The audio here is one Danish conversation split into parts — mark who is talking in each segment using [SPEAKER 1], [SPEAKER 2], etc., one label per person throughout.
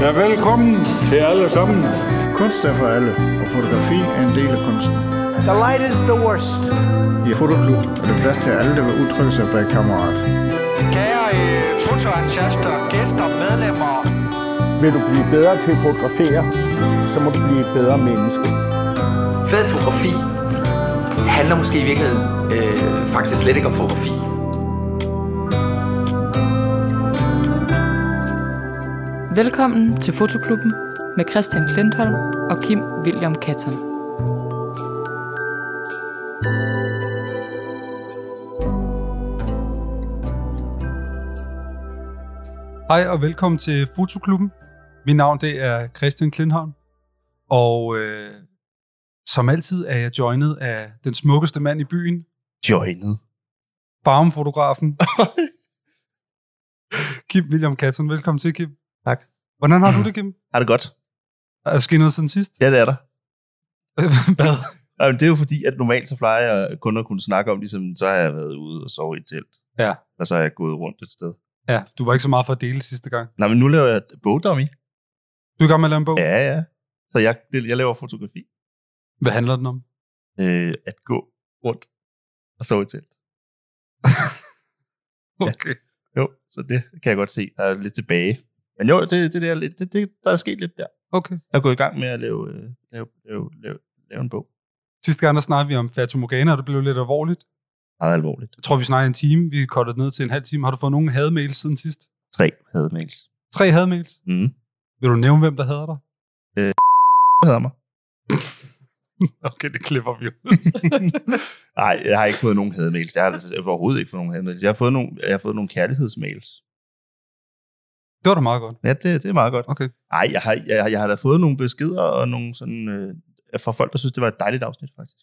[SPEAKER 1] Ja, velkommen til alle sammen.
[SPEAKER 2] Kunst er for alle, og fotografi er en del af kunsten.
[SPEAKER 3] The light is the worst.
[SPEAKER 2] I Fotoklub er der plads til alle, der vil udtrykke sig bag kammerat.
[SPEAKER 4] Kære øh, fotoentusiaster, gæster, medlemmer.
[SPEAKER 5] Vil du blive bedre til at fotografere, så må du blive et bedre menneske.
[SPEAKER 6] Fed fotografi handler måske i virkeligheden øh, faktisk slet ikke om fotografi.
[SPEAKER 7] Velkommen til Fotoklubben med Christian Klintholm og Kim William Katton.
[SPEAKER 8] Hej og velkommen til Fotoklubben. Mit navn det er Christian Klintholm, og øh, som altid er jeg joinet af den smukkeste mand i byen,
[SPEAKER 9] joinet.
[SPEAKER 8] Baum-fotografen. Kim William Katton, velkommen til, Kim.
[SPEAKER 9] Tak.
[SPEAKER 8] Hvordan har du det, Kim?
[SPEAKER 9] Er det godt?
[SPEAKER 8] Er der sket noget siden sidst?
[SPEAKER 9] Ja, det er der.
[SPEAKER 8] Hvad?
[SPEAKER 9] Jamen, det er jo fordi, at normalt så plejer jeg kun at kunne snakke om, ligesom, så har jeg været ude og sovet i et telt.
[SPEAKER 8] Ja.
[SPEAKER 9] Og så har jeg gået rundt et sted.
[SPEAKER 8] Ja, du var ikke så meget for at dele sidste gang.
[SPEAKER 9] Nej, men nu laver jeg bogdummy.
[SPEAKER 8] Du er i gang med at lave en bog.
[SPEAKER 9] Ja, ja. Så jeg, det, jeg laver fotografi.
[SPEAKER 8] Hvad handler den om?
[SPEAKER 9] Øh, at gå rundt og sove i telt.
[SPEAKER 8] Okay.
[SPEAKER 9] Jo, så det kan jeg godt se. Der er lidt tilbage. Men jo, det, det, der, lidt- det, det der er sket lidt der.
[SPEAKER 8] Okay.
[SPEAKER 9] Jeg er gået i gang med at lave, øh, lave, lave, lave, lave en bog.
[SPEAKER 8] Sidste gang, der snakkede vi om Fata Morgana, og det blev lidt alvorligt.
[SPEAKER 9] Meget alvorligt.
[SPEAKER 8] Jeg tror, vi snakkede en time. Vi kortede det ned til en halv time. Har du fået nogen hademails siden sidst?
[SPEAKER 9] Tre hademails.
[SPEAKER 8] Tre hademails.
[SPEAKER 9] Mm.
[SPEAKER 8] Vil du nævne, hvem der hader dig?
[SPEAKER 9] Hvad hedder mig?
[SPEAKER 8] Okay, det klipper vi jo.
[SPEAKER 9] Nej, jeg har ikke fået nogen hademails. Jeg har altså overhovedet ikke fået nogen hademails. Jeg har fået nogle, jeg har fået nogle kærlighedsmails.
[SPEAKER 8] Det var da meget godt.
[SPEAKER 9] Ja, det, det er meget godt.
[SPEAKER 8] Okay.
[SPEAKER 9] Nej, jeg har, jeg, har- jeg har da fået nogle beskeder og nogle sådan, øh, fra folk, der synes, det var et dejligt afsnit, faktisk.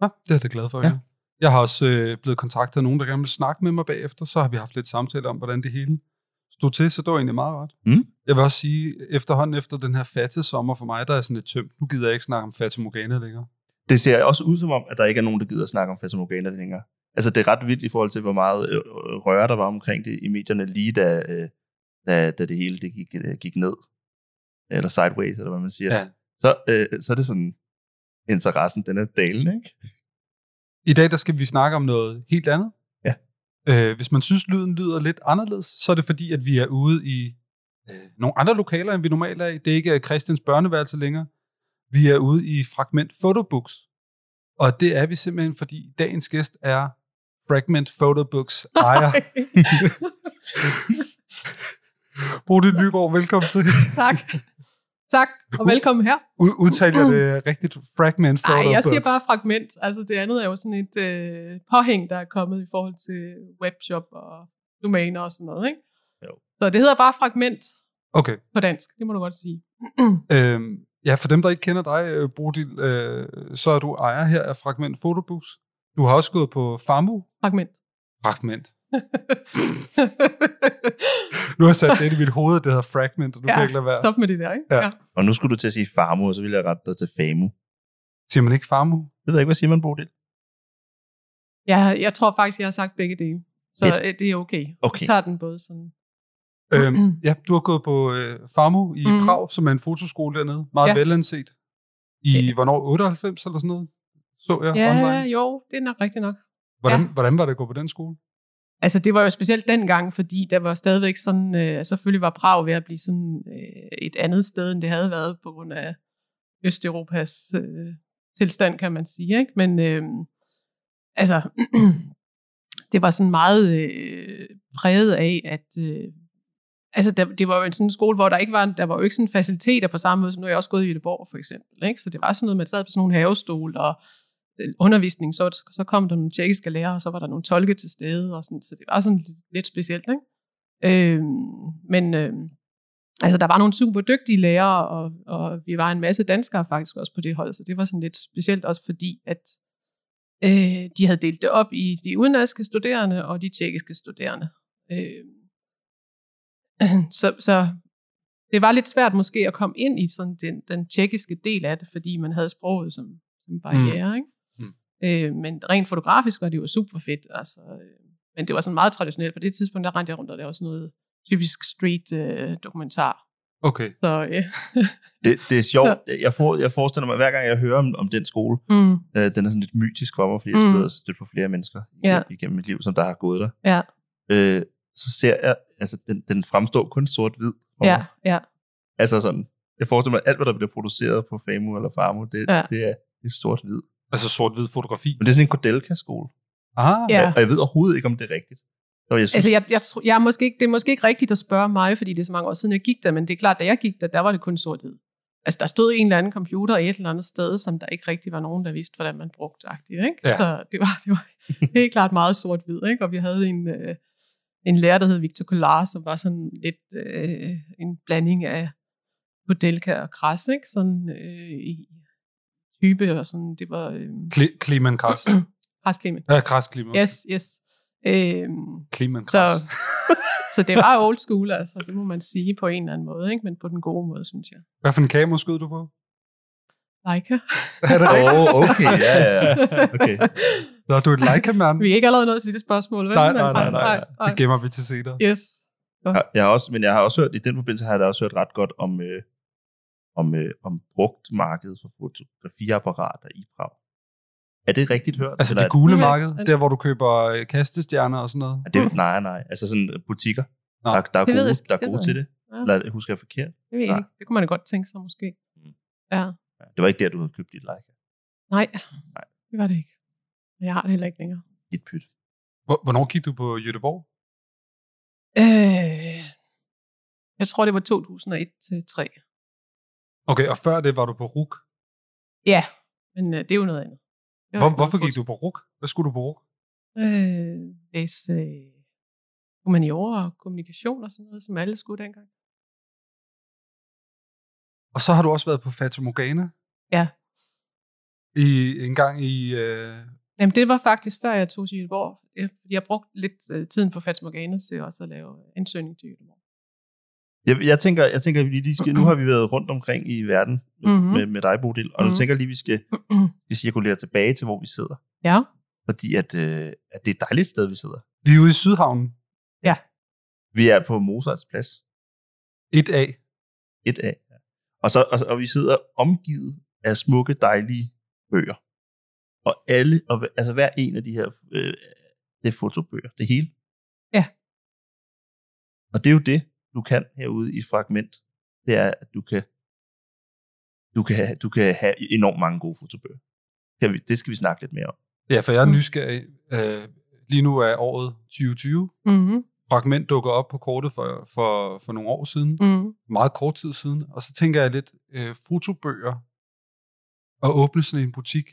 [SPEAKER 8] Nå, det er jeg da glad for.
[SPEAKER 9] Ja.
[SPEAKER 8] Ja. Jeg har også øh, blevet kontaktet af nogen, der gerne vil snakke med mig bagefter. Så har vi haft lidt samtale om, hvordan det hele stod til, så det var egentlig meget rart.
[SPEAKER 9] Mm.
[SPEAKER 8] Jeg vil også sige, efterhånden efter den her fatte sommer for mig, der er sådan lidt tømt. Nu gider jeg ikke snakke om Fata Morgana længere.
[SPEAKER 9] Det ser også ud som om, at der ikke er nogen, der gider at snakke om Fata Morgana længere. Altså, det er ret vildt i forhold til, hvor meget øh, øh, røre der var omkring det i medierne, lige da, øh, da, da det hele det gik, øh, gik ned. Eller sideways, eller hvad man siger.
[SPEAKER 8] Ja.
[SPEAKER 9] Så, øh, så er det sådan, interessen, den er dalende, ikke?
[SPEAKER 8] I dag der skal vi snakke om noget helt andet.
[SPEAKER 9] Ja.
[SPEAKER 8] Øh, hvis man synes, lyden lyder lidt anderledes, så er det fordi, at vi er ude i øh, nogle andre lokaler, end vi normalt er i. Det er ikke øh, Christians børneværelse længere. Vi er ude i Fragment Photobooks. Og det er vi simpelthen, fordi dagens gæst er Fragment Photobooks ejer. Bodil Nygaard, velkommen til.
[SPEAKER 10] Tak. Tak, og
[SPEAKER 8] Uhuh.
[SPEAKER 10] velkommen her.
[SPEAKER 8] U- udtaler jeg det rigtigt? Fragment Photobooks.
[SPEAKER 10] Uh. Nej, jeg siger bare fragment. Altså det andet er jo sådan et øh, påhæng, der er kommet i forhold til webshop og domæner og sådan noget, ikke?
[SPEAKER 9] Jo.
[SPEAKER 10] Så det hedder bare fragment
[SPEAKER 8] Okay.
[SPEAKER 10] på dansk, det må du godt sige.
[SPEAKER 8] Øhm, ja, for dem, der ikke kender dig, øh, Bodil, øh, så er du ejer her af Fragment Fotobus. Du har også gået på Farmu.
[SPEAKER 10] Fragment.
[SPEAKER 8] Fragment. Nu har jeg sat det ind i mit hoved, det hedder Fragment, og du ja, kan ikke lade være.
[SPEAKER 10] stop med det der, ikke?
[SPEAKER 8] Ja.
[SPEAKER 9] Og nu skulle du til at sige Farmo, og så ville jeg rette dig til Famu.
[SPEAKER 8] Siger man ikke Farmu?
[SPEAKER 9] Jeg ved ikke, hvad siger man, Bodil?
[SPEAKER 10] Jeg, jeg tror faktisk, jeg har sagt begge dele. Så
[SPEAKER 9] Fedt.
[SPEAKER 10] øh, det er okay.
[SPEAKER 9] Okay.
[SPEAKER 10] Jeg tager den både sådan.
[SPEAKER 8] Øhm, ja, du har gået på øh, Farmu i
[SPEAKER 10] Mhm.
[SPEAKER 8] mm. Prag, som er en fotoskole dernede. Meget ja.
[SPEAKER 10] Ja.
[SPEAKER 8] velanset. I, hvornår, 98 eller sådan noget? Så jeg
[SPEAKER 10] Ja,
[SPEAKER 8] online.
[SPEAKER 10] jo, det er nok rigtigt nok.
[SPEAKER 8] Hvordan,
[SPEAKER 10] ja.
[SPEAKER 8] hvordan var det at gå på den skole?
[SPEAKER 10] Altså, det var jo specielt dengang, fordi der var stadigvæk sådan, øh, selvfølgelig var Prag ved at blive sådan øh, et andet sted, end det havde været på grund af Østeuropas øh, tilstand, kan man sige. Ikke? Men øh, altså, det var sådan meget øh, præget af, at øh, altså, der, det var jo en sådan skole, hvor der ikke var, der var jo ikke sådan faciliteter på samme måde, som nu er jeg også gået i Göteborg for eksempel. Ikke? Så det var sådan noget, man sad på sådan nogle havestol, og øh, undervisning, så, så kom der nogle tjekkiske lærere, og så var der nogle tolke til stede, og sådan, så det var sådan lidt, lidt specielt. Ikke? Øhm, men øhm, altså, der var nogle super dygtige lærere, og, og vi var en masse danskere faktisk også på det hold, så det var sådan lidt specielt også fordi, at øh, de havde delt det op i de udenlandske studerende og de tjekkiske studerende. Øh, så, så det var lidt svært måske at komme ind i sådan den, den tjekkiske del af det, fordi man havde sproget som, som barriere. Ikke?
[SPEAKER 8] Mm.
[SPEAKER 10] Øh, men rent fotografisk var det jo super fedt. Altså, øh, men det var sådan meget traditionelt. På det tidspunkt, der rendte jeg rundt og lavede sådan noget typisk street øh, dokumentar
[SPEAKER 8] Okay.
[SPEAKER 10] Så, øh,
[SPEAKER 9] Det, det er sjovt. Jeg, for, jeg forestiller mig, hver gang jeg hører om, om den skole,
[SPEAKER 10] mm,
[SPEAKER 9] øh, den er sådan lidt mytisk for mig, fordi jeg
[SPEAKER 10] Mm.
[SPEAKER 9] mm. stødt på flere mennesker
[SPEAKER 10] Ja.
[SPEAKER 9] ja. igennem mit liv, som der har gået der.
[SPEAKER 10] Ja.
[SPEAKER 9] Øh, så ser jeg, altså den, den fremstår kun sort-hvid. for
[SPEAKER 10] ja,
[SPEAKER 9] mig.
[SPEAKER 10] ja,
[SPEAKER 9] Altså sådan, jeg forestiller mig, at alt, hvad der bliver produceret på FAMU eller FAMU, det,
[SPEAKER 10] Ja.
[SPEAKER 9] ja. det er, det er sort-hvid.
[SPEAKER 8] Altså sort-hvid fotografi.
[SPEAKER 9] Men det er sådan en Kodelka-skole.
[SPEAKER 8] Ah,
[SPEAKER 10] ja.
[SPEAKER 9] Og jeg ved overhovedet ikke, om det er rigtigt. Så jeg synes,
[SPEAKER 10] Altså, jeg, jeg, tror- jeg er måske ikke, det er måske ikke rigtigt at spørge mig, fordi det er så mange år siden, jeg gik der, men det er klart, da jeg gik der, der var det kun sort-hvid. Altså, der stod en eller anden computer et eller andet sted, som der ikke rigtig var nogen, der vidste, hvordan man brugte. Agtigt, ikke?
[SPEAKER 8] Ja.
[SPEAKER 10] Så det var, det var helt klart meget sort-hvid. Ikke? Og vi havde en, øh, en lærer, der hed Victor Collar, som var sådan lidt øh, en blanding af Modelka og Kras, ikke? Sådan øh, i type og sådan, det var øh,
[SPEAKER 8] Cle- Clemen Kras.
[SPEAKER 10] Kras Clement.
[SPEAKER 8] Ja, Kras Clemen.
[SPEAKER 10] Yes, yes. Øhm,
[SPEAKER 8] Clemen
[SPEAKER 10] så,
[SPEAKER 8] Kras.
[SPEAKER 10] så det var old school, altså, det må man sige på en eller anden måde, ikke? men på den gode måde, synes jeg.
[SPEAKER 8] Hvad for en kamera skød du på?
[SPEAKER 10] Leica.
[SPEAKER 8] Er det rigtigt?
[SPEAKER 9] Åh, oh, okay, ja, ja, ja. Okay.
[SPEAKER 8] Nå, du er et Leica-mand.
[SPEAKER 10] Vi er ikke allerede nået til det spørgsmål, vel?
[SPEAKER 8] Nej, nej, nej, nej,
[SPEAKER 10] nej,
[SPEAKER 8] Det gemmer vi til senere.
[SPEAKER 10] Yes.
[SPEAKER 9] Jeg, jeg har også, men jeg har også hørt, i den forbindelse har jeg da også hørt ret godt om, øh, om, øh, om brugt markedet for fotografiapparater i Prag. Er det rigtigt hørt?
[SPEAKER 8] Altså
[SPEAKER 9] Eller
[SPEAKER 8] det gule
[SPEAKER 10] Okay.
[SPEAKER 8] marked, der hvor du køber øh, kastestjerner og sådan noget.
[SPEAKER 9] er, det, nej, nej. Altså sådan butikker,
[SPEAKER 8] Nå.
[SPEAKER 9] Nå, der, der er
[SPEAKER 10] Det ved
[SPEAKER 9] gode,
[SPEAKER 10] jeg sgu-
[SPEAKER 9] der er
[SPEAKER 10] det
[SPEAKER 9] gode
[SPEAKER 10] ved
[SPEAKER 9] til
[SPEAKER 10] jeg
[SPEAKER 9] det.
[SPEAKER 10] Ja,
[SPEAKER 9] Eller husker jeg forkert?
[SPEAKER 10] det, ved jeg ikke. det kunne man da godt tænke sig, måske. Ja.
[SPEAKER 9] Ja, Det var ikke der, du havde købt dit like.
[SPEAKER 10] Nej,
[SPEAKER 9] Nej.
[SPEAKER 10] det var det ikke. Jeg har det heller ikke længere.
[SPEAKER 9] Et pyt.
[SPEAKER 8] Hvor- Hvornår gik du på Jødeborg?
[SPEAKER 10] Øh, jeg tror, det var 2001 til 3.
[SPEAKER 8] Okay, og før det var du på RUK.
[SPEAKER 10] Ja, men øh, det er jo noget andet. Det var
[SPEAKER 8] Hvor,
[SPEAKER 10] ikke
[SPEAKER 8] hvorfor
[SPEAKER 10] noget
[SPEAKER 8] gik du på RUK? Hvad skulle du på RUK?
[SPEAKER 10] Øh, læse øh, humaniora og kommunikation og sådan noget, som alle skulle dengang.
[SPEAKER 8] Og så har du også været på Fata Morgana.
[SPEAKER 10] Ja.
[SPEAKER 8] I, en gang i... Øh,
[SPEAKER 10] Jamen, det var faktisk før jeg tog til Jylborg. Jeg, jeg brugte lidt øh, tiden på Fats Morgana til også at lave ansøgning til Jylborg.
[SPEAKER 9] Jeg, jeg tænker, jeg tænker lige, de skal, nu har vi været rundt omkring i verden
[SPEAKER 10] Mhm.
[SPEAKER 9] mm-hmm. med, med dig, Bodil, og nu
[SPEAKER 10] Mhm.
[SPEAKER 9] tænker jeg lige, vi skal, vi cirkulerer tilbage til, hvor vi sidder.
[SPEAKER 10] Ja.
[SPEAKER 9] Fordi at, øh, at det er et dejligt sted, vi sidder.
[SPEAKER 8] vi er ude i Sydhavnen.
[SPEAKER 9] Vi er på Mozarts plads.
[SPEAKER 8] 1A.
[SPEAKER 9] Et af. Og, så, og, og vi sidder omgivet af smukke, dejlige bøger. Og alle, og, hver- altså hver en af de her, øh, det er fotobøger, det hele.
[SPEAKER 10] Ja.
[SPEAKER 9] Og det er jo det, du kan herude i Fragment. Det er, at du kan, du kan, have- du kan have enormt mange gode fotobøger. Kan vi, det skal vi snakke lidt mere om.
[SPEAKER 8] Ja, for jeg er
[SPEAKER 10] Mm.
[SPEAKER 8] nysgerrig. Øh, lige nu er året 2020.
[SPEAKER 10] Mm-hmm.
[SPEAKER 8] Fragment dukker op på kortet for, for, for nogle år siden.
[SPEAKER 10] Mm-hmm.
[SPEAKER 8] meget kort tid siden, og så tænker jeg lidt øh, fotobøger og åbne sådan en butik.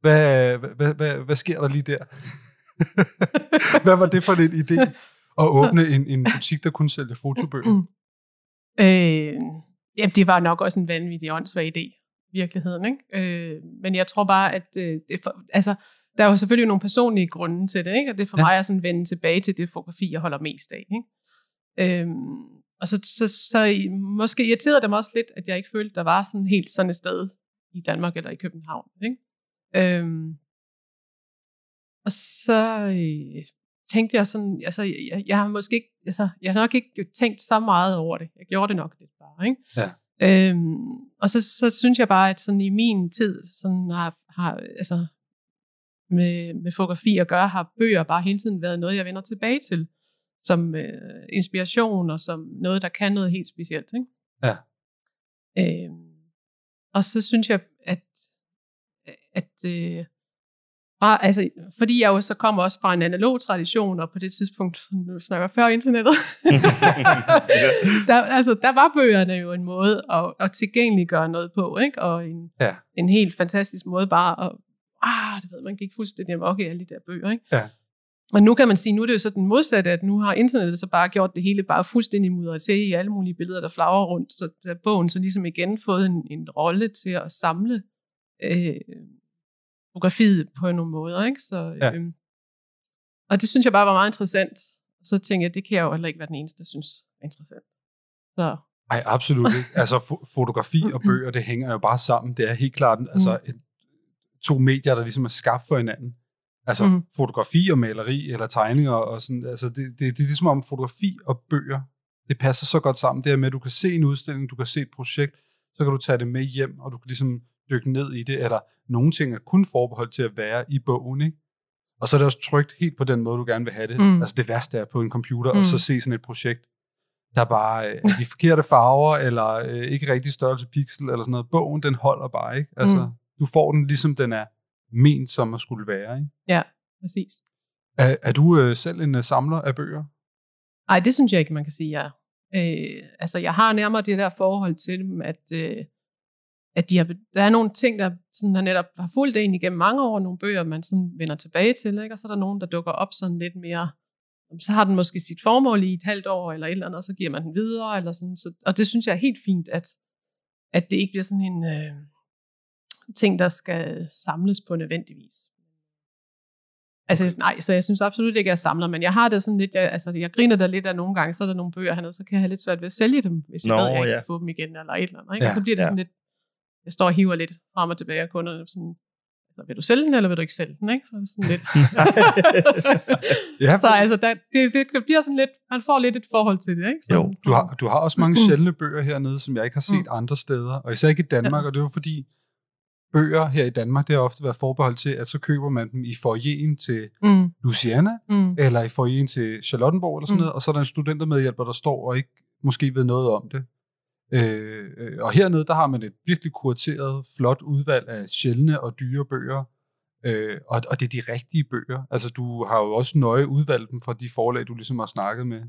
[SPEAKER 8] Hvad, hvad, hvad, hvad, hvad sker der lige der? hvad var det for en idé at åbne en, en butik, der kunne sælge fotobøger?
[SPEAKER 10] Øh, jamen, det var nok også en vanvittig åndssvag idé, i virkeligheden. Ikke? Øh, men jeg tror bare, at øh, det for, altså, der er jo selvfølgelig nogle personlige grunde til det, ikke? og det for
[SPEAKER 8] Ja.
[SPEAKER 10] ja. mig er sådan at vende tilbage til det fotografi, jeg holder mest af. Ikke? Øh, og så, så, så i- måske irriterede det mig også lidt, at jeg ikke følte, der var sådan helt sådan et sted i Danmark eller i København. Ikke? Øh, og så øh, tænkte jeg sådan, altså, jeg, jeg har måske ikke, altså, jeg har nok ikke tænkt så meget over det. Jeg gjorde det nok lidt bare, ikke?
[SPEAKER 8] Ja.
[SPEAKER 10] Øhm, og så, så synes jeg bare, at sådan i min tid, sådan har, har altså, med, med fotografi at gøre, har bøger bare hele tiden været noget, jeg vender tilbage til, som øh, inspiration og som noget, der kan noget helt specielt, ikke?
[SPEAKER 8] Ja.
[SPEAKER 10] Øhm, og så synes jeg, at, at øh, fra, altså, fordi jeg jo så kommer også fra en analog tradition, og på det tidspunkt, nu snakker jeg før internettet, der, altså, der var bøgerne jo en måde at, at tilgængeliggøre noget på, ikke? og en,
[SPEAKER 8] Ja.
[SPEAKER 10] en helt fantastisk måde bare at, ah, det ved man gik fuldstændig amok i alle de der bøger. Ikke?
[SPEAKER 8] Ja.
[SPEAKER 10] Og nu kan man sige, nu er det jo så den modsatte, at nu har internettet så bare gjort det hele bare fuldstændig mudret til i alle mulige billeder, der flagrer rundt, så der har bogen så ligesom igen fået en, en rolle til at samle øh, fotografiet på nogle måder. Ikke? Så,
[SPEAKER 8] Ja.
[SPEAKER 10] øhm, og det synes jeg bare var meget interessant. Så tænkte jeg, det kan jeg jo heller ikke være den eneste, der synes er interessant. Så
[SPEAKER 8] Nej, absolut ikke. Altså, fo- fotografi og bøger, det hænger jo bare sammen. Det er helt klart
[SPEAKER 10] Mm.
[SPEAKER 8] altså, et, to medier, der ligesom er skabt for hinanden. Altså,
[SPEAKER 10] Mm.
[SPEAKER 8] mm. fotografi og maleri, eller tegninger og sådan. Altså, det, det, det er ligesom om fotografi og bøger det passer så godt sammen. Det her med, at du kan se en udstilling, du kan se et projekt, så kan du tage det med hjem, og du kan ligesom dykke ned i det, eller nogle ting er kun forbeholdt til at være i bogen, ikke? Og så er det også trygt helt på den måde, du gerne vil have det.
[SPEAKER 10] Mm.
[SPEAKER 8] Altså det værste er på en computer,
[SPEAKER 10] Mm.
[SPEAKER 8] og så se sådan et projekt, der bare øh, er de forkerte farver, eller øh, ikke rigtig størrelse pixel, eller sådan noget. Bogen, den holder bare, ikke? Altså,
[SPEAKER 10] Mm.
[SPEAKER 8] mm. du får den, ligesom den er ment, som at skulle være, ikke?
[SPEAKER 10] Præcis.
[SPEAKER 8] Er, er du øh, selv en øh, samler af bøger?
[SPEAKER 10] Nej, det synes jeg ikke, man kan sige, jeg er. Øh, altså, jeg har nærmere det der forhold til dem, at, øh, at de har, der er nogle ting, der sådan, har netop har fulgt en igennem mange år, nogle bøger, man sådan vender tilbage til, ikke? og så er der nogen, der dukker op sådan lidt mere, jamen, så har den måske sit formål i et halvt år, eller et eller andet, og så giver man den videre, eller sådan, så, og det synes jeg er helt fint, at, at det ikke bliver sådan en øh, ting, der skal samles på nødvendigvis. Altså, okay. nej, så jeg synes absolut ikke, at jeg samler, men jeg har det sådan lidt, jeg, altså, jeg griner der lidt af nogle gange, så er der nogle bøger hernede, så kan jeg have lidt svært ved at sælge dem, hvis jeg,
[SPEAKER 9] Nå,
[SPEAKER 10] ved, jeg ikke
[SPEAKER 9] ja.
[SPEAKER 10] kan få dem igen, eller et eller andet. Ikke? Ja,
[SPEAKER 8] Ja,
[SPEAKER 10] og så bliver det ja.
[SPEAKER 9] ja.
[SPEAKER 10] sådan lidt, jeg står og hiver lidt frem og tilbage, og kunderne er sådan, altså, vil du sælge den, eller vil du ikke sælge den? Ikke? Så er det sådan lidt.
[SPEAKER 8] Ja,
[SPEAKER 10] så altså, der, det, det, bliver sådan lidt, man får lidt et forhold til det, ikke? Så,
[SPEAKER 9] Jo.
[SPEAKER 8] Du har, du har også mange sjældne bøger hernede, som jeg ikke har set
[SPEAKER 10] Mm.
[SPEAKER 8] andre steder, og især ikke i Danmark, og det er jo fordi, bøger her i Danmark, det har ofte været forbeholdt til, at så køber man dem i forjen til
[SPEAKER 10] Mm,
[SPEAKER 8] Luciana,
[SPEAKER 10] mm,
[SPEAKER 8] eller i forjen til Charlottenborg, eller sådan
[SPEAKER 10] Mm.
[SPEAKER 8] mm. noget, og så er der en studentermedhjælper, der står og ikke måske ved noget om det. Øh, øh, og hernede, der har man et virkelig kurateret, flot udvalg af sjældne og dyre bøger, øh, og, og det er de rigtige bøger. Altså, du har jo også nøje udvalgt dem fra de forlag, du ligesom har snakket med.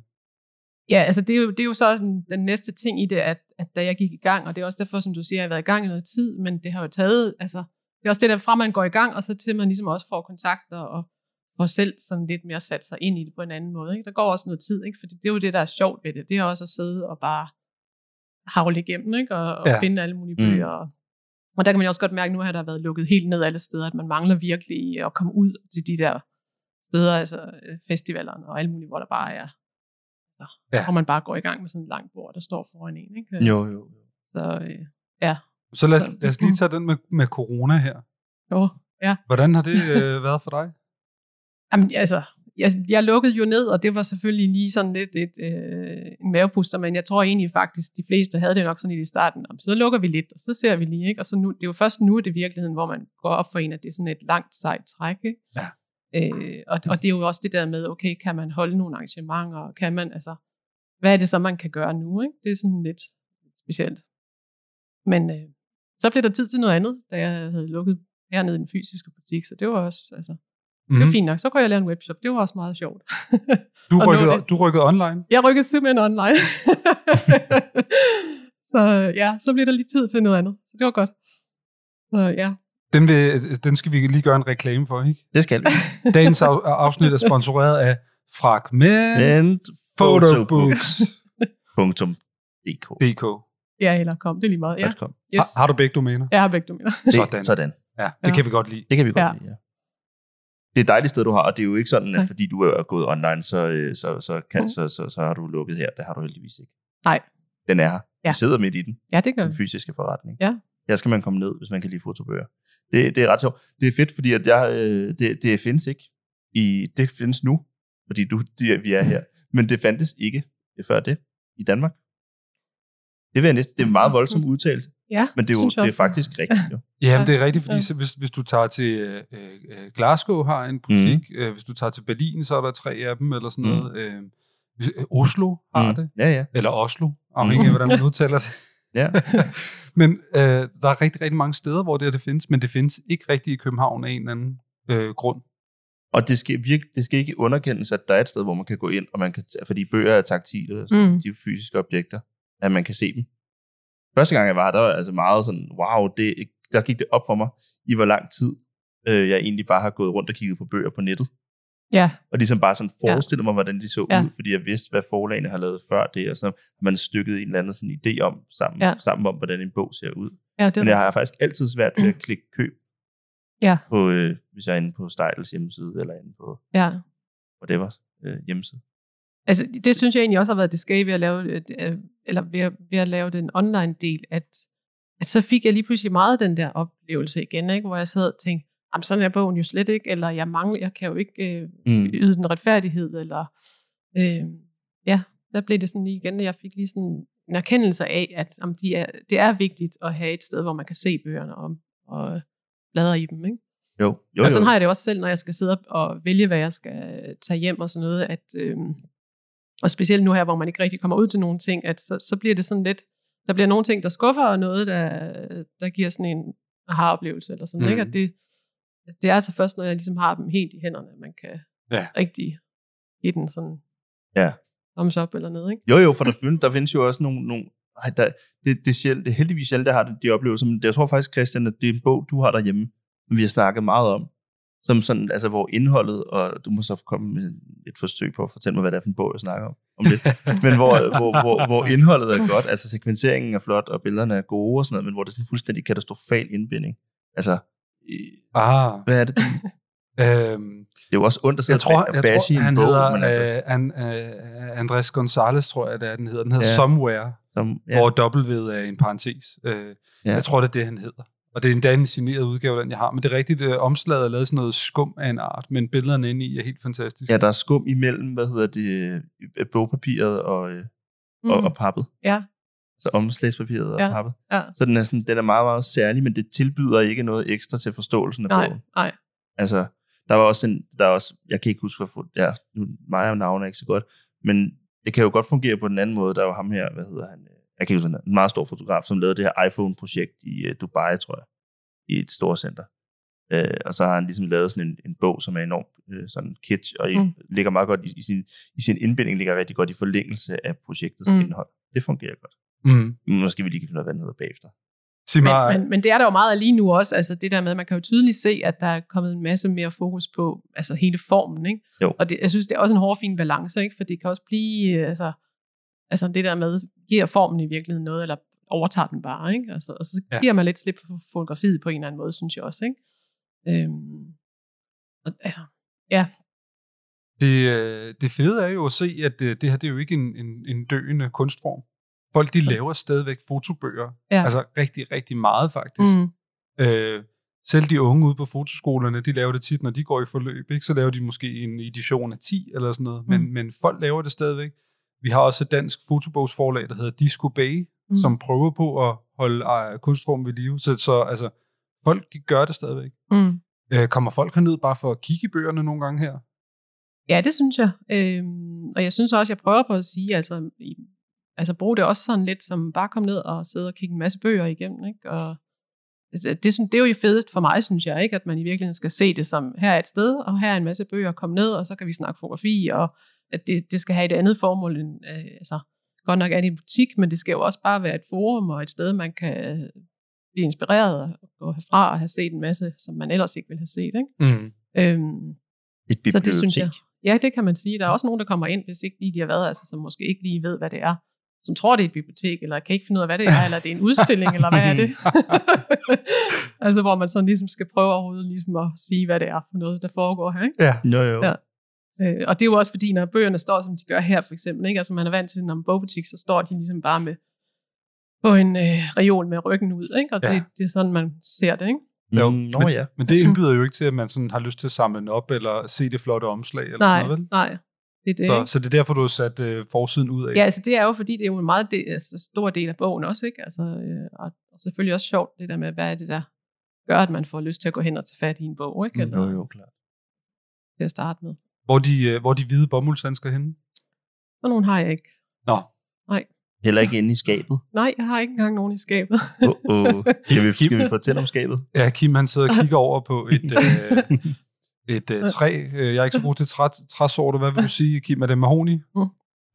[SPEAKER 10] Ja, altså det er jo, det er jo så den, den næste ting i det, at, at da jeg gik i gang, og det er også derfor, som du siger, jeg har været i gang i noget tid, men det har jo taget, altså det er også det der, fra man går i gang, og så til man ligesom også får kontakter og får selv sådan lidt mere sat sig ind i det på en anden måde. Ikke? Der går også noget tid, ikke? for det er jo det, der er sjovt ved det. Det er også at sidde og bare havle igennem ikke? og, og ja.
[SPEAKER 8] Ja.
[SPEAKER 10] finde alle mulige
[SPEAKER 9] Mm.
[SPEAKER 10] bøger. Og, og der kan man jo også godt mærke, at nu har der været lukket helt ned alle steder, at man mangler virkelig at komme ud til de der steder, altså øh, festivalerne og alle mulige, hvor der bare er ja.
[SPEAKER 8] Ja.
[SPEAKER 10] hvor man bare går i gang med sådan et langt bord, der står foran en. Ikke?
[SPEAKER 9] Jo, jo.
[SPEAKER 10] Så, øh,
[SPEAKER 8] Så lad os, lad os
[SPEAKER 10] Mm-hmm.
[SPEAKER 8] lige tage den med, med corona her.
[SPEAKER 10] jo.
[SPEAKER 8] Hvordan har det øh, været for dig?
[SPEAKER 10] Jamen, altså, jeg, jeg lukkede jo ned, og det var selvfølgelig lige sådan lidt et, øh, en mavepuster, men jeg tror egentlig faktisk, de fleste havde det nok sådan lidt i starten. Om, så lukker vi lidt, og så ser vi lige. Ikke? Og så nu, det er jo først nu, at det er virkeligheden, hvor man går op for en, at det er sådan et langt, sejt træk. Ikke?
[SPEAKER 8] Ja.
[SPEAKER 10] Øh, og, og det er jo også det der med, okay, kan man holde nogle arrangementer? og Kan man, altså, hvad er det så, man kan gøre nu? Ikke? Det er sådan lidt specielt. Men øh, så blev der tid til noget andet, da jeg havde lukket hernede i den fysiske butik, så det var også, altså, Det
[SPEAKER 9] Mm.
[SPEAKER 10] var fint nok. Så kunne jeg lave en webshop. Det var også meget sjovt.
[SPEAKER 8] Mhm. Du
[SPEAKER 10] Og nå
[SPEAKER 8] rykkede,
[SPEAKER 10] det.
[SPEAKER 8] du rykkede online.
[SPEAKER 10] jeg rykkede simpelthen online. så ja, så blev der lige tid til noget andet. Så det var godt. Så ja.
[SPEAKER 8] Den, vil, den skal vi lige gøre en reklame for, ikke?
[SPEAKER 9] Det skal vi.
[SPEAKER 8] Dagens af, afsnit er sponsoreret af Fragment
[SPEAKER 9] And
[SPEAKER 8] Photobooks.dk.
[SPEAKER 9] Punktum. DK.
[SPEAKER 10] Ja, eller kom. Det er lige meget. Ja,
[SPEAKER 9] Punktum.
[SPEAKER 10] yes.
[SPEAKER 8] Har, har du begge domæner?
[SPEAKER 10] Jeg har begge dominer.
[SPEAKER 9] Det,
[SPEAKER 8] Sådan.
[SPEAKER 9] sådan. sådan.
[SPEAKER 8] Ja, det
[SPEAKER 10] Ja.
[SPEAKER 8] kan vi godt lide.
[SPEAKER 9] Det kan vi godt
[SPEAKER 10] Ja.
[SPEAKER 9] ja. lide, ja. Det er et dejligt sted, du har, og det er jo ikke sådan,
[SPEAKER 10] Nej.
[SPEAKER 9] at fordi du er gået online, så, øh, så, så, kan,
[SPEAKER 10] Mm.
[SPEAKER 9] mm. så, så, så har du lukket her. Det har du heldigvis ikke.
[SPEAKER 10] Nej.
[SPEAKER 9] Den er her.
[SPEAKER 10] Ja.
[SPEAKER 9] Ja. Vi sidder midt i den.
[SPEAKER 10] Ja, det gør
[SPEAKER 9] den
[SPEAKER 10] vi.
[SPEAKER 9] fysiske forretning.
[SPEAKER 10] Ja.
[SPEAKER 9] Der skal man komme ned, hvis man kan lide fotobøger. Det, det er ret sjovt. Det er fedt, fordi at jeg, øh, det, det findes ikke. I, det findes nu, fordi du, de, vi er her. Men det fandtes ikke før det i Danmark. Det, vil jeg næsten, det er en meget voldsom udtalelse,
[SPEAKER 10] Ja,
[SPEAKER 9] men det er, jo,
[SPEAKER 10] Mm. synes jeg
[SPEAKER 9] det er
[SPEAKER 10] også.
[SPEAKER 9] faktisk rigtigt. Jo.
[SPEAKER 8] Ja, men det er rigtigt, fordi
[SPEAKER 10] Ja.
[SPEAKER 8] så hvis, hvis du tager til øh, øh, Glasgow har en butik,
[SPEAKER 9] Mhm.
[SPEAKER 8] mm. øh, hvis du tager til Berlin, så er der tre af dem, eller sådan
[SPEAKER 9] Mm.
[SPEAKER 8] noget. Øh, hvis- øh, Oslo har det,
[SPEAKER 9] Ja, ja.
[SPEAKER 8] eller Oslo, afhængig af, hvordan man udtaler det.
[SPEAKER 9] Mhm. Ja.
[SPEAKER 8] men øh, der er rigtig, rigtig mange steder, hvor det her det findes, men det findes ikke rigtigt i København af en eller anden øh, grund.
[SPEAKER 9] Og det skal, virke, det skal ikke underkendes, at der er et sted, hvor man kan gå ind, og man kan, tage- fordi bøger er taktile, og sådan,
[SPEAKER 10] Mm.
[SPEAKER 9] mm. de er fysiske objekter, at man kan se dem. Første gang, jeg var her, der var altså meget sådan, wow, det, der gik det op for mig, i hvor lang tid øh, jeg egentlig bare har gået rundt og kigget på bøger på nettet.
[SPEAKER 10] Ja,
[SPEAKER 9] Og ligesom bare sådan
[SPEAKER 10] Ja.
[SPEAKER 9] forestillet ja. mig, hvordan de så
[SPEAKER 10] Ja.
[SPEAKER 9] ja. ud, fordi jeg vidste, hvad forlagene har lavet før det, og så har man stykket en eller anden sådan idé om, sammen,
[SPEAKER 10] Ja.
[SPEAKER 9] ja. sammen om, hvordan en bog ser ud.
[SPEAKER 10] ja det er
[SPEAKER 9] Men jeg har faktisk altid svært ved at klikke køb,
[SPEAKER 10] Ja.
[SPEAKER 9] på, øh, hvis jeg er inde på Steitels hjemmeside, eller inde på
[SPEAKER 10] ja.
[SPEAKER 9] whatever øh, hjemmeside.
[SPEAKER 10] Altså, det synes jeg egentlig også har været det skæve ved at lave, øh, øh, eller ved, at- ved at lave den online del, at, at så fik jeg lige pludselig meget den der oplevelse igen, ikke? hvor jeg sad og tænkte, jamen sådan er bogen jo slet ikke, eller jeg mangler, jeg kan jo ikke øh,
[SPEAKER 9] Mm.
[SPEAKER 10] yde den retfærdighed, eller øh, ja, der blev det sådan lige igen, at jeg fik lige sådan en erkendelse af, at om de er, det er vigtigt at have et sted, hvor man kan se bøgerne og, og bladre i dem. Ikke?
[SPEAKER 9] Jo, jo,
[SPEAKER 10] og sådan
[SPEAKER 8] Altså-
[SPEAKER 9] jo.
[SPEAKER 10] har jeg det også selv, når jeg skal sidde op og vælge, hvad jeg skal tage hjem og sådan noget. At, øhm, og specielt nu her, hvor man ikke rigtig kommer ud til nogle ting, at så, så bliver det sådan lidt, der bliver nogle ting, der skuffer, og noget, der, der giver sådan en aha-oplevelse eller sådan, mm.
[SPEAKER 8] Mhm.
[SPEAKER 10] ikke? At det, det er altså først, når jeg ligesom har dem helt i hænderne, at man kan
[SPEAKER 8] Ja.
[SPEAKER 10] rigtig give den sådan
[SPEAKER 9] Ja.
[SPEAKER 10] thumbs up eller noget, ikke?
[SPEAKER 9] Jo, jo, for der findes, der findes jo også nogle... nogle ej, der, det, det, er sjældent, det er heldigvis sjældent, der har det, de oplevelser. Men jeg tror faktisk, Christian, at det er en bog, du har derhjemme, som vi har snakket meget om. Som sådan, altså, hvor indholdet, og du må så komme med et forsøg på at fortælle mig, hvad det er for en bog, jeg snakker om, om lidt. Men hvor, hvor, hvor, hvor indholdet er godt, altså sekvenseringen er flot, og billederne er gode og sådan noget, men hvor det er sådan en fuldstændig katastrofal indbinding. Altså, øh,
[SPEAKER 8] Ah,
[SPEAKER 9] hvad er det?
[SPEAKER 8] øhm,
[SPEAKER 9] Det er jo også ondt at sidde
[SPEAKER 8] jeg tror,
[SPEAKER 9] og
[SPEAKER 8] jeg
[SPEAKER 9] bashe i
[SPEAKER 8] tror
[SPEAKER 9] en
[SPEAKER 8] han
[SPEAKER 9] bog,
[SPEAKER 8] hedder
[SPEAKER 9] men altså,
[SPEAKER 8] øh, an, øh, Andres Gonzalez, tror jeg, det er, den hedder. Den hedder
[SPEAKER 9] Ja.
[SPEAKER 8] ja. Somewhere,
[SPEAKER 9] som, ja,
[SPEAKER 8] ja. hvor W er en parentes. Øh,
[SPEAKER 9] Ja.
[SPEAKER 8] ja. Jeg tror, det er det, han hedder. Og det er endda en generet udgave, af den jeg har. Men det er rigtigt, øh, omslaget er lavet sådan noget skum af en art, men billederne inde i er helt fantastiske.
[SPEAKER 9] ja, der er skum imellem, hvad hedder det, øh, bogpapiret og... Øh, mm. og, og pappet.
[SPEAKER 10] Ja.
[SPEAKER 9] Så omslagspapiret og
[SPEAKER 10] Ja,
[SPEAKER 9] pappet.
[SPEAKER 10] ja.
[SPEAKER 9] Så den er, sådan, den er meget, meget særlig, men det tilbyder ikke noget ekstra til forståelsen af
[SPEAKER 10] Nej,
[SPEAKER 9] bogen.
[SPEAKER 10] nej.
[SPEAKER 9] Altså, der var også en, der er også, jeg kan ikke huske, hvad for, ja, nu mig og navne er ikke så godt, men det kan jo godt fungere på den anden måde. Der var ham her, hvad hedder han, øh, jeg kan ikke huske, hvad han hedder, en meget stor fotograf, som lavede det her iPhone-projekt i øh, Dubai, tror jeg, i et storcenter. Øh, og så har han ligesom lavet sådan en, en bog, som er enormt øh, sådan kitsch, og i,
[SPEAKER 10] Mm.
[SPEAKER 9] mm. ligger meget godt i, i, sin, i sin indbinding, ligger rigtig godt i forlængelse af projektets
[SPEAKER 10] Mm.
[SPEAKER 9] mm. indhold. Det fungerer godt.
[SPEAKER 8] Mm.
[SPEAKER 9] Måske vi lige kan finde ud af, hvad den hedder bagefter.
[SPEAKER 8] Sig mig,
[SPEAKER 10] Men, men, men det er der jo meget af lige nu også, altså det der med, at man kan jo tydeligt se, at der er kommet en masse mere fokus på altså hele formen, ikke?
[SPEAKER 9] Jo.
[SPEAKER 10] Og det, jeg synes, det er også en hård, fin balance, ikke? For det kan også blive, øh, altså, altså det der med, giver formen i virkeligheden noget, eller overtager den bare, ikke? Altså, og så ja.
[SPEAKER 8] Ja.
[SPEAKER 10] giver man lidt slip for fotografiet på en eller anden måde, synes jeg også, ikke? Øhm, og, altså,
[SPEAKER 8] Det, øh, det fede er jo at se, at øh, det her det er jo ikke en, en, en døende kunstform. Folk de laver stadigvæk fotobøger,
[SPEAKER 10] Ja.
[SPEAKER 8] ja. altså rigtig, rigtig meget faktisk.
[SPEAKER 10] mm,
[SPEAKER 8] Mm. Øh, selv de unge ude på fotoskolerne, de laver det tit, når de går i forløb, ikke? så laver de måske en edition af 10 eller sådan noget, men,
[SPEAKER 10] Mm.
[SPEAKER 8] mm. men folk laver det stadigvæk. Vi har også et dansk fotobogsforlag, der hedder Disco Bay, mm. som prøver på at holde øh, kunstformen ved live. Så, så altså, folk de gør det stadigvæk.
[SPEAKER 10] mm.
[SPEAKER 8] Øh, kommer folk herned bare for at kigge i bøgerne nogle gange her?
[SPEAKER 10] Ja, det synes jeg. Øhm, og jeg synes også, jeg prøver på at sige, altså, i, altså brug det også sådan lidt som bare kom ned og sidde og kigge en masse bøger igennem. Ikke? Og altså, det, synes- det er jo fedest for mig, synes jeg, ikke? at man i virkeligheden skal se det som, her er et sted, og her er en masse bøger, kom ned, og så kan vi snakke fotografi, og at det, det skal have et andet formål end, øh, altså, godt nok er det en butik, men det skal jo også bare være et forum og et sted, man kan øh, blive inspireret og gå herfra og have set en masse, som man ellers ikke ville have set. Ikke?
[SPEAKER 8] Mm.
[SPEAKER 10] Øhm,
[SPEAKER 9] Et bibliotek.
[SPEAKER 10] så det synes jeg. Ja, det kan man sige. Der er også nogen, der kommer ind, hvis ikke lige de har været, altså som måske ikke lige ved, hvad det er. Som tror, det er et bibliotek, eller kan ikke finde ud af, hvad det er, eller det er en udstilling, eller hvad er det? altså, hvor man sådan ligesom skal prøve overhovedet ligesom at sige, hvad det er for noget, der foregår her. Ikke?
[SPEAKER 8] Ja.
[SPEAKER 9] Jo, jo.
[SPEAKER 10] Ja. Øh, og det er jo også fordi, når bøgerne står, som de gør her for eksempel, ikke? altså man er vant til, når en bogbutik, så står de ligesom bare med på en øh, reol med ryggen ud, ikke? og det,
[SPEAKER 8] Ja.
[SPEAKER 10] det er sådan, man ser det. Ikke?
[SPEAKER 8] Jo,
[SPEAKER 9] Mm, Nå
[SPEAKER 8] men-
[SPEAKER 9] ja.
[SPEAKER 8] Men det indbyder jo ikke til, at man sådan har lyst til at samle den op, eller se det flotte omslag, eller
[SPEAKER 10] Nej,
[SPEAKER 8] sådan noget, vel?
[SPEAKER 10] nej, det er det. ikke?
[SPEAKER 8] Så, så det er derfor, du har sat øh, forsiden ud af.
[SPEAKER 10] Ja, altså det er jo fordi, det er jo en meget del, altså, stor del af bogen også, ikke? Altså, øh, og, og selvfølgelig også sjovt det der med, hvad er det der gør, at man får lyst til at gå hen og tage fat i en bog, ikke?
[SPEAKER 8] Mm,
[SPEAKER 10] Eller
[SPEAKER 9] Jo, jo, klart.
[SPEAKER 10] til at starte med.
[SPEAKER 8] Hvor, de, øh, hvor de hvide bomuldshandsker henne?
[SPEAKER 10] Og nogen har jeg ikke.
[SPEAKER 8] Nå,
[SPEAKER 9] Heller ikke inde i skabet.
[SPEAKER 10] Nej, jeg har ikke engang nogen i skabet.
[SPEAKER 9] Oh, oh. Skal, vi, skal vi fortælle om skabet?
[SPEAKER 8] ja, Kim han sidder og kigger over på et, øh, et øh, træ. Øh, Jeg er ikke så god til træ, træsorter. Hvad vil du sige, Kim? Er det mahoni?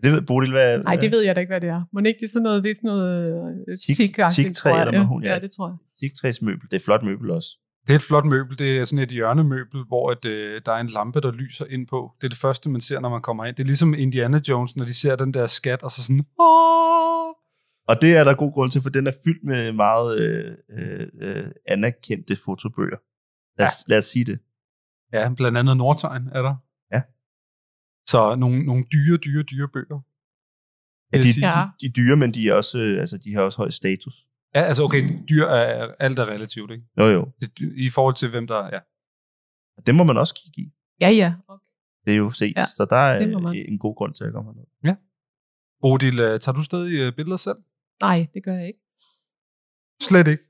[SPEAKER 9] Det ved Bodil, hvad...
[SPEAKER 10] Nej, det ved jeg da ikke, hvad det er. Men ikke det er sådan noget, det er sådan noget øh,
[SPEAKER 9] Teak-
[SPEAKER 10] teak-agtigt,
[SPEAKER 9] teaktræ
[SPEAKER 10] tror jeg.
[SPEAKER 9] eller
[SPEAKER 10] Ja,
[SPEAKER 9] mahogni, ja.
[SPEAKER 10] Ja, det tror jeg.
[SPEAKER 9] Teaktræsmøbel. Det er et flot møbel også.
[SPEAKER 8] Det er et flot møbel. Det er sådan et hjørnemøbel, hvor at, øh, der er en lampe, der lyser ind på. Det er det første, man ser, når man kommer ind. Det er ligesom Indiana Jones, når de ser den der skat, og så sådan... Åh!
[SPEAKER 9] Og det er der god grund til, for den er fyldt med meget øh, øh, øh, anerkendte fotobøger. Lad os, ja. lad os sige det.
[SPEAKER 8] Ja, blandt andet Nordtegn er der.
[SPEAKER 9] Ja.
[SPEAKER 8] Så nogle, nogle dyre, dyre, dyre bøger.
[SPEAKER 9] Ja,
[SPEAKER 8] vil
[SPEAKER 9] de,
[SPEAKER 8] jeg sige.
[SPEAKER 9] de, de er dyre, men de, er også, øh, altså, de har også høj status.
[SPEAKER 8] Ja, altså okay, dyr er alt er relativt, ikke?
[SPEAKER 9] Jo, jo.
[SPEAKER 8] Det- I forhold til hvem der er. Ja.
[SPEAKER 9] Det må man også kigge i.
[SPEAKER 10] Ja, ja. Okay.
[SPEAKER 9] Det er jo set.
[SPEAKER 10] Ja,
[SPEAKER 9] Ja, så der er
[SPEAKER 10] det må man.
[SPEAKER 9] øh, en god grund til at komme herned.
[SPEAKER 8] Bodil, øh, tager du stadig øh, billeder selv?
[SPEAKER 10] Nej, det gør jeg ikke.
[SPEAKER 8] Slet ikke.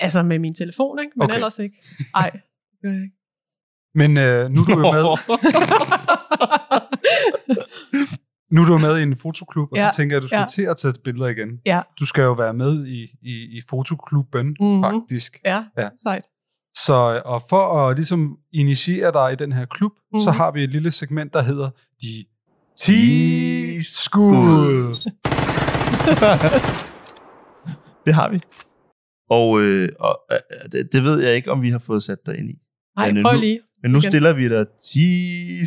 [SPEAKER 10] Altså med min telefon, ikke? Men
[SPEAKER 8] Okay.
[SPEAKER 10] okay. ellers ikke. Nej, det gør jeg ikke.
[SPEAKER 8] Men øh, nu, er du jo med, nu er du jo med i en fotoklub, og ja.
[SPEAKER 10] Ja,
[SPEAKER 8] så tænker jeg, at du skal
[SPEAKER 10] ja.
[SPEAKER 8] til at tage billeder igen.
[SPEAKER 10] Ja.
[SPEAKER 8] Du skal jo være med i, i, i fotoklubben, mm-hmm.
[SPEAKER 10] Mhm.
[SPEAKER 8] faktisk.
[SPEAKER 10] ja,
[SPEAKER 8] Ja.
[SPEAKER 10] ja, sejt.
[SPEAKER 8] Så øh, og for at ligesom initiere dig i den her klub, mm-hmm. så
[SPEAKER 10] Mhm.
[SPEAKER 8] har vi et lille segment, der hedder De 10 skud.
[SPEAKER 9] Det har vi. Og, øh, og øh, det, det ved jeg ikke, om vi har fået sat dig ind i.
[SPEAKER 10] Nej,
[SPEAKER 9] Men
[SPEAKER 10] prøv
[SPEAKER 9] nu-
[SPEAKER 10] lige.
[SPEAKER 9] Men nu
[SPEAKER 10] Igen.
[SPEAKER 9] stiller vi dig 10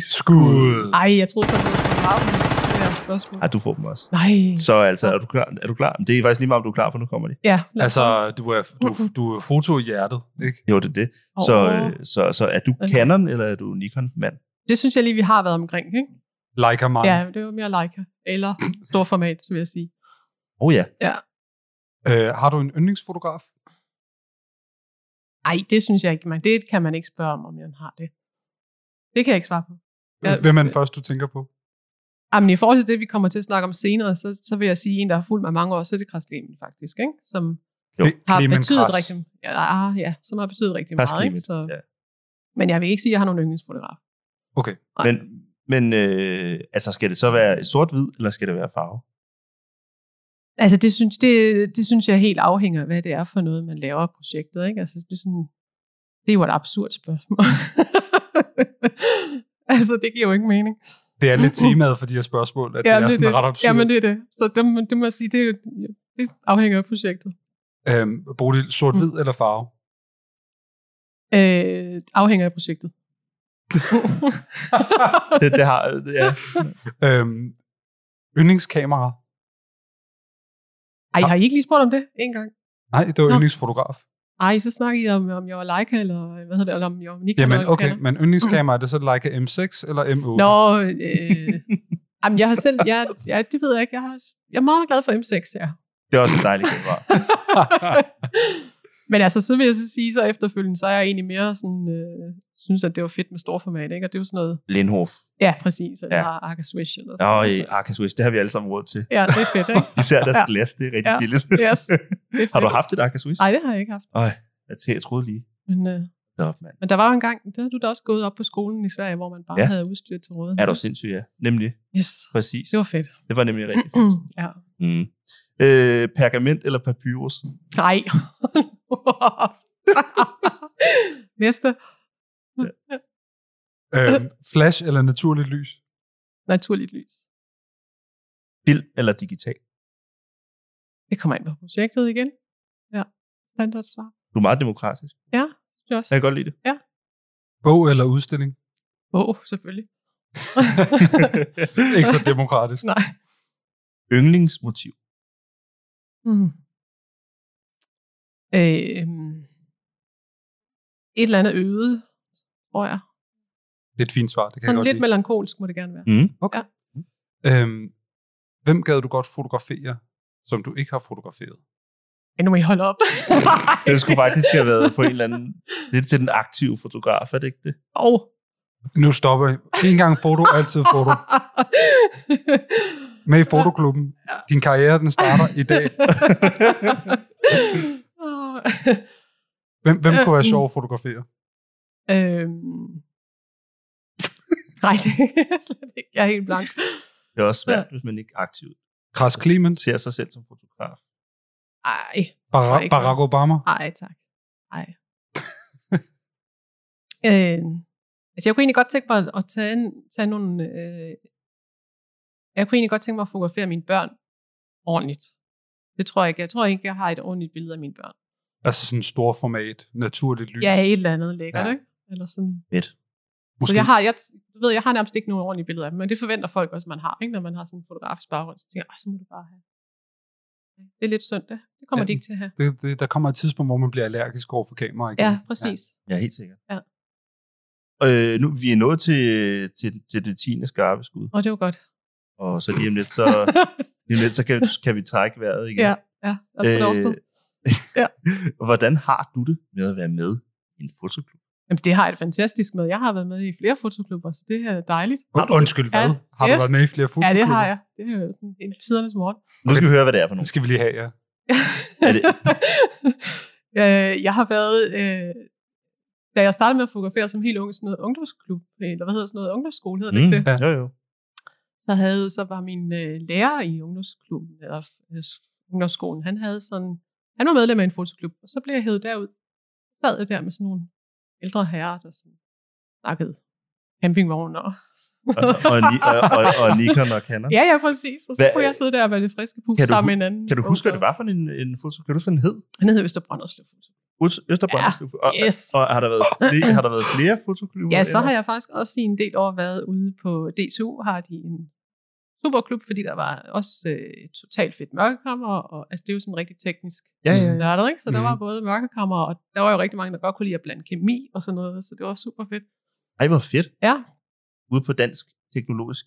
[SPEAKER 8] Skud.
[SPEAKER 9] skud.
[SPEAKER 10] Ej, jeg troede kun, det var for meget. Det er et spørgsmål.
[SPEAKER 9] Ej, Ah, du får dem også.
[SPEAKER 10] Nej.
[SPEAKER 9] Så altså, er du klar? Er du klar? Det er faktisk lige meget, om du er klar, for nu kommer de.
[SPEAKER 10] Ja, lad os prøve.
[SPEAKER 8] Altså, du er, du, du er foto i hjertet, ikke?
[SPEAKER 9] Jo, det er det. Så,
[SPEAKER 10] Åh.
[SPEAKER 9] øh, så, så er du
[SPEAKER 10] Okay.
[SPEAKER 9] Canon, eller er du Nikon-mand?
[SPEAKER 10] Det synes jeg lige, vi har været omkring, ikke?
[SPEAKER 8] Leica mig.
[SPEAKER 10] Ja, det var mere Leica. Eller storformat, vil jeg sige.
[SPEAKER 9] Åh oh, ja.
[SPEAKER 8] Øh, har du en yndlingsfotograf?
[SPEAKER 10] Ej, det synes jeg ikke, man. Det kan man ikke spørge om, om jeg har det. Det kan jeg ikke svare på. Ja.
[SPEAKER 8] Hvem er den første, du tænker på?
[SPEAKER 10] Jamen, i forhold til det, vi kommer til at snakke om senere, så, så vil jeg sige, en, der har fulgt mig mange år, så er det Kras Clemen, faktisk, ikke? Som
[SPEAKER 9] Jo,
[SPEAKER 8] Cle-
[SPEAKER 10] har
[SPEAKER 8] Clemen
[SPEAKER 10] betydet
[SPEAKER 8] Kras.
[SPEAKER 10] rigtig ja, ah, ja, som har betydet rigtig
[SPEAKER 9] Pas
[SPEAKER 10] meget, ikke? Så,
[SPEAKER 9] ja.
[SPEAKER 10] Men jeg vil ikke sige, at jeg har nogen yndlingsfotograf. Nej.
[SPEAKER 9] Men, men øh, altså, skal det så være sort-hvid, eller skal det være farve?
[SPEAKER 10] Altså, det synes, det, det synes jeg helt afhænger af, hvad det er for noget, man laver af projektet, ikke? Altså, det er, sådan, det er jo et absurd spørgsmål. altså, det giver jo ikke mening.
[SPEAKER 8] Det er lidt temaet for de her spørgsmål, at det er sådan
[SPEAKER 10] det.
[SPEAKER 8] ret absurd.
[SPEAKER 10] Jamen, det er det. Så det, må- det må jeg sige, det, er jo- det afhænger af projektet.
[SPEAKER 8] Øhm, Bodil,
[SPEAKER 10] Mm.
[SPEAKER 8] sort-hvid eller farve?
[SPEAKER 10] Øh, afhænger af projektet.
[SPEAKER 9] Det, det har, ja.
[SPEAKER 8] Øhm, yndlingskamera?
[SPEAKER 10] Ej, har I ikke lige spurgt om det en gang?
[SPEAKER 8] Nej, det var
[SPEAKER 10] Nå.
[SPEAKER 8] yndlingsfotograf.
[SPEAKER 10] Ej, så snakker I om, om jeg var Leica, eller hvad hedder det, eller om jeg var Nikon.
[SPEAKER 8] Jamen,
[SPEAKER 10] eller hvad
[SPEAKER 8] okay,
[SPEAKER 10] kalder.
[SPEAKER 8] men yndlingskamera, er det så Leica M6 eller M8?
[SPEAKER 10] Mm. Nå, øh, jamen, jeg har selv, jeg, ja, det ved jeg ikke, jeg, har, jeg er meget glad for M6, ja.
[SPEAKER 9] Det er også en dejlig kamera.
[SPEAKER 10] Men altså, så vil jeg så sige, så efterfølgende, så er jeg egentlig mere sådan, øh, synes, at det var fedt med storformat, ikke? Og det er jo sådan noget,
[SPEAKER 9] Lindhof.
[SPEAKER 10] ja, præcis, eller
[SPEAKER 9] Ja.
[SPEAKER 10] ja. Arca Swish, eller sådan
[SPEAKER 9] Og
[SPEAKER 10] noget.
[SPEAKER 9] i øh, Arca Swiss, det har vi alle sammen råd til.
[SPEAKER 10] Ja, det er fedt, ikke?
[SPEAKER 9] Især deres
[SPEAKER 10] Ja.
[SPEAKER 9] glas, det er rigtig
[SPEAKER 10] Ja.
[SPEAKER 9] billigt.
[SPEAKER 10] Yes, det er
[SPEAKER 9] Har du
[SPEAKER 10] fedt.
[SPEAKER 9] haft et Arca Swiss?
[SPEAKER 10] Nej, det har jeg ikke haft.
[SPEAKER 9] Øj, jeg tæ- jeg troede lige.
[SPEAKER 10] Men, øh,
[SPEAKER 9] Stop, mand.
[SPEAKER 10] men der var jo en gang, der havde du da også gået op på skolen i Sverige, hvor man bare
[SPEAKER 9] Ja.
[SPEAKER 10] ja. havde udstyr til rådighed.
[SPEAKER 9] Er du sindssyg, ja. Nemlig.
[SPEAKER 10] Yes,
[SPEAKER 9] Præcis.
[SPEAKER 10] det var fedt.
[SPEAKER 9] Det var nemlig rigtigt.
[SPEAKER 10] ja.
[SPEAKER 9] Mm. Øh, pergament eller papyrus?
[SPEAKER 10] Nej. Næste.
[SPEAKER 8] Øhm, flash eller naturligt lys?
[SPEAKER 10] Naturligt lys.
[SPEAKER 9] Film eller digital?
[SPEAKER 10] Det kommer ind på projektet igen. Ja, standard svar.
[SPEAKER 9] Du er meget demokratisk.
[SPEAKER 10] Ja, det er
[SPEAKER 9] Jeg
[SPEAKER 10] også.
[SPEAKER 9] kan godt lide det.
[SPEAKER 8] Bog eller udstilling?
[SPEAKER 10] Åh, oh, selvfølgelig.
[SPEAKER 8] Ikke så demokratisk.
[SPEAKER 10] Nej.
[SPEAKER 9] Yndlingsmotiv.
[SPEAKER 10] Mm. Øh, et eller andet øde, tror jeg.
[SPEAKER 8] Det er et fint svar, det kan jeg
[SPEAKER 10] Sådan
[SPEAKER 8] godt
[SPEAKER 10] lidt
[SPEAKER 8] lide.
[SPEAKER 10] melankolsk må det gerne være.
[SPEAKER 9] Mm.
[SPEAKER 8] Øhm, hvem gad du godt fotografere, som du ikke har fotograferet?
[SPEAKER 10] Ja, nu må I holde op.
[SPEAKER 9] Det skulle faktisk have været på en eller anden... Det er til den aktive fotograf, er det ikke det?
[SPEAKER 10] Åh.
[SPEAKER 8] Nu stopper jeg. En gang foto, altid foto. Med i fotoklubben. Din karriere, den starter i dag.
[SPEAKER 10] Ah.
[SPEAKER 8] Hvem, hvem kunne
[SPEAKER 10] Mm.
[SPEAKER 8] være sjov at fotografere?
[SPEAKER 10] øhm. Nej, det kan jeg slet ikke. Jeg er helt blank.
[SPEAKER 9] Det er også svært, hvis man ikke aktivt
[SPEAKER 8] Kras Clemens?
[SPEAKER 9] ser sig selv som fotograf.
[SPEAKER 10] Ej,
[SPEAKER 8] Barack,
[SPEAKER 10] ikke.
[SPEAKER 8] Barack Obama?
[SPEAKER 10] ej tak. Ej. øh, altså, jeg kunne egentlig godt tænke mig at tage, en- tage nogle... Øh, jeg kunne egentlig godt tænke mig at fotografere mine børn ordentligt. Det tror jeg ikke. Jeg tror ikke, jeg har et ordentligt billede af mine børn.
[SPEAKER 8] Altså sådan stor format, naturligt lys.
[SPEAKER 10] Jeg er et eller andet lækkert,
[SPEAKER 8] Ja.
[SPEAKER 10] ja. ikke? Eller sådan.
[SPEAKER 9] Fedt.
[SPEAKER 10] Så
[SPEAKER 8] Måske.
[SPEAKER 10] jeg har, jeg, du ved, jeg har nærmest ikke nogen ordentlige billeder af dem, men det forventer folk også, man har, ikke? når man har sådan en fotografisk baggrund. Så tænker jeg, "Ah, så må du bare have. Det er lidt sundt, det. Det kommer
[SPEAKER 8] Ja.
[SPEAKER 10] ja. de ikke til at have.
[SPEAKER 8] Det, det, der kommer et tidspunkt, hvor man bliver allergisk over for kamera igen.
[SPEAKER 10] Ja, præcis.
[SPEAKER 9] Ja, helt sikkert.
[SPEAKER 10] Ja.
[SPEAKER 9] Øh, nu, vi er nået til, til, til det 10. skarpe skud,
[SPEAKER 10] Ja. Og det var godt.
[SPEAKER 9] og så lige om lidt, så, lige om lidt, så kan, kan vi trække vejret igen.
[SPEAKER 10] Ja, ja. Også øh,
[SPEAKER 9] Øh,
[SPEAKER 10] ja.
[SPEAKER 9] Hvordan har du det med at være med i en fotoklub?
[SPEAKER 10] Jamen, det har jeg det fantastisk med. Jeg har været med i flere fotoklubber, så det er dejligt.
[SPEAKER 8] Und- Undskyld, hvad?
[SPEAKER 10] Ja,
[SPEAKER 8] Har du
[SPEAKER 10] yes.
[SPEAKER 8] været med i flere
[SPEAKER 10] Ja,
[SPEAKER 8] fotoklubber?
[SPEAKER 10] det har jeg. Det er jo sådan en tidernes morgen.
[SPEAKER 9] Nu skal vi høre, hvad det er for
[SPEAKER 8] Det
[SPEAKER 9] nogen.
[SPEAKER 8] skal vi lige have, ja.
[SPEAKER 9] Er det-
[SPEAKER 10] Øh, jeg har været... Øh, da jeg startede med at fotografere som helt ung, i sådan noget ungdomsklub, eller hvad hedder sådan noget, ungdomsskole hedder det ikke det?
[SPEAKER 8] ja.
[SPEAKER 9] Jo, jo.
[SPEAKER 10] så, havde, så var min øh, lærer i ungdomsklubben, eller øh, ungdomsskolen, han havde sådan, han var medlem af en fotoklub, og så blev jeg hævet derud. Så sad jeg der med sådan nogle ældre herrer, der sådan snakkede campingvogn og...
[SPEAKER 9] Og, og, Ni- og, og, og Nikon og Canon.
[SPEAKER 10] ja, ja, præcis. Og så
[SPEAKER 9] Hvad-
[SPEAKER 10] kunne jeg sidde der og være det friske pus
[SPEAKER 9] Kan du
[SPEAKER 10] sammen med
[SPEAKER 9] hu-
[SPEAKER 10] en anden.
[SPEAKER 9] Kan du huske, hvad det var for en, en foto? Kan du huske, hvad den hed?
[SPEAKER 10] Han hed Østerbrønderslev.
[SPEAKER 9] Øst- Østerbrønd.
[SPEAKER 10] Ja,
[SPEAKER 9] og,
[SPEAKER 10] Yes.
[SPEAKER 9] og, har, der været flere, har der været flere fotoklubber?
[SPEAKER 10] Ja, så
[SPEAKER 9] eller?
[SPEAKER 10] har jeg faktisk også i en del år været ude på DTU, har de en superklub, fordi der var også øh, totalt fedt mørkekammer, og altså det er jo sådan rigtig teknisk
[SPEAKER 9] Ja, ja, ja.
[SPEAKER 10] nørder, ikke? Så der
[SPEAKER 8] Mhm.
[SPEAKER 10] var
[SPEAKER 9] mm.
[SPEAKER 10] både mørkekammer, og der var jo rigtig mange, der godt kunne lide at blande kemi og sådan noget, så det var super fedt.
[SPEAKER 9] Ej, hvor fedt.
[SPEAKER 10] Ja,
[SPEAKER 9] Ude på Dansk Teknologisk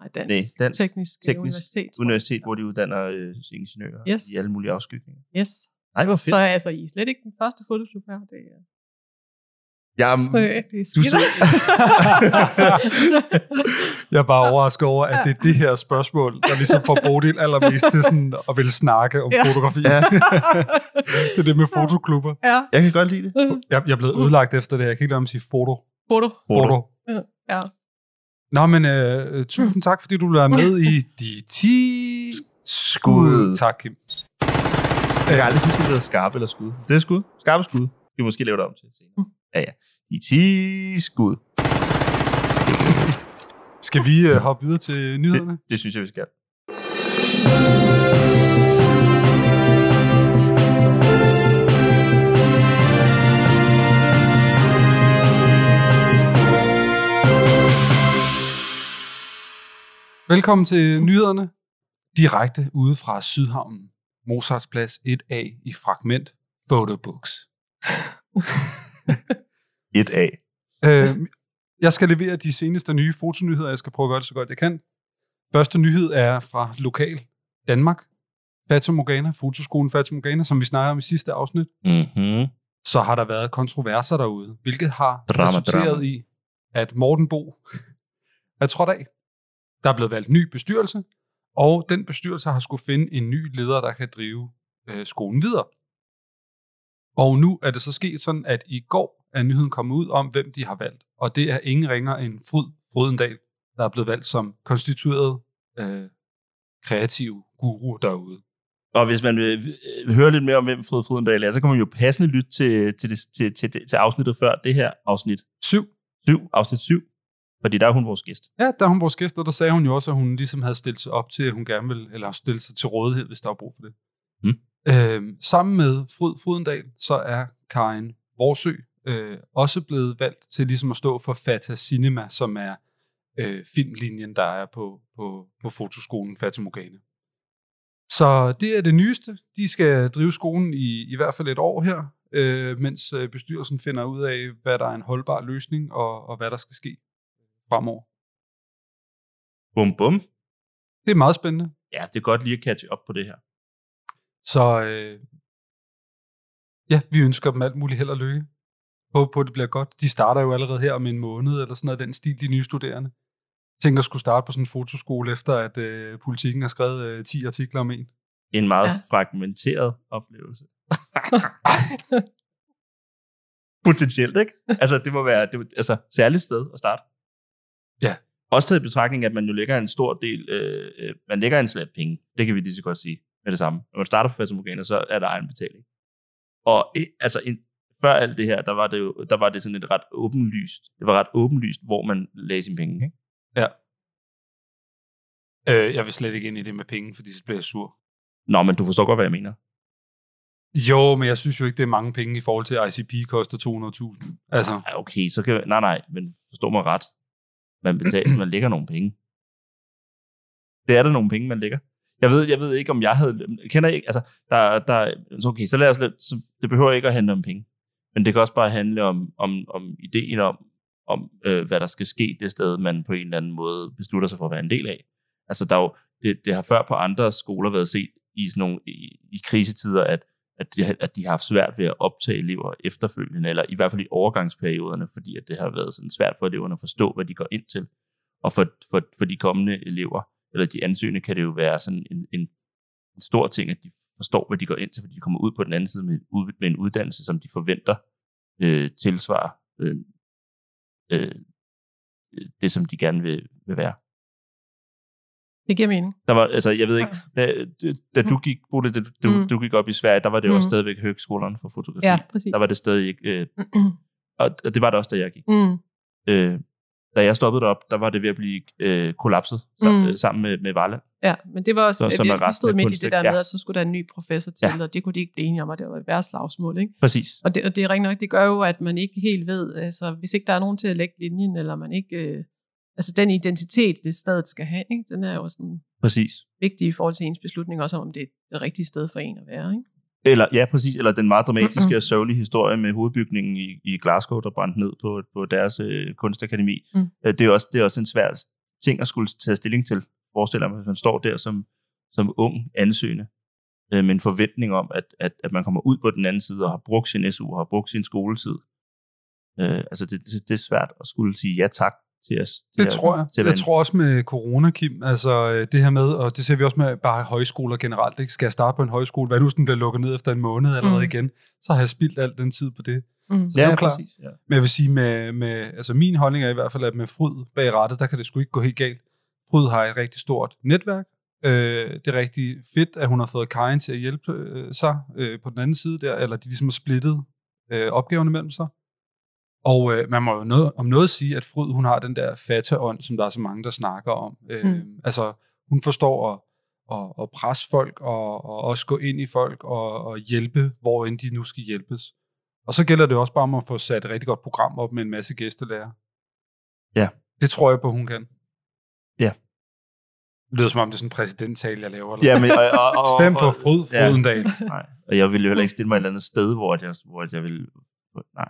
[SPEAKER 10] nej, dansk,
[SPEAKER 9] Nej, dansk-
[SPEAKER 10] teknisk, teknisk
[SPEAKER 9] teknisk
[SPEAKER 10] universitet. tror jeg.
[SPEAKER 9] Universitet, hvor de uddanner øh, ingeniører
[SPEAKER 10] Yes.
[SPEAKER 9] i alle mulige afskygninger.
[SPEAKER 10] Yes.
[SPEAKER 9] Ej, hvor
[SPEAKER 10] Så
[SPEAKER 9] fedt.
[SPEAKER 10] altså, I er slet ikke den første fotoklub her. Det, er-
[SPEAKER 9] Jamen,
[SPEAKER 10] øh, det er
[SPEAKER 8] Du
[SPEAKER 10] skidt.
[SPEAKER 8] ser- Jeg er bare overrasket over, at det er det her spørgsmål, der ligesom får Bodil allermest til sådan at ville snakke om
[SPEAKER 10] Ja.
[SPEAKER 8] fotografi.
[SPEAKER 9] Ja.
[SPEAKER 8] det er det med fotoklubber.
[SPEAKER 10] ja.
[SPEAKER 9] jeg kan godt lide det.
[SPEAKER 8] Jeg, jeg er blevet ødelagt efter det. Jeg kan ikke lade mig at sige foto.
[SPEAKER 10] Foto.
[SPEAKER 9] Foto.
[SPEAKER 10] Ja.
[SPEAKER 8] Nå, men øh, tusind tak, fordi du vil være med i de 10 skud. Tak, Kim.
[SPEAKER 9] Jeg kan aldrig huske, om det hedder skarpe eller skud. Det er skud. Skarpe skud. Vi kan måske lave det om til senere.
[SPEAKER 10] Mm.
[SPEAKER 9] Ja, ja. De 10 skud.
[SPEAKER 8] Skal vi øh, hoppe videre til
[SPEAKER 9] Det,
[SPEAKER 8] nyhederne?
[SPEAKER 9] det synes jeg, vi skal.
[SPEAKER 8] Velkommen til nyhederne. Direkte ude fra Sydhavnen. Mozarts plads 1A i fragment Photobooks.
[SPEAKER 9] Et af.
[SPEAKER 8] Øh, jeg skal levere de seneste nye fotonyheder. Jeg skal prøve at gøre det så godt jeg kan. Første nyhed er fra lokal Danmark. Fata Morgana, fotoskolen Fata Morgana, som vi snakkede om i sidste afsnit.
[SPEAKER 9] Mm-hmm.
[SPEAKER 8] så har der været kontroverser derude, hvilket har drama,
[SPEAKER 9] Drama,
[SPEAKER 8] resulteret drama.
[SPEAKER 9] drama.
[SPEAKER 8] i, at Morten Bo er trådt af. Der er blevet valgt ny bestyrelse, og den bestyrelse har skulle finde en ny leder, der kan drive øh, skolen videre. Og nu er det så sket sådan, at i går er nyheden kommet ud om, hvem de har valgt. Og det er ingen ringer end Fryd Frydendal, der er blevet valgt som konstitueret øh, kreativ guru derude.
[SPEAKER 9] Og hvis man vil øh, høre lidt mere om, hvem Fred Frydendal er, så kan man jo passende lytte til, til, det, til, til, til, til afsnittet før det her afsnit
[SPEAKER 8] Syv
[SPEAKER 9] 7. Afsnit 7. Fordi der er hun vores gæst.
[SPEAKER 8] Ja, da hun vores gæster, der sagde hun jo også, at hun ligesom havde stillet sig op til, at hun gerne ville, eller stillet sig til rådighed, hvis der var brug for det.
[SPEAKER 9] Mm.
[SPEAKER 8] Øhm, sammen med Fryd Frydendal, så er Karin Vorsø øh, også blevet valgt til ligesom at stå for Fata Cinema, som er øh, filmlinjen, der er på, på, på fotoskolen Fata Morgana. Så det er det nyeste. De skal drive skolen i, i hvert fald et år her, øh, mens øh, bestyrelsen finder ud af, hvad der er en holdbar løsning, og, og hvad der skal ske fremover.
[SPEAKER 9] Bum, bum.
[SPEAKER 8] Det er meget spændende.
[SPEAKER 9] Ja, det er godt lige at catche op på det her.
[SPEAKER 8] Så øh, ja, vi ønsker dem alt muligt held og lykke. Håber på, at det bliver godt. De starter jo allerede her om en måned, eller sådan noget, af den stil, de nye studerende. Tænker at skulle starte på sådan en fotoskole, efter at øh, politikken har skrevet øh, 10 artikler om en.
[SPEAKER 9] En meget
[SPEAKER 10] Ja.
[SPEAKER 9] ja. fragmenteret oplevelse. Potentielt, ikke? Altså, det må være det, må- altså, særligt sted at starte.
[SPEAKER 8] Ja.
[SPEAKER 9] Også taget i betragtning, at man jo lægger en stor del, øh, øh, man lægger en slat penge. Det kan vi lige så godt sige med det samme. Når man starter på Fast Morgana, så er der egenbetaling. Og øh, altså, en, før alt det her, der var det jo, der var det sådan et ret åbenlyst, det var ret åbenlyst, hvor man lagde sine penge, ikke?
[SPEAKER 8] Øh, jeg vil slet ikke ind i det med penge, fordi så bliver jeg sur.
[SPEAKER 9] Nå, men du forstår godt, hvad jeg mener.
[SPEAKER 8] Jo, men jeg synes jo ikke, det er mange penge i forhold til, at ICP koster 200.000. Altså,
[SPEAKER 9] Ej, Ah, okay, så kan nej, nej, men forstå mig ret. Man betaler, man lægger nogle penge. Det er der nogle penge, man lægger. Jeg ved, jeg ved ikke, om jeg havde... Kender I ikke? Altså, der, der, så okay, så lad os... lidt- Så det behøver ikke at handle om penge. Men det kan også bare handle om, om, om ideen om, om øh, hvad der skal ske det sted, man på en eller anden måde beslutter sig for at være en del af. Altså, der er jo, det, det har før på andre skoler været set i, sådan nogle, i, i krisetider, at at de, at de har haft svært ved at optage elever efterfølgende, eller i hvert fald i overgangsperioderne, fordi at det har været sådan svært for eleverne at forstå, hvad de går ind til. Og for, for, for de kommende elever, eller de ansøgende, kan det jo være sådan en, en, en stor ting, at de forstår, hvad de går ind til, fordi de kommer ud på den anden side med, ud- med en uddannelse, som de forventer øh, tilsvarer øh, øh, det, som de gerne vil, vil være.
[SPEAKER 10] Det giver mening.
[SPEAKER 9] Der var, altså, jeg ved ikke, da, da du gik, Bode, da du,
[SPEAKER 10] Mm.
[SPEAKER 9] du gik op i Sverige, der var det jo
[SPEAKER 10] Mm.
[SPEAKER 9] også stadigvæk høgskolerne for fotografi.
[SPEAKER 10] Ja, præcis.
[SPEAKER 9] Mm. Der var det stadig ikke... Øh, og, og det var det også, da jeg gik.
[SPEAKER 10] Mm.
[SPEAKER 9] Øh, da jeg stoppede derop, der var det ved at blive øh, kollapset sammen,
[SPEAKER 10] Mm.
[SPEAKER 9] mm. sammen med, med Vejland.
[SPEAKER 10] Ja, men det var også,
[SPEAKER 9] Så-
[SPEAKER 10] så,
[SPEAKER 9] som er
[SPEAKER 10] vi, vi
[SPEAKER 9] resten
[SPEAKER 10] stod
[SPEAKER 9] af
[SPEAKER 10] midt i det
[SPEAKER 9] kunststykket,
[SPEAKER 10] der med,
[SPEAKER 9] ja.
[SPEAKER 10] at så skulle der en ny professor til,
[SPEAKER 9] Ja.
[SPEAKER 10] og det kunne de ikke blive enige om, og det var et værre slagsmål, ikke?
[SPEAKER 9] Præcis.
[SPEAKER 10] Og det, og det er rigtig nok, det gør jo, at man ikke helt ved, altså hvis ikke der er nogen til at lægge linjen, eller man ikke, øh, altså den identitet, det stedet skal have, ikke? den er jo sådan
[SPEAKER 9] Præcis.
[SPEAKER 10] vigtig i forhold til ens beslutning, også om det er det rigtige sted for en at være. Ikke?
[SPEAKER 9] Eller, ja, præcis. Eller den meget dramatiske
[SPEAKER 10] Mm-mm.
[SPEAKER 9] og sørgelige historie med hovedbygningen i, i Glasgow, der brændte ned på, på deres øh, kunstakademi.
[SPEAKER 10] Mm.
[SPEAKER 9] Mm. Øh, det, er også, det er også en svær ting at skulle tage stilling til. Forestiller mig, hvis man står der som, som ung ansøgende, øh, med en forventning om, at, at, at man kommer ud på den anden side og har brugt sin SU og har brugt sin skoletid. Øh, altså, det, det, det er svært at skulle sige ja tak til os. Til
[SPEAKER 8] Det
[SPEAKER 9] at-
[SPEAKER 8] tror jeg.
[SPEAKER 9] til at
[SPEAKER 8] Jeg
[SPEAKER 9] være en-
[SPEAKER 8] tror også med corona, Kim, altså øh, det her med, og det ser vi også med bare højskoler generelt, ikke? skal jeg starte på en højskole, hvad nu hvis den bliver lukket ned efter en måned allerede
[SPEAKER 10] Mm.
[SPEAKER 8] mm. igen, så har jeg spildt al den tid på det.
[SPEAKER 10] Mm.
[SPEAKER 8] Så det er jo klart.
[SPEAKER 9] præcis. Ja.
[SPEAKER 8] Men jeg vil sige, med, med, altså min holdning er i hvert fald, at med fryd bag rattet, der kan det sgu ikke gå helt galt. Fryd har et rigtig stort netværk. Øh, det er rigtig fedt, at hun har fået Karin til at hjælpe øh, sig øh, på den anden side der, eller de ligesom har splittet øh, opgaverne mellem sig. Og øh, man må jo noget, om noget sige, at Fryd, hun har den der fatteånd, som der er så mange, der snakker om. Øh,
[SPEAKER 10] Mm.
[SPEAKER 8] mm. Altså, hun forstår at, at, at presse folk, og, og også gå ind i folk, og, og hjælpe, hvor end de nu skal hjælpes. Og så gælder det også bare om at få sat et rigtig godt program op med en masse gæstelærer.
[SPEAKER 9] Ja.
[SPEAKER 8] Det tror jeg på, hun kan.
[SPEAKER 9] Ja.
[SPEAKER 8] Det lyder som om, det er sådan en præsidenttale, jeg laver. Eller
[SPEAKER 9] Ja, men, og, og, og, og,
[SPEAKER 8] Stem på fryd,
[SPEAKER 9] Ja.
[SPEAKER 8] frydendal. Ja.
[SPEAKER 9] Nej, og jeg ville jo heller ikke stille mig et eller andet sted, hvor at jeg, hvor at jeg ville... Nej.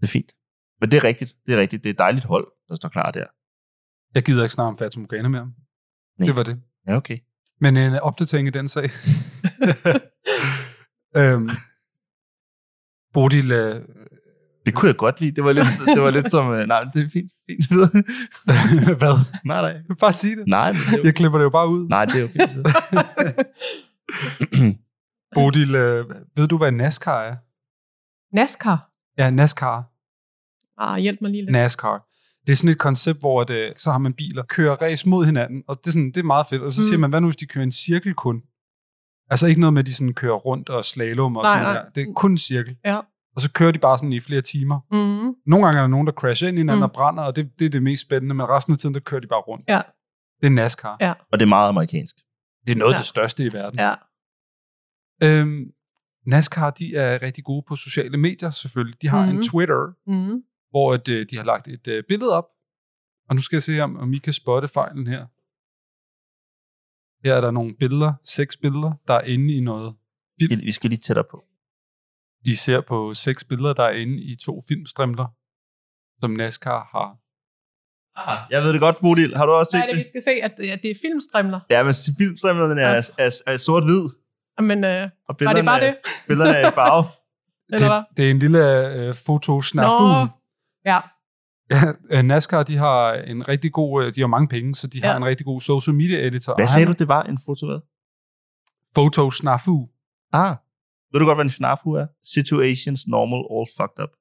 [SPEAKER 9] Det er fint. Men det er rigtigt, det er rigtigt. Det er et dejligt hold, der står klar der.
[SPEAKER 8] Jeg gider ikke snart om Fatum Morgana mere.
[SPEAKER 9] Nej.
[SPEAKER 8] Det var det.
[SPEAKER 9] Ja, okay.
[SPEAKER 8] Men en opdatering i den sag. øhm, Bodil, øh,
[SPEAKER 9] Det kunne jeg godt lide. Det var lidt, det var lidt som... øh, Nej, men det er fint. fint. videre.
[SPEAKER 8] hvad?
[SPEAKER 9] nej, nej.
[SPEAKER 8] Bare sig det.
[SPEAKER 9] Nej, men det er okay.
[SPEAKER 8] Jeg klipper det jo bare ud.
[SPEAKER 9] Nej, det er okay.
[SPEAKER 8] Bodil, øh, ved du, hvad NASCAR er?
[SPEAKER 10] NASCAR.
[SPEAKER 8] Ja, NASCAR.
[SPEAKER 10] Ah, hjælp mig lige lidt.
[SPEAKER 8] NASCAR. Det er sådan et koncept, hvor at, øh, så har man biler, kører race mod hinanden, og det er, sådan, det er meget fedt. Og så
[SPEAKER 10] Mm.
[SPEAKER 8] mm. siger man, hvad nu hvis de kører en cirkel kun? Altså ikke noget med, at de sådan kører rundt og slalom og
[SPEAKER 10] Nej,
[SPEAKER 8] sådan
[SPEAKER 10] nej.
[SPEAKER 8] noget. der. Det er kun en cirkel.
[SPEAKER 10] Ja.
[SPEAKER 8] Og så kører de bare sådan i flere timer.
[SPEAKER 10] Mm.
[SPEAKER 8] Nogle gange er der nogen, der crasher ind i hinanden
[SPEAKER 10] Mm.
[SPEAKER 8] mm. og brænder, og det, det er det mest spændende, men resten af tiden, der kører de bare rundt.
[SPEAKER 10] Ja.
[SPEAKER 8] Det er NASCAR.
[SPEAKER 10] Ja.
[SPEAKER 9] og det er meget amerikansk.
[SPEAKER 8] Det er noget af
[SPEAKER 10] Ja.
[SPEAKER 8] det største i verden.
[SPEAKER 10] Ja.
[SPEAKER 8] Øhm, NASCAR, de er rigtig gode på sociale medier selvfølgelig. De har mm.
[SPEAKER 10] Mhm.
[SPEAKER 8] en Twitter,
[SPEAKER 10] Mm.
[SPEAKER 8] hvor at, øh, de har lagt et øh, billede op. Og nu skal jeg se, om, om I kan spotte fejlen her. Her er der nogle billeder, seks billeder, der er inde i noget.
[SPEAKER 9] Vi- Vi skal lige tættere på.
[SPEAKER 8] I ser på seks billeder, der er inde i to filmstrimler, som NASCAR har.
[SPEAKER 9] Ah, Jeg ved det godt, Bodil. Har du også
[SPEAKER 10] Hvad er
[SPEAKER 9] set
[SPEAKER 10] det, vi
[SPEAKER 9] det?
[SPEAKER 10] skal se? At, at det er filmstrimler.
[SPEAKER 9] Ja, men filmstrimlerne er, er, er- er sort-hvid.
[SPEAKER 10] Men øh,
[SPEAKER 9] Og
[SPEAKER 10] var det
[SPEAKER 9] billederne,
[SPEAKER 10] bare det?
[SPEAKER 9] er- billederne er i farve.
[SPEAKER 10] Eller
[SPEAKER 8] det,
[SPEAKER 10] hvad?
[SPEAKER 8] det er en lille øh, fotosnafun.
[SPEAKER 10] Ja.
[SPEAKER 8] Ja, øh, NASCAR, de har en rigtig god, øh, de har mange penge, så de
[SPEAKER 10] Ja.
[SPEAKER 8] har en rigtig god social media editor.
[SPEAKER 9] Hvad
[SPEAKER 8] og
[SPEAKER 9] sagde
[SPEAKER 8] han-
[SPEAKER 9] du, det var en foto hvad?
[SPEAKER 8] Fotosnafu.
[SPEAKER 9] Ah, ved du godt, hvad en snafu er? Situations normal all fucked up.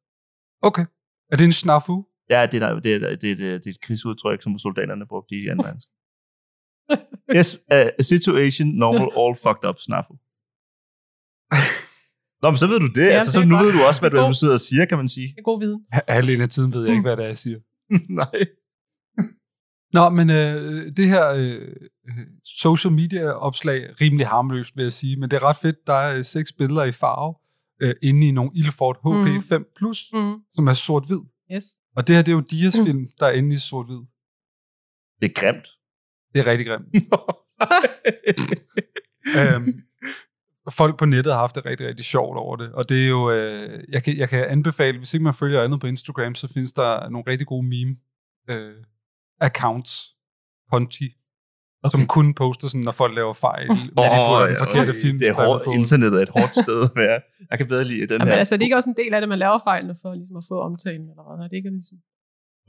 [SPEAKER 8] Okay. Er det en snafu?
[SPEAKER 9] Ja, det er, det er, det er, det er et krigsudtryk, som soldaterne brugte i 2. verdenskrig. yes, uh, situation normal all fucked up snafu. Nå, men så ved du det.
[SPEAKER 10] Ja,
[SPEAKER 9] Ja, altså,
[SPEAKER 10] det
[SPEAKER 9] så
[SPEAKER 10] er
[SPEAKER 9] nu
[SPEAKER 10] godt.
[SPEAKER 9] ved du også, hvad du,
[SPEAKER 10] God.
[SPEAKER 9] du sidder og siger, kan man sige.
[SPEAKER 10] Det er god viden.
[SPEAKER 8] Halvdelen af tiden ved jeg ikke, hvad det er, jeg siger.
[SPEAKER 9] Nej.
[SPEAKER 8] Nå, men øh, det her øh, social media-opslag, rimelig harmløst, vil jeg sige, men det er ret fedt. Der er øh, seks billeder i farve øh, inde i nogle Ilford HP5+, mm.
[SPEAKER 10] Mm.
[SPEAKER 8] som er sort-hvid.
[SPEAKER 10] Yes.
[SPEAKER 8] Og det her, det er jo Dias film, der er inde i sort-hvid.
[SPEAKER 9] Det er grimt.
[SPEAKER 8] Det er rigtig grimt. øhm, folk på nettet har haft det rigtig, rigtig sjovt over det, og det er jo, øh, jeg, kan, jeg kan anbefale, hvis ikke man følger andet på Instagram, så findes der nogle rigtig gode meme øh, accounts, konti, okay. som kun poster sådan, når folk laver fejl, hvad de burde have den forkerte film.
[SPEAKER 9] det er hårdt, internettet er et hårdt sted at være. Jeg kan bedre lide den
[SPEAKER 10] Jamen,
[SPEAKER 9] her.
[SPEAKER 10] altså, er det ikke også en del af det, man laver fejlene for ligesom at få omtalen? Eller hvad? Er det ikke ligesom...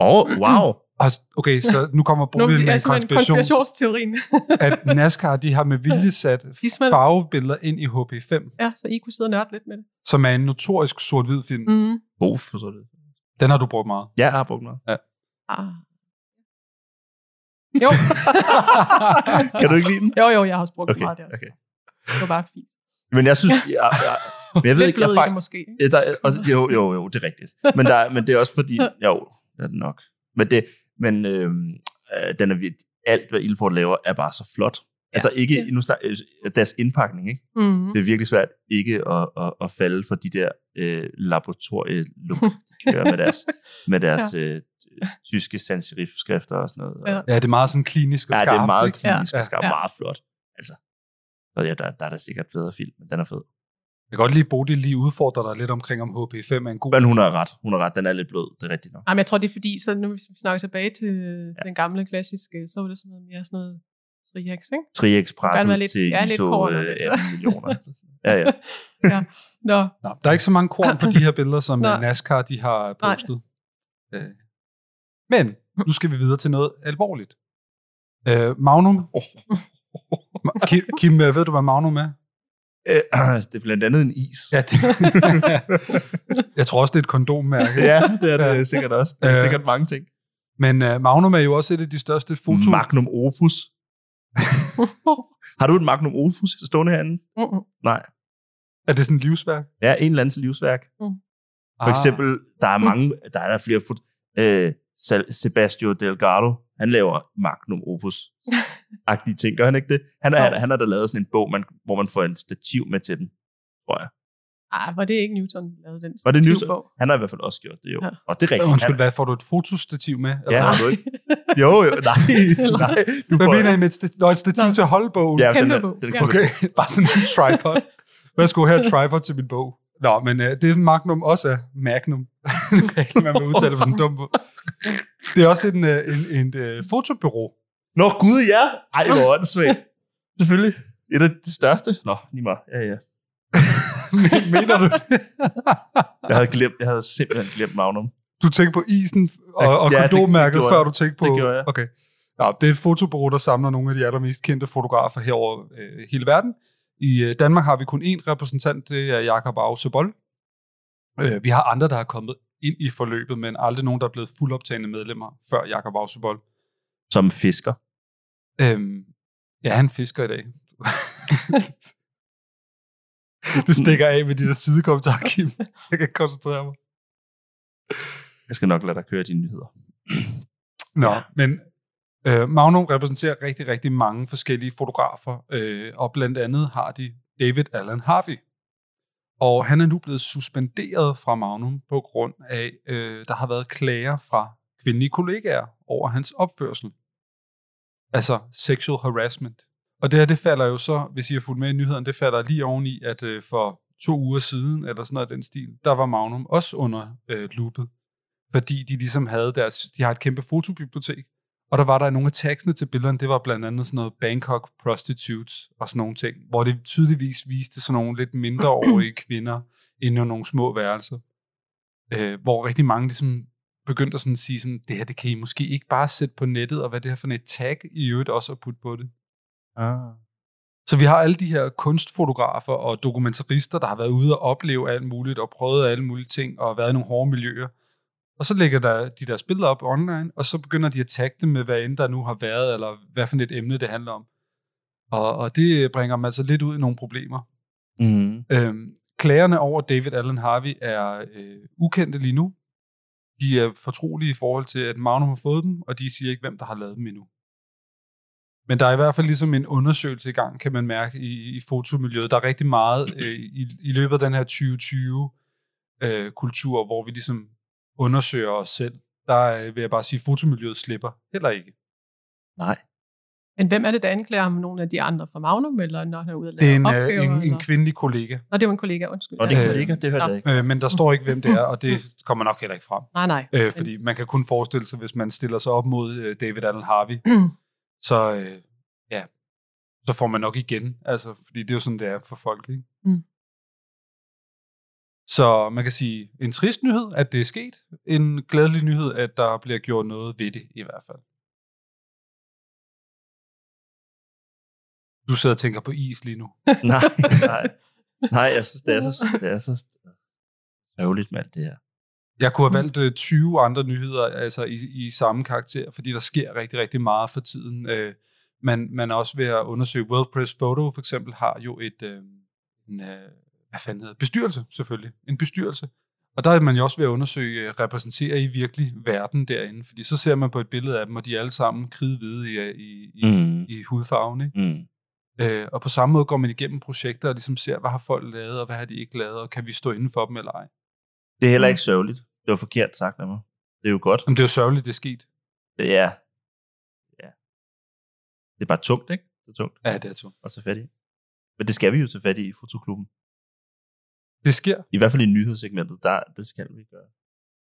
[SPEAKER 9] Åh, oh, wow.
[SPEAKER 8] Og, okay, så nu kommer
[SPEAKER 10] Nu
[SPEAKER 8] Bodil med
[SPEAKER 10] er
[SPEAKER 9] altså
[SPEAKER 8] en
[SPEAKER 10] simpelthen
[SPEAKER 8] konspiration,
[SPEAKER 10] konspirationsteorien.
[SPEAKER 8] at NASCAR de har med vilje sat
[SPEAKER 10] De smed-
[SPEAKER 8] farvebilleder ind i HP5,
[SPEAKER 10] ja, så I kunne sidde og nørde lidt med det.
[SPEAKER 8] som er en notorisk sort-hvid film. Mm.
[SPEAKER 10] Mm.
[SPEAKER 9] God, for så det.
[SPEAKER 8] Den har du brugt meget.
[SPEAKER 9] Jeg har brugt noget.
[SPEAKER 10] Ah. Jo.
[SPEAKER 9] Kan du ikke lide den?
[SPEAKER 10] jo, jo, jeg har også brugt okay.
[SPEAKER 9] Okay,
[SPEAKER 10] meget der. også.
[SPEAKER 9] okay.
[SPEAKER 10] Det var bare fint.
[SPEAKER 9] Men jeg synes, jeg, jeg, men jeg ved
[SPEAKER 10] Lidt
[SPEAKER 9] ikke, jeg
[SPEAKER 10] blød i det
[SPEAKER 9] fejl,
[SPEAKER 10] måske. ikke?
[SPEAKER 9] Ja, Der, er- og, jo, jo, jo, det er rigtigt. Men, der, er- men det er også fordi, jo, det er det nok. Men, det, men øhm, øh, den er, vild- alt, hvad Ilford laver, er bare så flot. Altså ikke, nu snak, øh, deres indpakning, ikke?
[SPEAKER 10] Mm.
[SPEAKER 9] Det er virkelig svært ikke at, at, at falde for de der øh, laboratorieluk, de kan gøre med deres, med deres ja. øh, tyske sans skrifter og sådan noget. Og,
[SPEAKER 10] Ja.
[SPEAKER 9] ja,
[SPEAKER 8] Ja, det er meget sådan klinisk og
[SPEAKER 9] det
[SPEAKER 8] skarpt.
[SPEAKER 9] er meget
[SPEAKER 8] ikke?
[SPEAKER 9] klinisk ja.
[SPEAKER 8] Ja.
[SPEAKER 9] og skarpt,
[SPEAKER 10] Ja.
[SPEAKER 9] meget flot. Altså, og ja, der, der er da sikkert bedre film, men den er fed.
[SPEAKER 8] Jeg kan godt lide, at Bodil lige udfordrer dig lidt omkring, om HP5 er en god...
[SPEAKER 9] Men hun har ret, hun har ret, den er lidt blød, det er rigtigt nok.
[SPEAKER 10] Jamen, jeg tror, det er fordi, så nu hvis vi snakker tilbage til ja. den gamle klassiske, så var det sådan noget mere sådan noget Triax, ikke? Gerne være
[SPEAKER 9] Tri-Expressen
[SPEAKER 10] lidt-
[SPEAKER 9] til
[SPEAKER 10] ja, lidt
[SPEAKER 9] ISO
[SPEAKER 10] korn og
[SPEAKER 9] øh,
[SPEAKER 10] lidt.
[SPEAKER 9] 18 millioner. Ja, ja.
[SPEAKER 10] Nå,
[SPEAKER 8] Nå, der er ikke så mange korn på de her billeder, som
[SPEAKER 10] Nej.
[SPEAKER 8] øh, NASCAR de har postet. Øh. Men nu skal vi videre til noget alvorligt. Øh, Magnum. Ma- Kim, Kim, øh, ved du, hvad Magnum er?
[SPEAKER 9] Øh, det er blandt andet en is.
[SPEAKER 8] Ja, det, jeg tror også, det er et kondommærke.
[SPEAKER 9] ja det er det sikkert også. Det er
[SPEAKER 8] Øh,
[SPEAKER 9] sikkert mange ting.
[SPEAKER 8] Men øh, Magnum er jo også et af de største foto...
[SPEAKER 9] Magnum opus. har du et magnum opus stående herinde?
[SPEAKER 10] Mm-mm.
[SPEAKER 9] Nej.
[SPEAKER 8] er det sådan et livsværk? Ah.
[SPEAKER 9] Ja, en eller andens livsværk. For eksempel, der er mange, der er der flere fut. Øh, Sal- Sebastio Delgado, han laver magnum opus agtige ting, gør han ikke det? Han, er,
[SPEAKER 10] Jo.
[SPEAKER 9] han har da lavet sådan en bog, man, hvor man får en stativ med til den, tror jeg.
[SPEAKER 10] ah, var det ikke Newton, der lavede den
[SPEAKER 9] Var det Newton?
[SPEAKER 10] stativbog?
[SPEAKER 9] Han har i hvert fald også gjort det, jo.
[SPEAKER 10] Ja.
[SPEAKER 9] Ja. Og det er
[SPEAKER 8] Øh,
[SPEAKER 9] rigtigt.
[SPEAKER 8] Undskyld,
[SPEAKER 9] han,
[SPEAKER 8] hvad får du et fotostativ med? Eller
[SPEAKER 9] ja,
[SPEAKER 8] hvad?
[SPEAKER 9] har du ikke? Jo, jo, nej, nej. Du
[SPEAKER 8] Hvad
[SPEAKER 9] får-
[SPEAKER 8] mener I med et sta- Nå, et stativ
[SPEAKER 10] Nå.
[SPEAKER 8] til at holde bogen?
[SPEAKER 9] Ja, den
[SPEAKER 10] Kæmpe
[SPEAKER 9] er,
[SPEAKER 10] bog.
[SPEAKER 9] den
[SPEAKER 10] Ja.
[SPEAKER 9] er okay.
[SPEAKER 8] Okay, bare sådan en tripod. Værsgo, her er en tripod til min bog. Nå, men øh, det er Magnum også er Magnum. nu kan jeg ikke lade være med at udtale mig som dum på. Det er også en, øh, en, en, øh, fotobyrå.
[SPEAKER 9] Nå, gud, ja. Ej, hvor åndssvagt. Selvfølgelig. Et af de største. Nå, lige meget. Ja, ja.
[SPEAKER 8] Men- Mener du det?
[SPEAKER 9] Jeg havde, glemt, jeg havde simpelthen glemt Magnum.
[SPEAKER 8] Du tænkte på isen og, og
[SPEAKER 9] Ja,
[SPEAKER 8] ja,
[SPEAKER 9] det- det
[SPEAKER 8] kondommærket,
[SPEAKER 9] gjorde
[SPEAKER 8] før
[SPEAKER 9] jeg.
[SPEAKER 8] du tænkte på...
[SPEAKER 9] Det gjorde jeg.
[SPEAKER 8] Okay. Nå, det er et fotobyrå, der samler nogle af de allermest kendte fotografer herover øh, hele verden. I øh, Danmark har vi kun én repræsentant, det er Jakob Ausevold. Øh, vi har andre, der er kommet ind i forløbet, men aldrig nogen, der er blevet fuldoptagende medlemmer før Jakob Ausevold.
[SPEAKER 9] Som fisker.
[SPEAKER 8] Øhm, ja, han fisker i dag. du stikker af med de der sidekommentarer, Kim. Jeg kan ikke koncentrere mig.
[SPEAKER 9] Jeg skal nok lade dig køre dine nyheder.
[SPEAKER 8] Nå, ja. men øh, Magnum repræsenterer rigtig, rigtig mange forskellige fotografer, øh, og blandt andet har de David Allen Harvey. Og han er nu blevet suspenderet fra Magnum på grund af, øh, der har været klager fra kvindelige kollegaer over hans opførsel. Altså sexual harassment. Og det her, det falder jo så, hvis I har fulgt med i nyhederne, det falder lige oveni, at øh, for to uger siden, eller sådan noget af den stil, der var Magnum også under øh, loopet fordi de ligesom havde deres, de har et kæmpe fotobibliotek, og der var der nogle af tagsene til billederne, det var blandt andet sådan noget Bangkok Prostitutes og sådan nogle ting, hvor det tydeligvis viste sådan nogle lidt mindreårige kvinder inde i nogle små værelser, øh, hvor rigtig mange ligesom begyndte at sådan sige sådan, det her, det kan I måske ikke bare sætte på nettet, og hvad er det her for et tag i øvrigt også at putte på det.
[SPEAKER 9] Ah.
[SPEAKER 8] Så vi har alle de her kunstfotografer og dokumentarister, der har været ude og opleve alt muligt, og prøvet alle mulige ting, og været i nogle hårde miljøer. Og så lægger der de deres billeder op online, og så begynder de at tagge dem med, hvad end der nu har været, eller hvad for et emne det handler om. Og, og det bringer dem altså lidt ud i nogle problemer.
[SPEAKER 9] Mm.
[SPEAKER 8] Øhm, klagerne over David Allen Harvey er øh, ukendte lige nu. De er fortrolige i forhold til, at Magnum har fået dem, og de siger ikke, hvem der har lavet dem endnu. Men der er i hvert fald ligesom en undersøgelse i gang, kan man mærke, i, i fotomiljøet. Der er rigtig meget øh, i, i løbet af den her 2020-kultur, hvor vi ligesom undersøger os selv. Der øh, vil jeg bare sige, at fotomiljøet slipper heller ikke.
[SPEAKER 10] Men hvem er det, der anklager ham? Nogle af de andre fra Magnum, eller når han er ude at
[SPEAKER 8] Det er
[SPEAKER 10] lave
[SPEAKER 8] en,
[SPEAKER 10] opgaver?
[SPEAKER 8] øh, en, en
[SPEAKER 10] eller?
[SPEAKER 8] kvindelig kollega,
[SPEAKER 10] Nå, det var en kollega, undskyld.
[SPEAKER 9] Og det
[SPEAKER 8] Øh,
[SPEAKER 9] kunne ligge, det hørte
[SPEAKER 10] nå.
[SPEAKER 9] jeg ikke.
[SPEAKER 8] øh, men der står ikke, hvem det er, og det kommer nok heller ikke frem.
[SPEAKER 10] Nej, nej.
[SPEAKER 8] Øh, fordi man kan kun forestille sig, hvis man stiller sig op mod øh, David Allen Harvey, så øh, så får man nok igen. Altså, fordi det er jo sådan, det er for folk, ikke?
[SPEAKER 10] Mm.
[SPEAKER 8] Så man kan sige, en trist nyhed, at det er sket. En glædelig nyhed, at der bliver gjort noget ved det, i hvert fald. Du sidder og tænker på is lige nu.
[SPEAKER 9] Nej, nej. Nej, jeg synes, det er så, det er så ærgerligt med alt det her.
[SPEAKER 8] Jeg kunne have valgt øh, 20 andre nyheder altså i, i samme karakter, fordi der sker rigtig, rigtig meget for tiden. Øh, man, man er også ved at undersøge WordPress Photo for eksempel har jo et øh, en, øh, hvad fanden hedder det? bestyrelse selvfølgelig, en bestyrelse. Og der er man jo også ved at undersøge, øh, repræsenterer I virkelig verden derinde? Fordi så ser man på et billede af dem, og de er alle sammen kridhvide i, øh, i, i, mm.
[SPEAKER 9] Mm.
[SPEAKER 8] i hudfarven. Ikke?
[SPEAKER 9] Mm.
[SPEAKER 8] Øh, og på samme måde går man igennem projekter og ligesom ser, hvad har folk lavet, og hvad har de ikke lavet, og kan vi stå inden for dem eller ej?
[SPEAKER 9] Det er heller ikke sørgeligt. Det var forkert sagt af mig. Det er jo godt.
[SPEAKER 8] Jamen, det er jo sørgeligt, det er sket.
[SPEAKER 9] Ja. ja. Det er bare tungt, ikke? Det er tungt
[SPEAKER 8] Ja, det er tungt.
[SPEAKER 9] at tage fat i. Men det skal vi jo tage fat i i fotoklubben.
[SPEAKER 8] Det sker.
[SPEAKER 9] I hvert fald i nyhedssegmentet, der, det skal vi gøre.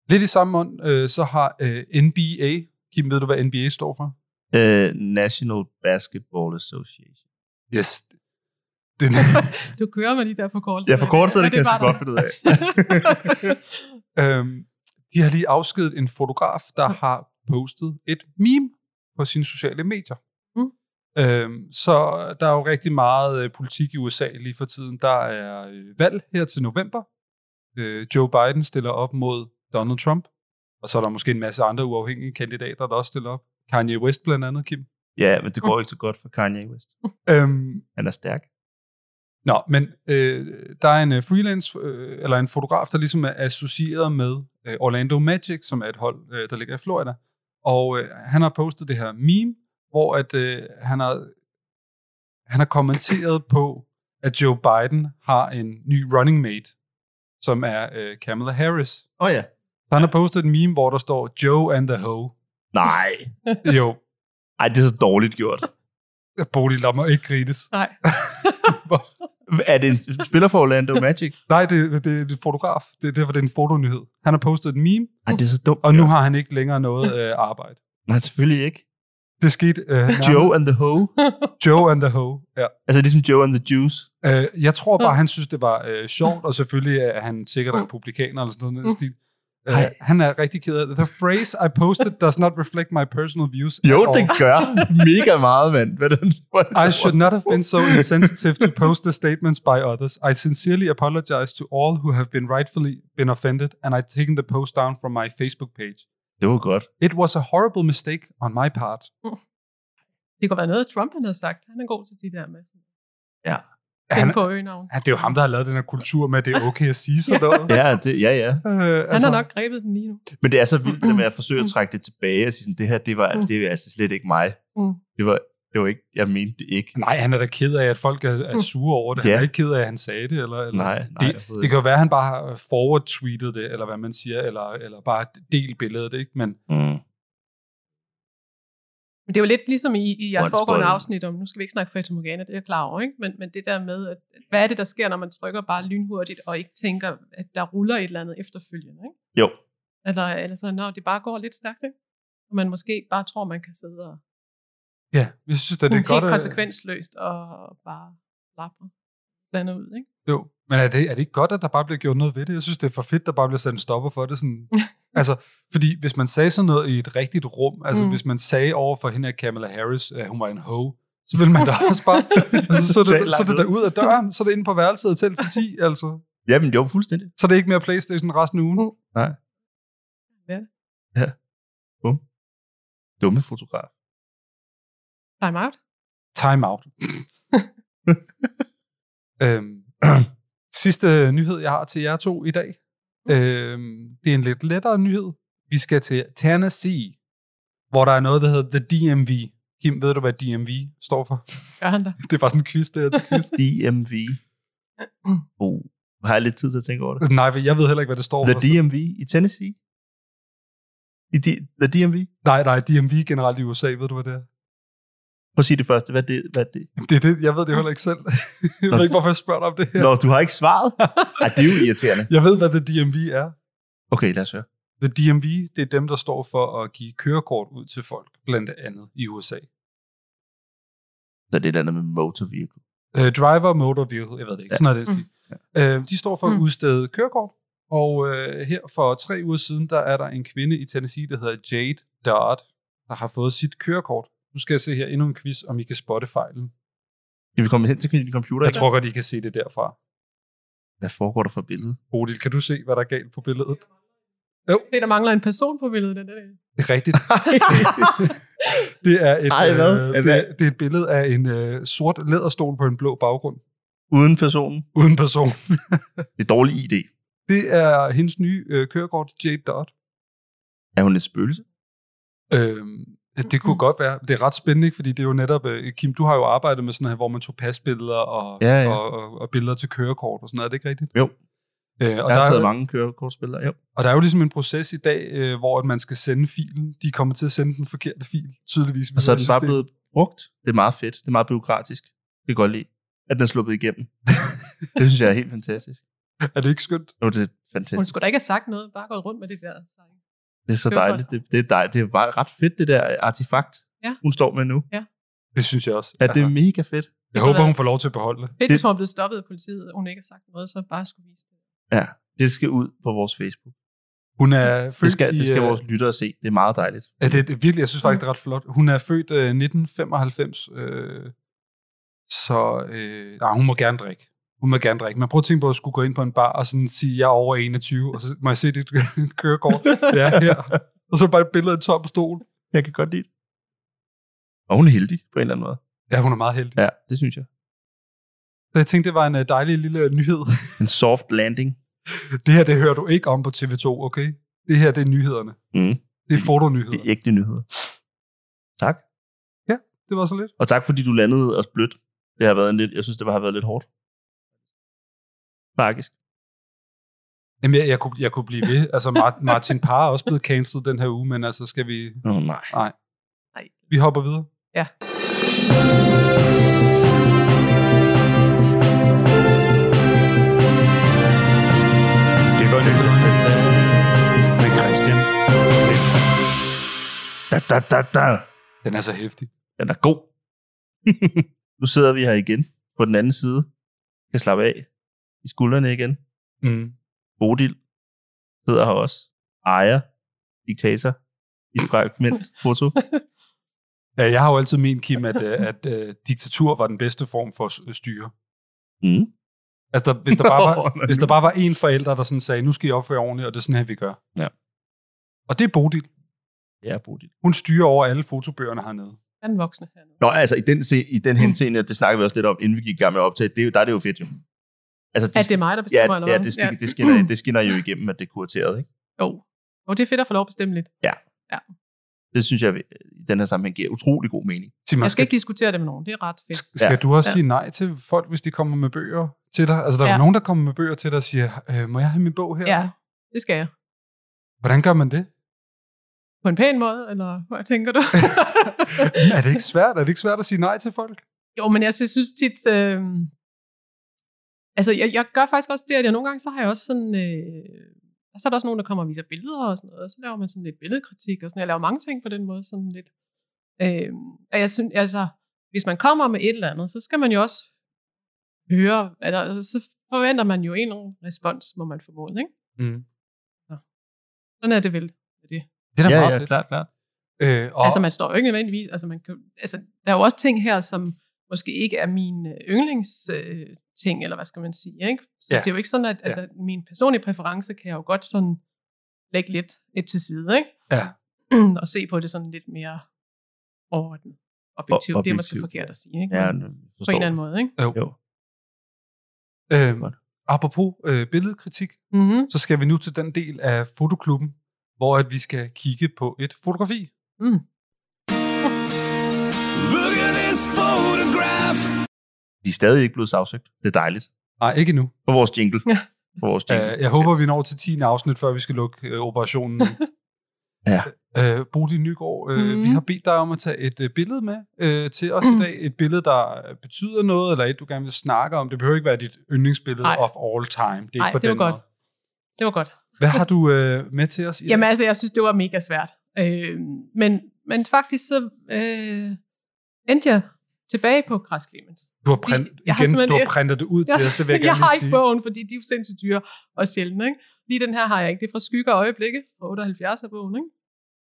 [SPEAKER 8] Lidt i samme ånd, øh, så har øh, NBA, Kim, ved du, hvad NBA står for?
[SPEAKER 9] Uh, National Basketball Association.
[SPEAKER 8] Yes. Den,
[SPEAKER 10] Du kører med de der forkortelser.
[SPEAKER 9] Jeg forkorter
[SPEAKER 10] Og
[SPEAKER 9] det, kan
[SPEAKER 10] er
[SPEAKER 9] jeg
[SPEAKER 10] bare
[SPEAKER 9] sgu godt finde ud af.
[SPEAKER 8] øhm, de har lige afskedet en fotograf, der har postet et meme på sine sociale medier.
[SPEAKER 10] Mm.
[SPEAKER 8] Øhm, så der er jo rigtig meget øh, politik i USA lige for tiden. Der er øh, valg her til november. Øh, Joe Biden stiller op mod Donald Trump. Og så er der måske en masse andre uafhængige kandidater, der også stiller op. Kanye West blandt andet, Kim.
[SPEAKER 9] ja, men det går ikke så godt for Kanye West.
[SPEAKER 8] Øhm,
[SPEAKER 9] Han er stærk.
[SPEAKER 8] Nå, men øh, der er en øh, freelance, øh, eller en fotograf, der ligesom er associeret med øh, Orlando Magic, som er et hold, øh, der ligger i Florida. Og øh, han har postet det her meme, hvor at, øh, han, har, han har kommenteret på, at Joe Biden har en ny running mate, som er øh, Kamala Harris.
[SPEAKER 9] Åh oh, ja.
[SPEAKER 8] Så han har postet et meme, hvor der står Joe and the Ho.
[SPEAKER 9] Nej.
[SPEAKER 8] Jo,
[SPEAKER 9] Ej, det er så dårligt gjort.
[SPEAKER 8] Bodil, der må ikke grines.
[SPEAKER 10] Nej.
[SPEAKER 9] Er det en spiller for Orlando Magic?
[SPEAKER 8] Nej, det, det, det er en fotograf. Det, det var det er en fotonyhed. Han har postet et meme,
[SPEAKER 9] Ej, det er så dumt.
[SPEAKER 8] Og nu har han ikke længere noget øh, arbejde.
[SPEAKER 9] Nej, selvfølgelig ikke.
[SPEAKER 8] Det skete øh, nærmest-
[SPEAKER 9] Joe and the Hoe.
[SPEAKER 8] Joe and the Ho. Ja.
[SPEAKER 9] Altså ligesom Joe and the Juice.
[SPEAKER 8] Øh, jeg tror bare, han synes, det var øh, sjovt, og selvfølgelig er han sikkert republikaner eller sådan noget. Mm. Uh,
[SPEAKER 9] Ej.
[SPEAKER 8] han er rigtig ked af det. The phrase I posted does not reflect my personal views.
[SPEAKER 9] Jo,
[SPEAKER 8] at
[SPEAKER 9] det
[SPEAKER 8] all.
[SPEAKER 9] gør mega meget, mand. Hvordan, hvordan,
[SPEAKER 8] I should not have been so insensitive to post the statements by others. I sincerely apologize to all who have been rightfully been offended, and I've taken the post down from my Facebook page.
[SPEAKER 9] Det var godt.
[SPEAKER 8] It was a horrible mistake on my part.
[SPEAKER 10] Det kunne være noget, Trump han havde sagt. Han er god til de der med. sådan,
[SPEAKER 8] Han,
[SPEAKER 10] Finde på øgenavn.
[SPEAKER 8] Ja, det er jo ham, der har lavet den her kultur med, at det er okay at sige sådan noget.
[SPEAKER 9] Ja, det, ja, ja.
[SPEAKER 8] Øh,
[SPEAKER 10] Han har nok grebet den lige nu.
[SPEAKER 9] Men det er så vildt, det med at forsøge
[SPEAKER 8] Mm.
[SPEAKER 9] at trække det tilbage og sige sådan, det her, det var, det er altså slet ikke mig.
[SPEAKER 10] Mm.
[SPEAKER 9] Det var, det var ikke, jeg mente det ikke.
[SPEAKER 8] Nej, han er da ked af, at folk er,
[SPEAKER 10] Mm.
[SPEAKER 8] er sure over det. Han
[SPEAKER 9] Ja.
[SPEAKER 8] er ikke ked af, at han sagde det. Eller, eller
[SPEAKER 9] Nej, nej,
[SPEAKER 8] det,
[SPEAKER 9] overhovedet
[SPEAKER 8] det kan jo være, at han bare har forward-tweetet det, eller hvad man siger, eller, eller bare delt billedet, ikke? Men
[SPEAKER 9] Mm.
[SPEAKER 10] Men det er jo lidt ligesom i, i jeres
[SPEAKER 9] Once
[SPEAKER 10] foregående
[SPEAKER 9] upon a-
[SPEAKER 10] afsnit om, nu skal vi ikke snakke Fata Morgana, det er jeg klar over, ikke? Men, men det der med, at, hvad er det, der sker, når man trykker bare lynhurtigt, og ikke tænker, at der ruller et eller andet efterfølgende, ikke?
[SPEAKER 9] Jo,
[SPEAKER 10] Eller, eller så, når det bare går lidt stærkt, ikke? Og man måske bare tror, man kan sidde og
[SPEAKER 8] ja, jeg synes, at det er
[SPEAKER 10] helt
[SPEAKER 8] godt... øh- at-
[SPEAKER 10] konsekvensløst og bare lappe blandet ud, ikke?
[SPEAKER 8] Jo, men er det, er det ikke godt, at der bare bliver gjort noget ved det? Jeg synes, det er for fedt, der bare bliver sat en stopper for det. Sådan. altså, fordi hvis man sagde sådan noget i et rigtigt rum, altså
[SPEAKER 10] Mm.
[SPEAKER 8] mm. hvis man sagde over for hende af Kamala Harris, at hun var en hoe, så ville man da også bare... altså, så er
[SPEAKER 9] Totalt
[SPEAKER 8] det, så er
[SPEAKER 9] langt
[SPEAKER 8] det der ud af døren, så er det inde på værelset og tæl til 10, altså.
[SPEAKER 9] jamen jo, fuldstændig.
[SPEAKER 8] Så er det ikke mere Playstation resten af ugen.
[SPEAKER 10] Mm.
[SPEAKER 9] Dumme fotograf.
[SPEAKER 10] Time out.
[SPEAKER 8] Time out. øhm, sidste nyhed, jeg har til jer to i dag. Øhm, det er en lidt lettere nyhed. Vi skal til Tennessee, hvor der er noget, der hedder The DMV. Kim, ved du, hvad DMV står for?
[SPEAKER 10] Gør han der.
[SPEAKER 8] Det er bare sådan en quiz, det her til quiz.
[SPEAKER 9] DMV.
[SPEAKER 8] Mm.
[SPEAKER 9] Oh, har jeg lidt tid til at tænke over det?
[SPEAKER 8] Nej, for jeg ved heller ikke, hvad det står
[SPEAKER 9] The
[SPEAKER 8] for.
[SPEAKER 9] DMV i Tennessee? I D- the DMV?
[SPEAKER 8] nej, nej, DMV generelt i USA, ved du, hvad det er?
[SPEAKER 9] Prøv at sige det første. Hvad er det? Hvad er det?
[SPEAKER 8] Det er det, jeg ved det heller ikke selv. jeg ved ikke, hvorfor jeg spørger dig om det her.
[SPEAKER 9] Nå, du har ikke svaret? Ej, det er jo irriterende.
[SPEAKER 8] Jeg ved, hvad The DMV er.
[SPEAKER 9] Okay, lad os høre.
[SPEAKER 8] The DMV, det er dem, der står for at give kørekort ud til folk, blandt andet i USA.
[SPEAKER 9] Så det er et eller andet med motor vehicle.
[SPEAKER 8] Øh, driver Motor Vehicle, jeg ved det ikke,
[SPEAKER 9] Ja. Mm.
[SPEAKER 8] sådan noget af den stil. Øh, de står for at
[SPEAKER 10] Mm.
[SPEAKER 8] udstede kørekort, og øh, her for tre uger siden, der er der en kvinde i Tennessee, der hedder Jade Dodd, der har fået sit kørekort. Nu skal jeg se her endnu en quiz, om I kan spotte fejlen.
[SPEAKER 9] Kan vi komme hen til din computer?
[SPEAKER 8] Jeg
[SPEAKER 9] igen?
[SPEAKER 8] tror godt, I kan se det derfra.
[SPEAKER 9] Hvad foregår der for billedet?
[SPEAKER 8] Bodil, kan du se, hvad der er galt på billedet?
[SPEAKER 10] Se, der mangler en person på billedet. Den der.
[SPEAKER 8] Det er rigtigt. Det er et,
[SPEAKER 9] Ej, hvad?
[SPEAKER 8] Øh, det, er- det er et billede af en øh, sort læderstol på en blå baggrund,
[SPEAKER 9] Uden personen?
[SPEAKER 8] uden person.
[SPEAKER 9] Det er dårlig idé.
[SPEAKER 8] Det er hendes nye øh, kørekort, Jade Dodd.
[SPEAKER 9] Er hun et spøgelse?
[SPEAKER 8] Øhm, det kunne godt være. Det er ret spændende, ikke? fordi det er jo netop... Øh, Kim, du har jo arbejdet med sådan her, hvor man tog pasbilleder og,
[SPEAKER 9] Ja, ja.
[SPEAKER 8] og, og, og billeder til kørekort og sådan noget. Er det ikke rigtigt?
[SPEAKER 9] Jo.
[SPEAKER 8] Øh, og,
[SPEAKER 9] Jeg
[SPEAKER 8] der
[SPEAKER 9] har
[SPEAKER 8] er,
[SPEAKER 9] taget
[SPEAKER 8] jo-
[SPEAKER 9] mange kørekortspillere. Jo.
[SPEAKER 8] og der er jo ligesom en proces i dag, øh, hvor at man skal sende filen. De kommer til at sende den forkerte fil, tydeligvis.
[SPEAKER 9] Og så er
[SPEAKER 8] hvis
[SPEAKER 9] den
[SPEAKER 8] man
[SPEAKER 9] bare
[SPEAKER 8] Altså, synes,
[SPEAKER 9] blevet brugt. Det er meget fedt. Det er meget byråkratisk. Det kan jeg godt lide. At den er sluppet igennem. det synes jeg er helt fantastisk.
[SPEAKER 8] det- Er det ikke skønt?
[SPEAKER 9] Nu er det
[SPEAKER 10] Hun
[SPEAKER 9] fantastisk.
[SPEAKER 10] skulle da ikke have sagt noget, bare gået rundt med det der. Så.
[SPEAKER 9] Det er så
[SPEAKER 10] Det var
[SPEAKER 9] dejligt. Det, det er dejligt. Det er bare ret fedt, det der artefakt,
[SPEAKER 10] Ja.
[SPEAKER 9] hun står med nu.
[SPEAKER 8] Det synes jeg også.
[SPEAKER 9] Ja, det er mega fedt.
[SPEAKER 8] jeg håber, hun får lov til at beholde det.
[SPEAKER 10] Fedt,
[SPEAKER 9] Det-
[SPEAKER 10] hvis hun var blevet stoppet af politiet, og hun ikke har sagt noget, så bare skulle vise det.
[SPEAKER 9] Ja, det skal ud på vores Facebook.
[SPEAKER 8] Hun er født
[SPEAKER 9] Det skal, det skal
[SPEAKER 8] i, øh,
[SPEAKER 9] vores lyttere se. Det er meget dejligt.
[SPEAKER 8] Ja, det, det, virkelig, jeg synes faktisk, det er ret flot. Hun er født øh, 1995, øh, så øh, nej, hun må gerne drikke. Hun må gerne drikke. Man prøver at tænke på at skulle gå ind på en bar og sådan sige, jeg er over 21, og så må jeg se dit kørekort. Det er her. Og så er der bare et billede af en tom stol.
[SPEAKER 9] Jeg kan godt lide det. Og hun er heldig på en eller anden måde.
[SPEAKER 8] Ja, hun er meget heldig.
[SPEAKER 9] Ja, det synes jeg.
[SPEAKER 8] Så jeg tænkte, det var en øh, dejlig lille nyhed.
[SPEAKER 9] En soft landing.
[SPEAKER 8] Det her, det hører du ikke om på TV2, okay? Det her, det er nyhederne.
[SPEAKER 9] Mm.
[SPEAKER 8] Det er fotonyheder.
[SPEAKER 9] Det er ægte nyheder. Tak.
[SPEAKER 8] Det var så lidt.
[SPEAKER 9] Og tak, fordi du landede os blødt. Det har været en lidt, jeg synes, det har været lidt hårdt. Faktisk.
[SPEAKER 8] Jamen, jeg, jeg, kunne, jeg kunne blive ved. Altså, Mar- Martin Parr er også blevet cancelled den her uge, men altså, skal vi...
[SPEAKER 9] Nå, nej.
[SPEAKER 8] Vi hopper videre.
[SPEAKER 10] Ja.
[SPEAKER 8] Det var nyhederne øh, med Christian.
[SPEAKER 9] Da, da, da, da.
[SPEAKER 8] Den er så hæftig.
[SPEAKER 9] Den er god. nu sidder vi her igen på den anden side. Kan slappe af i skuldrene igen.
[SPEAKER 8] Mm.
[SPEAKER 9] Bodil sidder her også. Ejer, diktator, i et fragment foto.
[SPEAKER 8] Ja, jeg har jo altid ment, Kim, at, øh, at, at uh, diktatur var den bedste form for s- øh, styre.
[SPEAKER 9] Mm.
[SPEAKER 8] Altså, der, hvis, der bare
[SPEAKER 9] Nå,
[SPEAKER 8] var,
[SPEAKER 9] men
[SPEAKER 8] hvis
[SPEAKER 9] nu-
[SPEAKER 8] der bare var én forælder, der sådan sagde, nu skal I opføre jer ordentligt, og det er sådan her, vi gør.
[SPEAKER 9] Ja.
[SPEAKER 8] Og det er Bodil.
[SPEAKER 9] Ja, Bodil.
[SPEAKER 8] Hun styrer over alle fotobøgerne hernede.
[SPEAKER 10] Han er den voksne hernede.
[SPEAKER 9] Nå, altså i den, se, i den henseende, det snakker vi også lidt om, inden vi gik i gang med at optage, det, er jo- der er det jo fedt jo. Altså,
[SPEAKER 10] At det er mig, der bestemmer, eller
[SPEAKER 9] ja,
[SPEAKER 10] hvad?
[SPEAKER 9] ja, det, skin, ja. det, skinner, det skinner jo igennem, at det er kurateret. Ikke?
[SPEAKER 10] Jo. Og det er fedt at få lov at bestemme lidt.
[SPEAKER 9] Det synes jeg i den her sammenhæng giver utrolig god mening.
[SPEAKER 8] Sig,
[SPEAKER 10] Jeg skal ikke diskutere det med nogen. Det er ret fedt.
[SPEAKER 8] Skal
[SPEAKER 9] Ja.
[SPEAKER 8] ja. du også
[SPEAKER 10] Ja.
[SPEAKER 8] ja. sige nej til folk, hvis de kommer med bøger til dig? Altså, der er
[SPEAKER 10] Ja.
[SPEAKER 8] ja. nogen, der kommer med bøger til dig og siger, øh, må jeg have min bog her?
[SPEAKER 10] Ja, det skal jeg.
[SPEAKER 8] Hvordan gør man det?
[SPEAKER 10] På en pæn måde, eller hvad tænker du?
[SPEAKER 8] er det ikke svært? Er det ikke svært at sige nej til folk?
[SPEAKER 10] jo, men altså, jeg synes tit... Øh, altså, jeg, jeg gør faktisk også det, at jeg nogle gange, så har jeg også sådan... Øh, og så er der også nogen, der kommer og viser billeder og sådan noget, og så laver man sådan lidt billedkritik og sådan Jeg laver mange ting på den måde, sådan lidt. Øh, og jeg synes, altså, hvis man kommer med et eller andet, så skal man jo også høre, eller, altså, så forventer man jo en eller anden respons, må man formode, ikke?
[SPEAKER 8] Mm.
[SPEAKER 10] Sådan er det vel. med Det.
[SPEAKER 8] Det er da meget fedt.
[SPEAKER 9] klart, klart.
[SPEAKER 8] Øh, og,
[SPEAKER 10] Altså man står jo ikke nødvendigvis, altså, man kan, altså der er jo også ting her, som måske ikke er mine øh, yndlingsting, øh, ting, eller hvad skal man sige, ikke? Så ja.
[SPEAKER 8] Ja.
[SPEAKER 10] det er jo ikke sådan, at altså, min personlige præference kan jeg jo godt sådan lægge lidt, lidt til side, ikke?
[SPEAKER 8] Ja.
[SPEAKER 10] og se på det sådan lidt mere overordnet. Objektivt, det er måske
[SPEAKER 9] objektivt,
[SPEAKER 10] forkert at sige, ikke?
[SPEAKER 9] Ja,
[SPEAKER 10] Men på
[SPEAKER 9] forstår.
[SPEAKER 10] en eller anden måde, ikke?
[SPEAKER 8] jo.
[SPEAKER 9] Jo.
[SPEAKER 8] Øh, apropos øh, billedkritik,
[SPEAKER 10] Mm-hmm.
[SPEAKER 8] så skal vi nu til den del af fotoklubben, hvor at vi skal kigge på et fotografi.
[SPEAKER 10] Mm.
[SPEAKER 9] De er stadig ikke blevet sagsøgt. Det er dejligt.
[SPEAKER 8] Nej, ikke nu.
[SPEAKER 9] For vores jingle.
[SPEAKER 10] Ja.
[SPEAKER 9] For vores jingle.
[SPEAKER 8] Øh, jeg håber, vi når til 10. afsnit, før vi skal lukke øh, operationen.
[SPEAKER 9] Ja.
[SPEAKER 8] Øh, Bodil Nygaard, øh,
[SPEAKER 10] Mhm.
[SPEAKER 8] vi har bedt dig om at tage et øh, billede med øh, til os i dag. Et billede, der øh, betyder noget, eller et, du gerne vil snakke om. Det behøver ikke være dit yndlingsbillede
[SPEAKER 10] Nej.
[SPEAKER 8] of all time. Det er
[SPEAKER 10] Nej,
[SPEAKER 8] ikke på
[SPEAKER 10] det var
[SPEAKER 8] den
[SPEAKER 10] godt.
[SPEAKER 8] Måde.
[SPEAKER 10] Det var godt.
[SPEAKER 8] Hvad har du øh, med til os i
[SPEAKER 10] Jamen
[SPEAKER 8] dag?
[SPEAKER 10] altså, jeg synes, det var Øhm, mega svært. Øh, men, men faktisk så øh, endte jeg tilbage på Græs Clemens.
[SPEAKER 8] Du har, print,
[SPEAKER 10] Jeg har
[SPEAKER 8] igen, du
[SPEAKER 10] simpelthen-
[SPEAKER 8] har printet det ud til os, det vil jeg
[SPEAKER 10] jeg
[SPEAKER 8] gerne
[SPEAKER 10] har
[SPEAKER 8] lige sige.
[SPEAKER 10] ikke bogen, fordi de er jo sindssygt dyre og sjældne. Ikke? Lige den her har jeg ikke. Det er fra Skygge og Øjeblikke fra 78 af bogen. Ikke?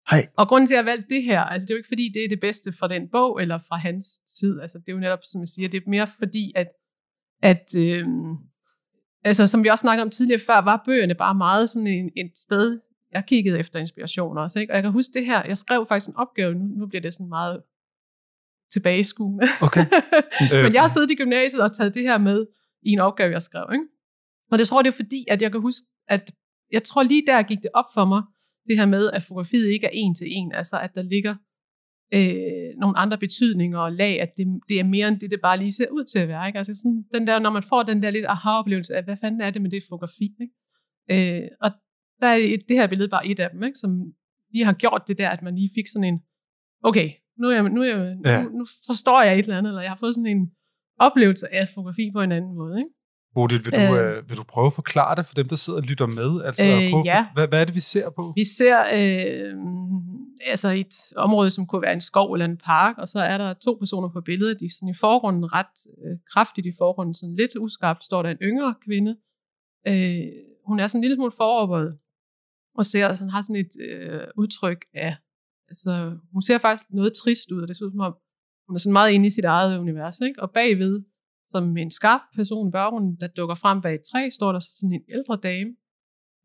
[SPEAKER 9] Hej.
[SPEAKER 10] Og grunden til, at jeg har valgt det her, altså det er jo ikke fordi, det er det bedste fra den bog, eller fra hans tid. Altså det er jo netop, som jeg siger, det er mere fordi, at, at øhm, altså som vi også snakkede om tidligere før, var bøgerne bare meget sådan en, et sted, jeg kiggede efter inspiration også. Ikke? Og jeg kan huske det her, jeg skrev faktisk en opgave, nu, nu bliver det sådan meget tilbageskuende.
[SPEAKER 8] Okay. Øh.
[SPEAKER 10] Men jeg har siddet i gymnasiet og taget det her med i en opgave, jeg skrev. Ikke? Og det tror jeg, det er fordi, at jeg kan huske, at jeg tror lige der gik det op for mig, det her med, at fotografiet ikke er en til en. Altså, at der ligger øh, nogle andre betydninger og lag, at det, det er mere end det, det bare lige ser ud til at være. Ikke? Altså sådan, den der, når man får den der lidt aha-oplevelse af, hvad fanden er det med det fotografi? Ikke? Øh, og der er et, det her billede bare et af dem, ikke? som lige har gjort det der, at man lige fik sådan en, okay, nu, er jeg, nu, er jeg,
[SPEAKER 8] Ja.
[SPEAKER 10] nu, nu forstår jeg et eller andet, eller jeg har fået sådan en oplevelse af fotografi på en anden måde. Ikke?
[SPEAKER 8] Bodil, vil, du,
[SPEAKER 10] Øh.
[SPEAKER 8] øh, vil du prøve at forklare det for dem, der sidder og lytter med? Altså,
[SPEAKER 10] Øh,
[SPEAKER 8] prøve, at-
[SPEAKER 10] ja.
[SPEAKER 8] hvad, hvad er det, vi ser på?
[SPEAKER 10] Vi ser øh, altså et område, som kunne være en skov eller en park, og så er der to personer på billedet. De er sådan i forgrunden ret øh, kraftigt i forgrunden, sådan lidt uskarpt står der en yngre kvinde. Øh, hun er sådan en lille smule foroverbøjet, og ser, sådan, har sådan et øh, udtryk af, altså hun ser faktisk noget trist ud, og det ser ud som om, hun er sådan meget inde i sit eget univers, ikke? og bagved, som en skarp person i baggrunden, der dukker frem bag et træ, står der så sådan en ældre dame,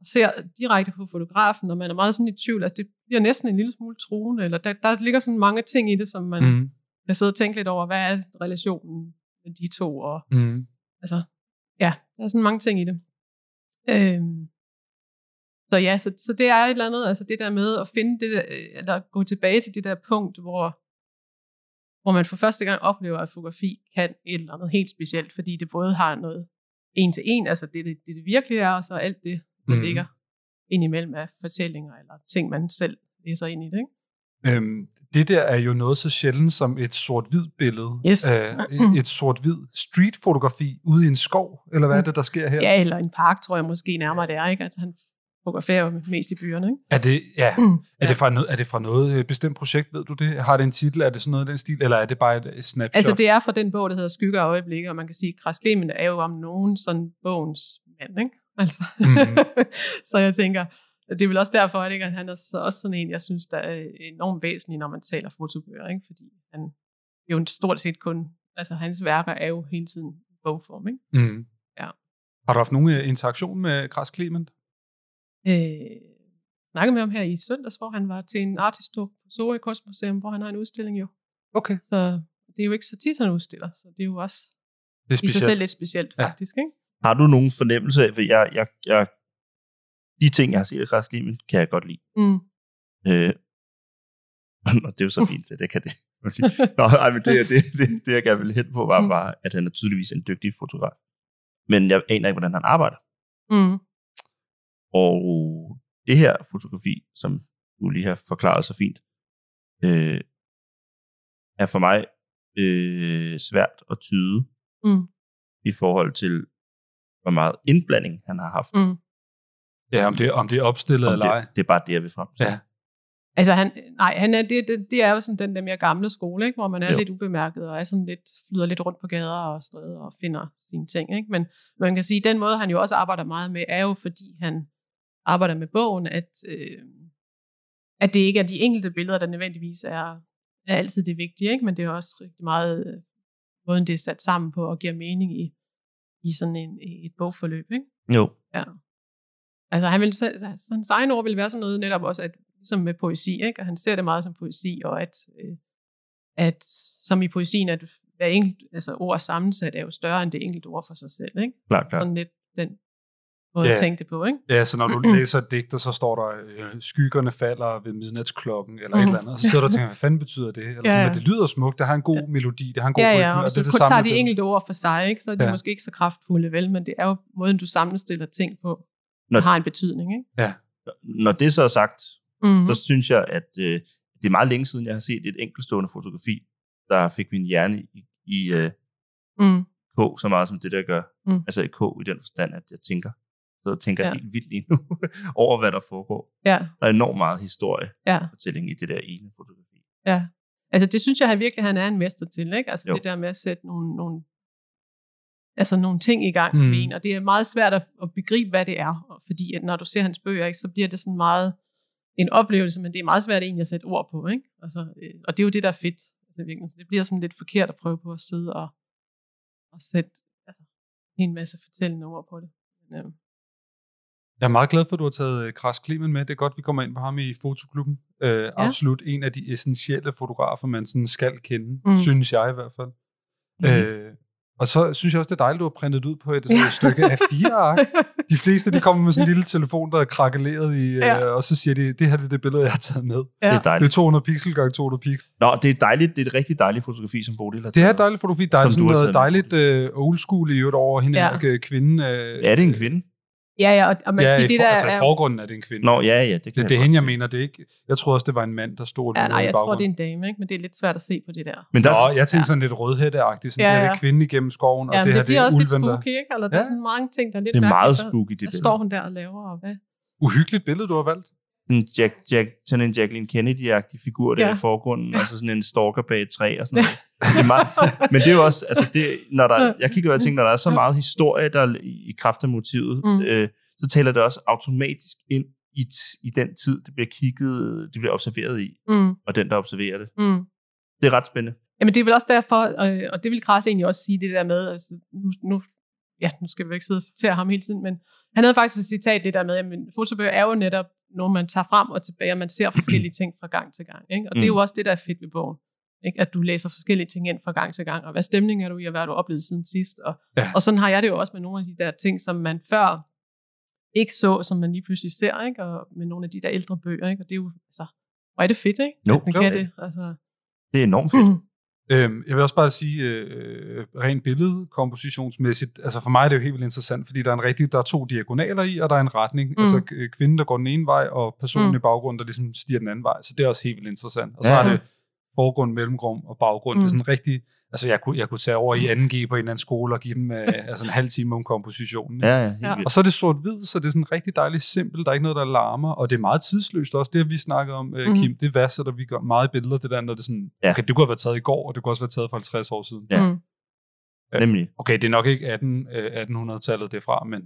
[SPEAKER 10] og ser direkte på fotografen, og man er meget sådan i tvivl, altså det bliver næsten en lille smule truende, eller der, der ligger sådan mange ting i det, som man mm.
[SPEAKER 8] Mm,
[SPEAKER 10] kan sidde og tænke lidt over, hvad er relationen med de to, og
[SPEAKER 8] mm.
[SPEAKER 10] altså, ja, der er sådan mange ting i det. Øhm, så ja, så, så det er et eller andet, altså det der med at finde det der, øh, eller gå tilbage til det der punkt, hvor, hvor man for første gang oplever, at fotografi kan et eller andet helt specielt, fordi det både har noget en til en, altså det det, det, det virkelig er, og så alt det, der
[SPEAKER 8] Mhm.
[SPEAKER 10] mm. ligger indimellem af fortællinger, eller ting, man selv læser ind i det, ikke?
[SPEAKER 8] Øhm, det der er jo noget så sjældent som et sort-hvid billede.
[SPEAKER 10] Yes. Mm.
[SPEAKER 8] Øh, et sort-hvid streetfotografi ude i en skov, eller hvad er det, der sker her?
[SPEAKER 10] Mm. Ja, eller en park, tror jeg måske nærmere det er, ikke? Altså han fotograferer jo mest i byerne, ikke?
[SPEAKER 8] Er det, ja. Er,
[SPEAKER 10] Mm. Ja.
[SPEAKER 8] det fra noget, er det fra noget øh, bestemt projekt, ved du det? Har det en titel? Er det sådan noget i den stil? Eller er det bare et, et snapshot?
[SPEAKER 10] Altså det er fra den bog, der hedder Skygge og Øjeblikke, og man kan sige, at Græs Clement er jo om nogen sådan bogens mand, ikke? Altså,
[SPEAKER 8] Mhm.
[SPEAKER 10] mm. så jeg tænker, at det er vel også derfor, ikke, at han er så også sådan en, jeg synes, der er enormt væsentlig, når man taler fotobøger, ikke? Fordi han jo stort set kun, altså hans værker er jo hele tiden i bogform, ikke?
[SPEAKER 8] Mm.
[SPEAKER 10] Ja.
[SPEAKER 8] Har du haft nogen øh, interaktion med Græs Clement?
[SPEAKER 10] Øh, snakkede med ham her i søndags, hvor han var til en artistog på Zoe Kunstmuseum, hvor han har en udstilling jo.
[SPEAKER 8] Okay.
[SPEAKER 10] Så det er jo ikke så tit, han udstiller, så det er jo også
[SPEAKER 8] Det er
[SPEAKER 10] i sig
[SPEAKER 8] specielt.
[SPEAKER 10] selv lidt specielt,
[SPEAKER 8] Ja.
[SPEAKER 10] faktisk, ikke?
[SPEAKER 9] Har du nogen fornemmelse af, for jeg, jeg, jeg, de ting, jeg har set i Græsklimen, kan jeg godt lide.
[SPEAKER 10] Mm.
[SPEAKER 9] Øh, og det er jo så fint, at det kan det. kan man sige. Nå, ej, men det, det, det, det, jeg gerne ville hen på, var
[SPEAKER 10] Mm.
[SPEAKER 9] bare, at han er tydeligvis en dygtig fotograf. Men jeg aner ikke, hvordan han arbejder.
[SPEAKER 10] Mm.
[SPEAKER 9] Og det her fotografi, som du lige har forklaret så fint, øh, er for mig øh, svært at tyde
[SPEAKER 10] Mm.
[SPEAKER 9] i forhold til, hvor meget indblanding han har haft.
[SPEAKER 10] Mm.
[SPEAKER 8] Ja, om det, om det er opstillet
[SPEAKER 9] Om
[SPEAKER 8] eller ej.
[SPEAKER 9] det, det er bare det, jeg vil frem til.
[SPEAKER 8] Ja.
[SPEAKER 10] Altså han, nej, han er, det, det, det er jo sådan den der mere gamle skole, ikke? hvor man er
[SPEAKER 9] Jo.
[SPEAKER 10] jo. lidt ubemærket og er sådan lidt, flyder lidt rundt på gader og stræder og finder sine ting. Ikke? Men man kan sige, at den måde, han jo også arbejder meget med, er jo fordi han arbejder med bogen, at, øh, at det ikke er de enkelte billeder, der nødvendigvis er, er altid det vigtige, ikke? men det er også rigtig meget øh, måden, det er sat sammen på og giver mening i, i sådan en, i et bogforløb. Ikke?
[SPEAKER 9] Jo.
[SPEAKER 10] Altså han vil, selv- altså, hans egen ord vil være sådan noget netop også, at, ligesom med poesi, ikke? og han ser det meget som poesi, og at, øh, at som i poesien, at hver enkelt altså, ord sammensat er jo større end det enkelte ord for sig selv. Ikke?
[SPEAKER 9] Klart, klart.
[SPEAKER 10] Sådan lidt den måde
[SPEAKER 8] Ja.
[SPEAKER 10] at tænke det på. Ikke?
[SPEAKER 8] Ja, så når du læser et digt, og så står der, øh, skyggerne falder ved midnatsklokken, eller mm. et
[SPEAKER 10] Mhm.
[SPEAKER 8] eller andet, og så sidder du og tænker, hvad fanden betyder det? Eller
[SPEAKER 10] Ja,
[SPEAKER 8] sådan,
[SPEAKER 10] ja.
[SPEAKER 8] at det lyder smukt, det har en god melodi, det har en god
[SPEAKER 10] Ja,
[SPEAKER 8] rytme,
[SPEAKER 10] ja, og hvis
[SPEAKER 8] det
[SPEAKER 10] du
[SPEAKER 8] er det
[SPEAKER 10] kun
[SPEAKER 8] samme
[SPEAKER 10] tager
[SPEAKER 8] med
[SPEAKER 10] de
[SPEAKER 8] billeder.
[SPEAKER 10] enkelte ord for sig, ikke? så er de
[SPEAKER 8] Ja.
[SPEAKER 10] ja. måske ikke så kraftfulde, vel, men det er jo måden, du sammenstiller ting på,
[SPEAKER 9] Nå.
[SPEAKER 10] der har en betydning. Ikke?
[SPEAKER 9] Når det så er sagt,
[SPEAKER 10] Mm.
[SPEAKER 9] så synes jeg, at øh, det er meget længe siden, jeg har set et enkeltstående fotografi, der fik min hjerne i, i øh,
[SPEAKER 10] Mm.
[SPEAKER 9] K så meget som det, der gør.
[SPEAKER 10] Mm.
[SPEAKER 9] Altså i K i den forstand, at jeg tænker, så jeg tænker ja.
[SPEAKER 10] Ja.
[SPEAKER 9] helt vildt lige nu over, hvad der foregår.
[SPEAKER 10] Ja,
[SPEAKER 9] Der er enormt meget historie
[SPEAKER 10] ja.
[SPEAKER 9] fortælling i det der ene fotografi.
[SPEAKER 10] Ja. Altså det synes jeg han virkelig, han er en mester til. Ikke? Altså
[SPEAKER 9] Jo.
[SPEAKER 10] jo. det der med at sætte nogle, nogle, altså nogle ting i gang
[SPEAKER 8] Mm.
[SPEAKER 10] mm. for en. Og det er meget svært at, at begribe, hvad det er. og Fordi at når du ser hans bøger, ikke, så bliver det sådan meget en oplevelse, men det er meget svært egentlig at sætte ord på. Ikke? Altså, øh, og det er jo det, der er fedt. Altså, virkelig. Så det bliver sådan lidt forkert at prøve på at sidde og, og sætte altså, en masse fortællende ord på det. Men, øh,
[SPEAKER 8] Jeg er meget glad for, at du har taget øh, Kras Klemen med. Det er godt, vi kommer ind på ham i fotoklubben. Øh, ja. Absolut en af de essentielle fotografer, man sådan skal kende, mm.
[SPEAKER 10] Mm. Mhm.
[SPEAKER 8] synes jeg i hvert fald. Mm. Øh, og så synes jeg også, det er dejligt, du har printet det ud på et, ja.
[SPEAKER 10] Ja.
[SPEAKER 8] et stykke af fire ark. De fleste de kommer med sådan en lille telefon, der er krakeleret i, øh, ja.
[SPEAKER 10] Ja.
[SPEAKER 8] og så siger de, det her det er det billede, jeg har taget med.
[SPEAKER 10] Ja.
[SPEAKER 9] Det er
[SPEAKER 8] Det er
[SPEAKER 9] dejligt.
[SPEAKER 8] 200 pixel gange 200 pixel.
[SPEAKER 9] Nå, det er dejligt. Det er et rigtig dejligt fotografi, som Bodil har
[SPEAKER 8] Det er
[SPEAKER 9] taget.
[SPEAKER 8] dejligt fotografi. Der er
[SPEAKER 9] Som
[SPEAKER 8] sådan
[SPEAKER 9] Altså, du har
[SPEAKER 8] noget
[SPEAKER 9] taget med.
[SPEAKER 8] dejligt øh, old school i øvrigt over hende
[SPEAKER 10] Ja.
[SPEAKER 8] ja. øh, kvinde. Øh,
[SPEAKER 9] Er det en kvinde?
[SPEAKER 10] ja, ja, og, og man
[SPEAKER 8] ja,
[SPEAKER 10] kan sige,
[SPEAKER 8] i
[SPEAKER 10] det
[SPEAKER 8] for,
[SPEAKER 10] der
[SPEAKER 8] altså i
[SPEAKER 10] er...
[SPEAKER 8] forgrunden er det en kvinde.
[SPEAKER 9] Nå, ja, ja. Det, kan
[SPEAKER 8] Det er
[SPEAKER 9] jeg
[SPEAKER 8] det
[SPEAKER 9] godt
[SPEAKER 8] hende, jeg
[SPEAKER 9] se.
[SPEAKER 8] mener, det er ikke... Jeg tror også, det var en mand, der stod
[SPEAKER 10] Ja,
[SPEAKER 8] lidt
[SPEAKER 10] nej,
[SPEAKER 8] ude i
[SPEAKER 10] jeg tror, det er
[SPEAKER 8] baggrunden.
[SPEAKER 10] en dame, ikke? men det er lidt svært at se på det der.
[SPEAKER 9] Men der,
[SPEAKER 8] Nå, jeg tænkte sådan lidt rødhætteagtigt, sådan
[SPEAKER 10] Ja,
[SPEAKER 8] ja, ja. det her det
[SPEAKER 10] ja.
[SPEAKER 8] er kvinden igennem skoven, og
[SPEAKER 10] Ja,
[SPEAKER 8] det
[SPEAKER 10] det,
[SPEAKER 8] her det
[SPEAKER 10] det bliver
[SPEAKER 8] er
[SPEAKER 10] også lidt
[SPEAKER 8] ulven, der...
[SPEAKER 10] spooky, ikke? Eller der
[SPEAKER 8] Ja.
[SPEAKER 10] er sådan mange ting, der er lidt
[SPEAKER 9] det er meget
[SPEAKER 10] mærkeligt.
[SPEAKER 9] spooky, det
[SPEAKER 10] Hvad
[SPEAKER 9] billede.
[SPEAKER 10] står hun der og laver? Og hvad?
[SPEAKER 8] Uhyggeligt billede, du har valgt.
[SPEAKER 9] Sådan, en Jack, Jack, sådan en Jacqueline Kennedy-agtig figur der
[SPEAKER 10] Ja.
[SPEAKER 9] i forgrunden, og så sådan en stalker bag et træ og sådan noget. Det er meget, men det er jo også, altså det, når der, jeg kigger og tænker, når der er så meget historie der er i kraft af motivet, mm.
[SPEAKER 10] Mm.
[SPEAKER 9] øh, så taler det også automatisk ind i, t- i den tid, det bliver kigget, det bliver observeret i,
[SPEAKER 10] Mm,
[SPEAKER 9] og den, der observerer det.
[SPEAKER 10] mm.
[SPEAKER 9] Det er ret spændende.
[SPEAKER 10] Jamen det er vel også derfor, øh, og det vil Kras egentlig også sige, det der med, altså, nu, nu, ja, nu skal vi jo ikke sidde og citere ham hele tiden, men han havde faktisk et citat det der med, at fotobøger er jo netop, når man tager frem og tilbage, og man ser forskellige ting fra gang til gang. Ikke? Og det er jo også det, der er fedt ved bogen. Ikke? At du læser forskellige ting ind fra gang til gang, og hvad stemning er du i, og hvad har du oplevet siden sidst? Og,
[SPEAKER 8] Ja.
[SPEAKER 10] ja. og sådan har jeg det jo også med nogle af de der ting, som man før ikke så, som man lige pludselig ser, ikke? og med nogle af de der ældre bøger. Ikke? Og det er jo, altså, hvor er det fedt, ikke?
[SPEAKER 9] Jo,
[SPEAKER 10] Man
[SPEAKER 8] jo.
[SPEAKER 10] kan det, altså. Mm,
[SPEAKER 9] Det er enormt fedt.
[SPEAKER 8] Øhm, jeg vil også bare sige, øh, rent billedkompositionsmæssigt, altså for mig er det jo helt vildt interessant, fordi der er, en rigtig, der er to diagonaler i, og der er en retning. Mm.
[SPEAKER 10] Mm.
[SPEAKER 8] Altså k- kvinden, der går den ene vej, og personen mm.
[SPEAKER 10] Mm.
[SPEAKER 8] i baggrunden, der ligesom stiger den anden vej. Så det er også helt vildt interessant. Og så
[SPEAKER 9] Ja.
[SPEAKER 8] ja. er det forgrund, mellemrum og baggrund. Mm. Det er
[SPEAKER 10] Mm.
[SPEAKER 8] sådan rigtig... Altså jeg kunne, jeg kunne tage over i 2G på en eller anden skole og give dem øh, altså en halv time om kompositionen.
[SPEAKER 9] Ja, ja, helt
[SPEAKER 10] Ja.
[SPEAKER 9] vildt.
[SPEAKER 8] Og så er det sort-hvid, så det er sådan rigtig dejligt simpelt. Der er ikke noget, der larmer, og det er meget tidsløst også. Det har vi snakket om, mm.
[SPEAKER 10] Mhm.
[SPEAKER 8] Kim. Det værdsætter vi gør meget i billeder, det der, når det er sådan,
[SPEAKER 9] Ja.
[SPEAKER 8] ja. okay, det kunne have været taget i går, og det kunne også være taget for 50 år siden.
[SPEAKER 9] Ja.
[SPEAKER 10] Mm.
[SPEAKER 9] Nemlig.
[SPEAKER 8] Okay, det er nok ikke 18, øh, 1800-tallet derfra, men,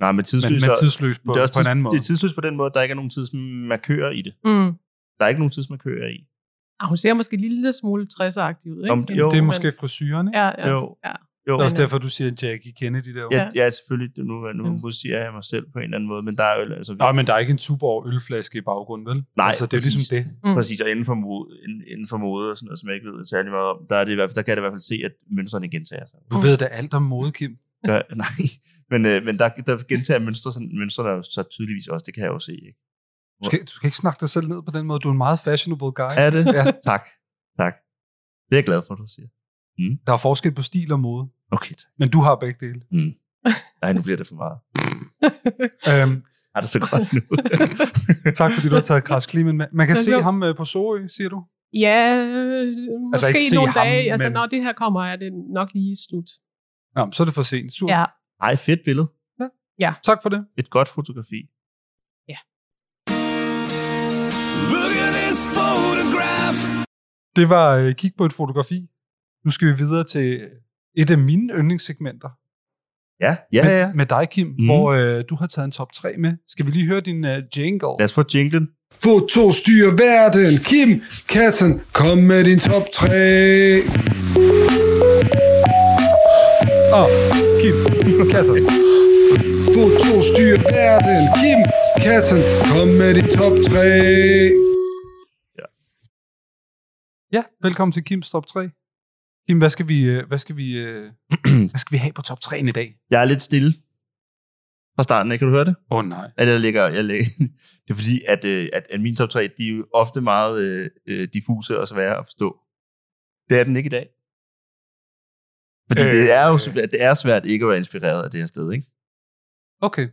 [SPEAKER 9] Nej, men
[SPEAKER 8] men,
[SPEAKER 9] tidsløs,
[SPEAKER 8] men
[SPEAKER 9] er-
[SPEAKER 8] tidsløst på,
[SPEAKER 9] det er også
[SPEAKER 8] på en
[SPEAKER 9] tids-
[SPEAKER 8] anden måde.
[SPEAKER 9] Det er tidsløst på den måde, at der ikke er nogen tidsmarkører i det.
[SPEAKER 10] Mm.
[SPEAKER 9] Der er ikke nogen tidsmarkører i.
[SPEAKER 10] Ah, hun ser måske en lille smule 60-agtig ud, ikke?
[SPEAKER 9] Om-
[SPEAKER 10] Men-
[SPEAKER 9] jo.
[SPEAKER 8] det er
[SPEAKER 10] men-
[SPEAKER 8] måske frisyren, ikke?
[SPEAKER 10] Ja, ja.
[SPEAKER 9] Jo.
[SPEAKER 10] ja.
[SPEAKER 9] Jo.
[SPEAKER 8] Det er også
[SPEAKER 10] men, øh,
[SPEAKER 8] derfor, du siger Jackie Kennedy derovre.
[SPEAKER 9] Ja, ja, selvfølgelig. det- Nu, nu
[SPEAKER 10] Mm.
[SPEAKER 9] musicerer jeg mig selv på en eller anden måde, men der er jo... Altså,
[SPEAKER 8] Nej, men der er ikke en Tuborg ølflaske i baggrunden, vel?
[SPEAKER 9] Nej,
[SPEAKER 8] altså, det er
[SPEAKER 9] præcis.
[SPEAKER 8] ligesom det.
[SPEAKER 10] Mm.
[SPEAKER 9] Præcis, og inden for, mode, inden, inden for mode og sådan noget, som jeg ikke ved særlig meget om, der, er det i hvert fald, der kan jeg da i hvert fald se, at mønstrene gentager sig.
[SPEAKER 8] Du ved da alt om mode, Kim.
[SPEAKER 9] Ja, nej, men, øh, men der, der gentager mønstre, sådan, mønstrene jo så tydeligvis også, det kan jeg jo se. Ikke?
[SPEAKER 8] Du skal, du skal ikke snakke dig selv ned på den måde. Du er en meget fashionable guy.
[SPEAKER 9] Er det?
[SPEAKER 8] Ja.
[SPEAKER 9] Tak, tak. Det er jeg glad for, du siger.
[SPEAKER 8] Der er forskel på stil og mode,
[SPEAKER 9] Okay, tak.
[SPEAKER 8] men du har begge dele.
[SPEAKER 9] Mm. Nej, nu bliver det for meget.
[SPEAKER 8] Øhm,
[SPEAKER 9] Har det så godt nu?
[SPEAKER 8] Tak fordi du har taget Kras Klimen med. Man kan
[SPEAKER 10] Det
[SPEAKER 8] se
[SPEAKER 10] blev-
[SPEAKER 8] ham øh, på Sorø, siger du?
[SPEAKER 10] Ja, øh, måske
[SPEAKER 8] Altså, ikke se
[SPEAKER 10] nogle
[SPEAKER 8] ham,
[SPEAKER 10] dage. altså,
[SPEAKER 8] men-
[SPEAKER 10] når det her kommer, er det nok lige slut.
[SPEAKER 8] Nå, men så er det for sent. Sur.
[SPEAKER 10] Ja.
[SPEAKER 9] Ej, fedt billede.
[SPEAKER 8] Tak for det.
[SPEAKER 9] Et godt fotografi.
[SPEAKER 8] Det var øh, kig på et fotografi. Nu skal vi videre til øh, et af mine yndlingssegmenter
[SPEAKER 9] Ja, ja,
[SPEAKER 8] med,
[SPEAKER 9] ja. ja.
[SPEAKER 8] med dig, Kim,
[SPEAKER 9] Mhm.
[SPEAKER 8] mm. hvor øh, du har taget en top 3 med. Skal vi lige høre din øh, jingle?
[SPEAKER 9] Lad os få jinglen.
[SPEAKER 1] Foto styrer verden. Kim, katten, kom med din top 3.
[SPEAKER 8] Åh, Kim, katter.
[SPEAKER 1] Foto styrer verden. Kim, katten, kom med din top 3.
[SPEAKER 8] Ja, velkommen til Kims top 3. Kim, hvad skal vi, øh, hvad skal vi, øh, hvad skal vi have på top 3'en i dag?
[SPEAKER 9] Jeg er lidt stille fra starten, ikke? kan du høre det?
[SPEAKER 8] Åh oh, nej.
[SPEAKER 9] at jeg lægger, jeg lægger det er fordi, at, øh, at, at mine top 3, de er jo ofte meget øh, øh, diffuse og svære at forstå. Det er den ikke i dag. Fordi øh, det er jo
[SPEAKER 8] Øh.
[SPEAKER 9] svært, det er svært ikke at være inspireret af det her sted, ikke?
[SPEAKER 8] Okay.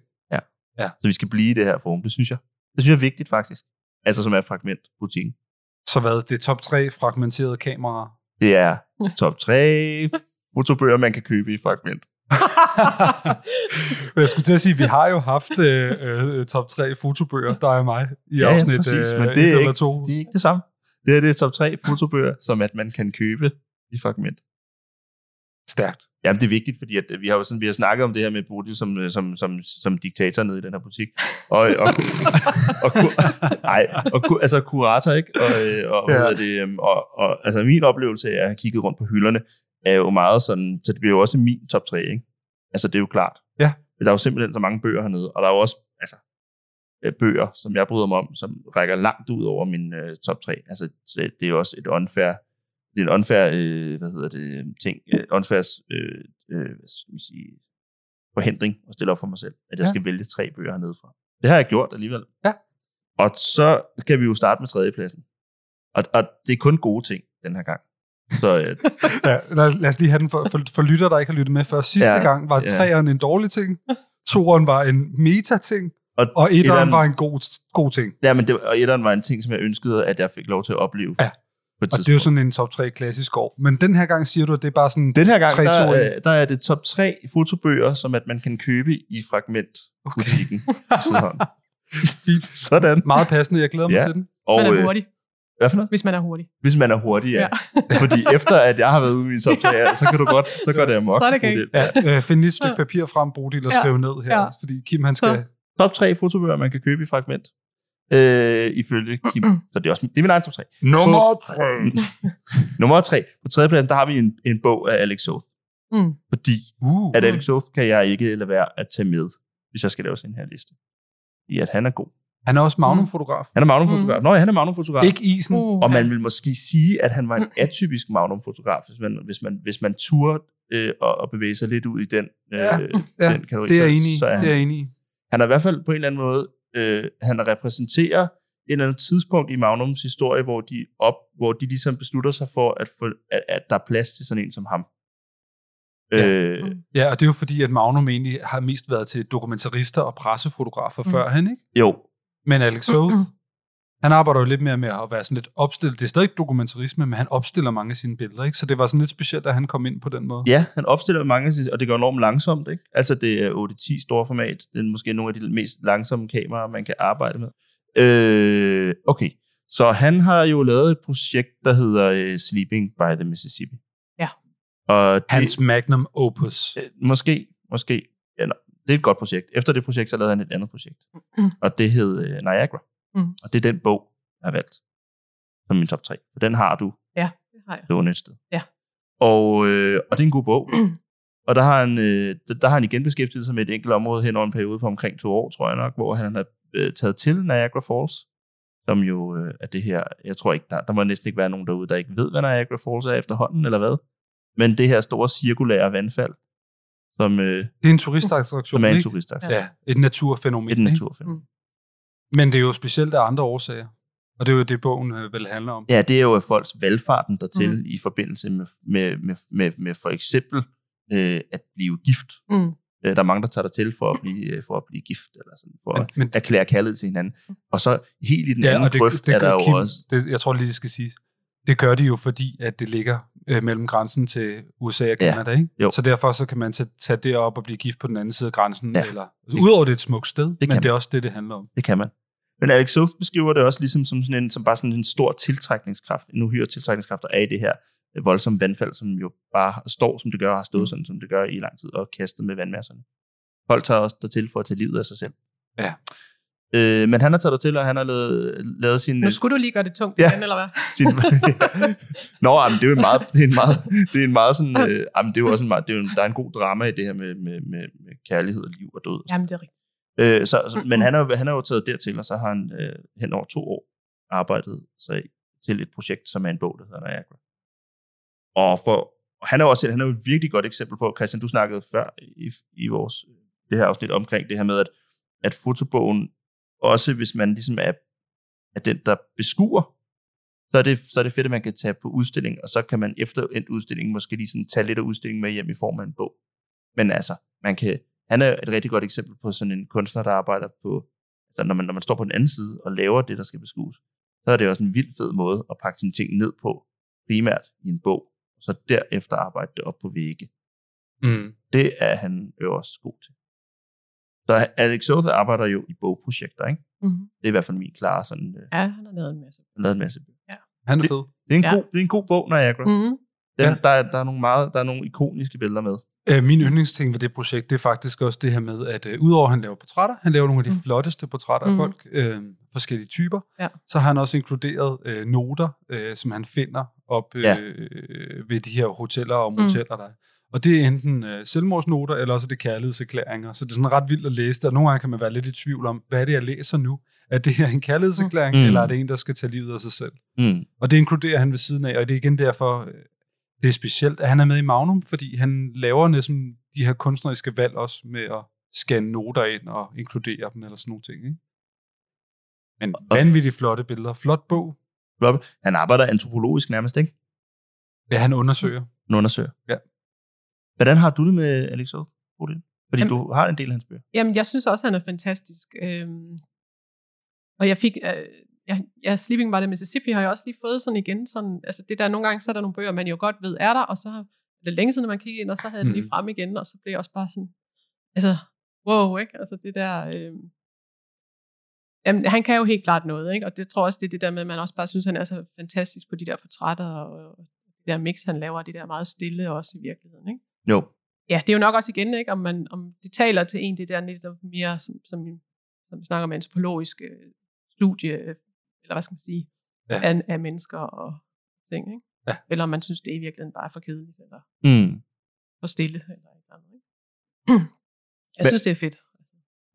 [SPEAKER 9] Så vi skal blive i det her forum, det synes jeg. Det synes jeg er vigtigt, faktisk. Altså, som er fragmentbutikken.
[SPEAKER 8] Så hvad, det er top 3 fragmenterede kameraer.
[SPEAKER 9] Det er top 3 fotobøger, man kan købe i fragment.
[SPEAKER 8] Men jeg skulle til at sige, at vi har jo haft øh, øh, top 3 fotobøger, der er mig, i
[SPEAKER 9] Ja,
[SPEAKER 8] ja,
[SPEAKER 9] ja,
[SPEAKER 8] afsnit
[SPEAKER 9] præcis,
[SPEAKER 8] øh,
[SPEAKER 9] men
[SPEAKER 8] men
[SPEAKER 9] det er
[SPEAKER 8] det eller
[SPEAKER 9] ikke-
[SPEAKER 8] to.
[SPEAKER 9] Det er ikke det samme. Det her det er top 3 fotobøger, som at man kan købe i fragment.
[SPEAKER 8] Stærkt.
[SPEAKER 9] Jamen, det er vigtigt, fordi at øh, vi har jo sådan, vi har snakket om det her med Bodil som, øh, som, som, som diktator nede i den her butik. Og, og, og, og, nej, og ku- altså kurator, ikke? Og, øh, og, ja. det, øhm, og, og altså, min oplevelse af at have kigget rundt på hylderne, er jo meget sådan, så det bliver jo også min top 3, ikke? Altså, det er jo klart.
[SPEAKER 8] Ja.
[SPEAKER 9] Men der er jo simpelthen så mange bøger hernede, og der er jo også, altså, øh, bøger, som jeg bryder mig om, som rækker langt ud over min øh, top 3. Altså, det det er jo også et unfair det er en unfair, øh, hvad hedder det, øh, ting, øh, unfair, øh, øh, hvad skal man sige, forhindring at stille op for mig selv, at jeg
[SPEAKER 8] Ja.
[SPEAKER 9] ja. skal vælge tre bøger hernede fra. Det har jeg gjort alligevel.
[SPEAKER 8] Ja.
[SPEAKER 9] Og så kan vi jo starte med tredjepladsen. Og, og det er kun gode ting den her gang. Så øh,
[SPEAKER 8] Ja, lad, lad os lige have den for, for, for lytter, der ikke har lyttet med før. Sidste ja,
[SPEAKER 9] Ja,
[SPEAKER 8] gang var
[SPEAKER 9] ja.
[SPEAKER 8] træeren en dårlig ting, toeren var en meta-ting,
[SPEAKER 9] og,
[SPEAKER 8] og etteren
[SPEAKER 9] Etteren-
[SPEAKER 8] var en god, god ting.
[SPEAKER 9] ja, men det, var- og etteren var en ting, som jeg ønskede, at jeg fik lov til at opleve.
[SPEAKER 8] Ja.
[SPEAKER 9] På et
[SPEAKER 8] Og det er jo sådan en top 3 klassisk år. Men den her gang siger du, at det er bare sådan...
[SPEAKER 9] Den her gang,
[SPEAKER 8] Tre, to, en.
[SPEAKER 9] der, øh, der er det top 3 fotobøger, som at man kan købe i fragmentbutikken. Okay.
[SPEAKER 8] Fint.
[SPEAKER 9] Sådan.
[SPEAKER 8] Meget passende, jeg glæder mig
[SPEAKER 9] øh, Ja.
[SPEAKER 8] til den.
[SPEAKER 9] Og,
[SPEAKER 10] man er
[SPEAKER 9] øh,
[SPEAKER 10] hurtig,
[SPEAKER 9] Hvad for noget?
[SPEAKER 10] hvis man er hurtig.
[SPEAKER 9] Hvis man er hurtig, ja.
[SPEAKER 10] Ja.
[SPEAKER 9] ja. Fordi efter at jeg har været ude i min top 3, ja, så kan du godt, så går det amok.
[SPEAKER 10] Så er det galt.
[SPEAKER 9] Bodil.
[SPEAKER 8] Ja, øh, find lige et stykke papir frem, Bodil, og
[SPEAKER 10] Ja.
[SPEAKER 8] skrive ned her,
[SPEAKER 10] Ja.
[SPEAKER 8] fordi Kim han skal...
[SPEAKER 9] Top 3 fotobøger, man kan købe i fragment. Øh, ifølge Kim. Så det er også det er min egen top 3.
[SPEAKER 8] Nummer
[SPEAKER 9] 3. Nummer 3. På tredje pladsen, der har vi en, en bog af Alex Soth.
[SPEAKER 10] Mm.
[SPEAKER 9] Fordi
[SPEAKER 8] Uh,
[SPEAKER 9] at Alex Soth kan jeg ikke lade være at tage med, hvis jeg skal lave sådan her liste. I at han er god.
[SPEAKER 8] han er også magnumfotograf.
[SPEAKER 9] Han er magnumfotograf. Mm. Nå ja, han er magnumfotograf.
[SPEAKER 8] Ikke Mm. isen.
[SPEAKER 10] Uh,
[SPEAKER 9] Og man vil måske sige, at han var en atypisk magnumfotograf, hvis man, hvis man, hvis man turde øh, at, at bevæge sig lidt ud i den, øh,
[SPEAKER 8] Ja,
[SPEAKER 9] ja,
[SPEAKER 8] ja,
[SPEAKER 9] den kategori.
[SPEAKER 8] Det er
[SPEAKER 9] så-
[SPEAKER 8] jeg enig i.
[SPEAKER 9] Så er han,
[SPEAKER 8] Det er jeg enig i.
[SPEAKER 9] han er i hvert fald på en eller anden måde, øh, han repræsenterer et eller andet tidspunkt i Magnums historie, hvor de, op, hvor de ligesom beslutter sig for, at, få, at, at der er plads til sådan en som ham.
[SPEAKER 8] Ja. Mm.
[SPEAKER 9] Ja. Øh,
[SPEAKER 8] Ja, og det er jo fordi, at Magnum egentlig har mest været til dokumentarister og pressefotografer mm.
[SPEAKER 10] Mm.
[SPEAKER 8] før han, ikke?
[SPEAKER 9] jo,
[SPEAKER 8] Men Alex Soth, han arbejder jo lidt mere med at være sådan lidt opstillet. Det er stadig dokumentarisme, men han opstiller mange af sine billeder, ikke? Så det var sådan lidt specielt, at han kom ind på den måde.
[SPEAKER 9] Ja, han opstiller mange, af sine- og det går enormt langsomt. Ikke? Altså, det er 8-10 store format. Det er måske nogle af de mest langsomme kameraer, man kan arbejde med. Øh, okay, så han har jo lavet et projekt, der hedder uh, Sleeping by the Mississippi.
[SPEAKER 10] Ja.
[SPEAKER 9] Og det,
[SPEAKER 8] Hans magnum opus.
[SPEAKER 9] øh, måske, måske, ja, nå, det er et godt projekt. Efter det projekt, så lavede han et andet projekt. Og det hed øh, Niagara.
[SPEAKER 10] Mm.
[SPEAKER 9] Og det er den bog, jeg har valgt som min top 3. For den har du
[SPEAKER 10] det har jeg.
[SPEAKER 9] stående et sted.
[SPEAKER 10] Ja.
[SPEAKER 9] Og, øh, og det er en god bog. og der har, han, øh, der, der har han igen beskæftiget sig med et enkelt område hen over en periode på omkring to år, tror jeg nok, hvor han har øh, taget til Niagara Falls, som jo øh, er det her, jeg tror ikke, der, der må næsten ikke være nogen derude, der ikke ved, hvad Niagara Falls er efterhånden, eller hvad. Men det her store cirkulære vandfald, som, øh,
[SPEAKER 8] Det er en turistattraktion,
[SPEAKER 9] som er en
[SPEAKER 8] ikke?
[SPEAKER 9] turistattraktion.
[SPEAKER 8] Ja, et naturfænomen.
[SPEAKER 9] Et
[SPEAKER 8] ikke?
[SPEAKER 9] naturfilm.
[SPEAKER 8] Men det er jo specielt af andre årsager. Og det er jo det, bogen øh, vel handler om.
[SPEAKER 9] Ja, det er jo folks valgfarten dertil
[SPEAKER 10] Mm.
[SPEAKER 9] mm. i forbindelse med, med, med, med, med for eksempel øh, at blive gift.
[SPEAKER 10] Mm.
[SPEAKER 9] Øh, der er mange, der tager dertil for at blive, øh, for at blive gift, eller sådan, for
[SPEAKER 8] Men,
[SPEAKER 9] at
[SPEAKER 8] men
[SPEAKER 9] erklære kærlighed til hinanden.
[SPEAKER 10] Mm.
[SPEAKER 9] Og så helt i den
[SPEAKER 8] Ja,
[SPEAKER 9] anden
[SPEAKER 8] og det,
[SPEAKER 9] grøft
[SPEAKER 8] det
[SPEAKER 9] er der
[SPEAKER 8] gør
[SPEAKER 9] jo
[SPEAKER 8] Kim,
[SPEAKER 9] også...
[SPEAKER 8] det, jeg tror lige, det skal sige. Det gør de jo, fordi at det ligger øh, mellem grænsen til USA og
[SPEAKER 9] Ja,
[SPEAKER 8] Canada, ikke?
[SPEAKER 9] jo.
[SPEAKER 8] Så derfor så kan man tage, tage derop og blive gift på den anden side af grænsen.
[SPEAKER 9] Ja.
[SPEAKER 8] Eller, altså, udover det er et smukt sted, det men
[SPEAKER 9] kan
[SPEAKER 8] det er også det, det handler om.
[SPEAKER 9] Det kan man. Men Alex Soft beskriver det også ligesom som, sådan en, som bare sådan en stor tiltrækningskraft, en uhyre tiltrækningskraft, der er i det her øh, voldsomme vandfald, som jo bare står, som det gør, og har stået sådan, som det gør i lang tid, og kastet med vandmasserne. Folk tager også dertil for at tage livet af sig selv.
[SPEAKER 8] Ja.
[SPEAKER 9] Øh, men han har taget dertil, og han har lavet, lavet sin...
[SPEAKER 10] Nu skulle du lige gøre det tungt
[SPEAKER 9] Ja.
[SPEAKER 10] ja. igen, eller hvad?
[SPEAKER 9] sin Nå, jamen, det er jo en meget, det er en meget, det er en meget sådan, øh, jamen, det er jo også en meget, det er jo en, der er en god drama i det her med, med, med, med kærlighed og liv og død. og
[SPEAKER 10] Jamen, det er rigtigt.
[SPEAKER 9] Øh, så, så, men han er, jo- han er jo taget dertil, og så har han øh, hen over to år arbejdet sig til et projekt, som er en bog, der hedder Niagara. Og for, og han er jo også han er jo et virkelig godt eksempel på, Christian, du snakkede før i, i vores, det her afsnit omkring det her med, at, at fotobogen, også hvis man ligesom er, er den, der beskuer, så er, det, så er det fedt, at man kan tage på udstilling, og så kan man efter en udstilling måske lige sådan tage lidt af udstillingen med hjem i form af en bog. Men altså, man kan, han er et rigtig godt eksempel på sådan en kunstner, der arbejder på, altså når man, når man står på den anden side og laver det, der skal beskues, så er det også en vild fed måde at pakke sine ting ned på, primært i en bog, og så derefter arbejde det op på vægge.
[SPEAKER 8] Mm.
[SPEAKER 9] Det er han jo også god til. Så Alex Soth arbejder jo i bogprojekter, ikke?
[SPEAKER 10] Mm-hmm.
[SPEAKER 9] Det er i hvert fald min klare sådan, øh,
[SPEAKER 10] Ja, han har lavet en masse.
[SPEAKER 9] han lavede en masse bøger.
[SPEAKER 10] Ja.
[SPEAKER 8] Han er fed.
[SPEAKER 9] Det er en,
[SPEAKER 10] Ja.
[SPEAKER 9] ja. god, det er en god bog, Niagara. Mm.
[SPEAKER 10] Mm.
[SPEAKER 9] Den,
[SPEAKER 8] Ja.
[SPEAKER 9] ja. der, er, der, er nogle meget, der er nogle ikoniske billeder med.
[SPEAKER 8] Øh, min yndlingsting ved det projekt, det er faktisk også det her med, at øh, udover at han laver portrætter, han laver nogle af de
[SPEAKER 10] Mm.
[SPEAKER 8] mm. flotteste portrætter mm.
[SPEAKER 10] Mm.
[SPEAKER 8] af folk, øh, forskellige typer,
[SPEAKER 10] Ja.
[SPEAKER 8] så har han også inkluderet øh, noter, øh, som han finder op øh,
[SPEAKER 9] Ja.
[SPEAKER 8] ja. ved de her hoteller og moteller, mm. der er. Og det er enten øh, selvmordsnoter, eller også er det kærlighedserklæringer. Så det er sådan ret vildt at læse det, og nogle gange kan man være lidt i tvivl om, hvad er det, jeg læser nu? Er det her en kærlighedserklæring,
[SPEAKER 9] Mm.
[SPEAKER 8] mm. eller er det en, der skal tage livet af sig selv?
[SPEAKER 9] Mm.
[SPEAKER 8] Og det inkluderer han ved siden af, og det er igen derfor, øh, det er specielt, at han er med i Magnum, fordi han laver næsten de her kunstneriske valg også med at scanne noter ind og inkludere dem eller sådan nogle ting. Ikke? Men vanvittigt flotte billeder. Flot bog.
[SPEAKER 9] Robert, han arbejder antropologisk nærmest, ikke?
[SPEAKER 8] Ja, han undersøger.
[SPEAKER 9] En undersøger.
[SPEAKER 8] Ja.
[SPEAKER 9] Hvordan har du det med Alex Oth, Bodil? Fordi
[SPEAKER 10] Jamen-
[SPEAKER 9] Jamen. du har en del af hans bøger.
[SPEAKER 10] Jamen, jeg synes også, han er fantastisk. Øhm, og jeg fik... Øh, jeg, jeg, Sleeping by the Mississippi har jeg også lige fået sådan igen. Sådan, altså det der, nogle gange så er der nogle bøger, man jo godt ved er der, og så har det er længe siden, man kiggede ind, og så havde jeg den lige
[SPEAKER 8] Mhm.
[SPEAKER 10] frem igen, og så blev jeg også bare sådan, altså, wow, ikke? Altså det der... Øh, jamen, han kan jo helt klart noget, ikke? Og det tror jeg også, det er det der med, at man også bare synes, han er så fantastisk på de der portrætter, og, og det der mix, han laver, og det der meget stille også i virkeligheden, ikke?
[SPEAKER 9] Jo.
[SPEAKER 10] ja, det er jo nok også igen, ikke, om, man, om det taler til en, det der lidt mere, som, som, som vi snakker om, antropologisk øh, studie, øh, eller hvad skal man sige,
[SPEAKER 8] Ja.
[SPEAKER 10] ja. af, af mennesker og ting, ikke?
[SPEAKER 8] Ja.
[SPEAKER 10] Eller om man synes, det i virkeligheden bare er for kedeligt, eller
[SPEAKER 9] Mm.
[SPEAKER 10] for stille, eller et eller andet, ikke? Jeg
[SPEAKER 9] Men-
[SPEAKER 10] synes, det er fedt.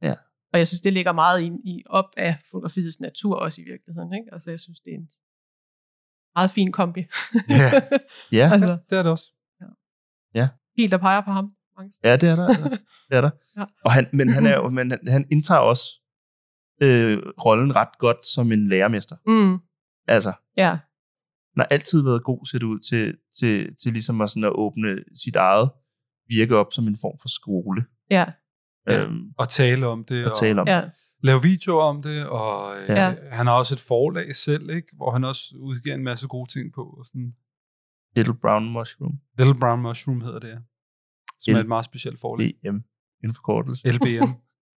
[SPEAKER 9] Ja.
[SPEAKER 10] Og jeg synes, det ligger meget i, i op af fotografiets natur også i virkeligheden, ikke? Altså, jeg synes, det er en meget fin kombi.
[SPEAKER 8] Ja.
[SPEAKER 9] Ja.
[SPEAKER 10] altså,
[SPEAKER 8] Det er det også.
[SPEAKER 10] helt der peger på ham. Mange steder.
[SPEAKER 9] ja, det er der. Det er der.
[SPEAKER 10] Ja.
[SPEAKER 9] Og han, men han, er, jo- men han, han indtager også øh, rollen ret godt som en lærermester.
[SPEAKER 10] Mm,
[SPEAKER 9] Altså,
[SPEAKER 10] ja,
[SPEAKER 9] han har altid været god, ser det ud til, til, til ligesom at, sådan at åbne sit eget virke op som en form for skole.
[SPEAKER 10] ja,
[SPEAKER 9] Ja.
[SPEAKER 8] Ja.
[SPEAKER 9] Øhm,
[SPEAKER 8] Og tale om det.
[SPEAKER 9] at tale om.
[SPEAKER 10] ja.
[SPEAKER 8] lave videoer om det, og øh,
[SPEAKER 10] Ja.
[SPEAKER 8] ja. han har også et forlag selv, ikke? hvor han også udgiver en masse gode ting på. og Sådan.
[SPEAKER 9] Little Brown Mushroom.
[SPEAKER 8] Little Brown Mushroom hedder det, ja. som
[SPEAKER 9] L- E
[SPEAKER 8] er et meget specielt forlag.
[SPEAKER 9] BM. En forkortelse.
[SPEAKER 8] LBM.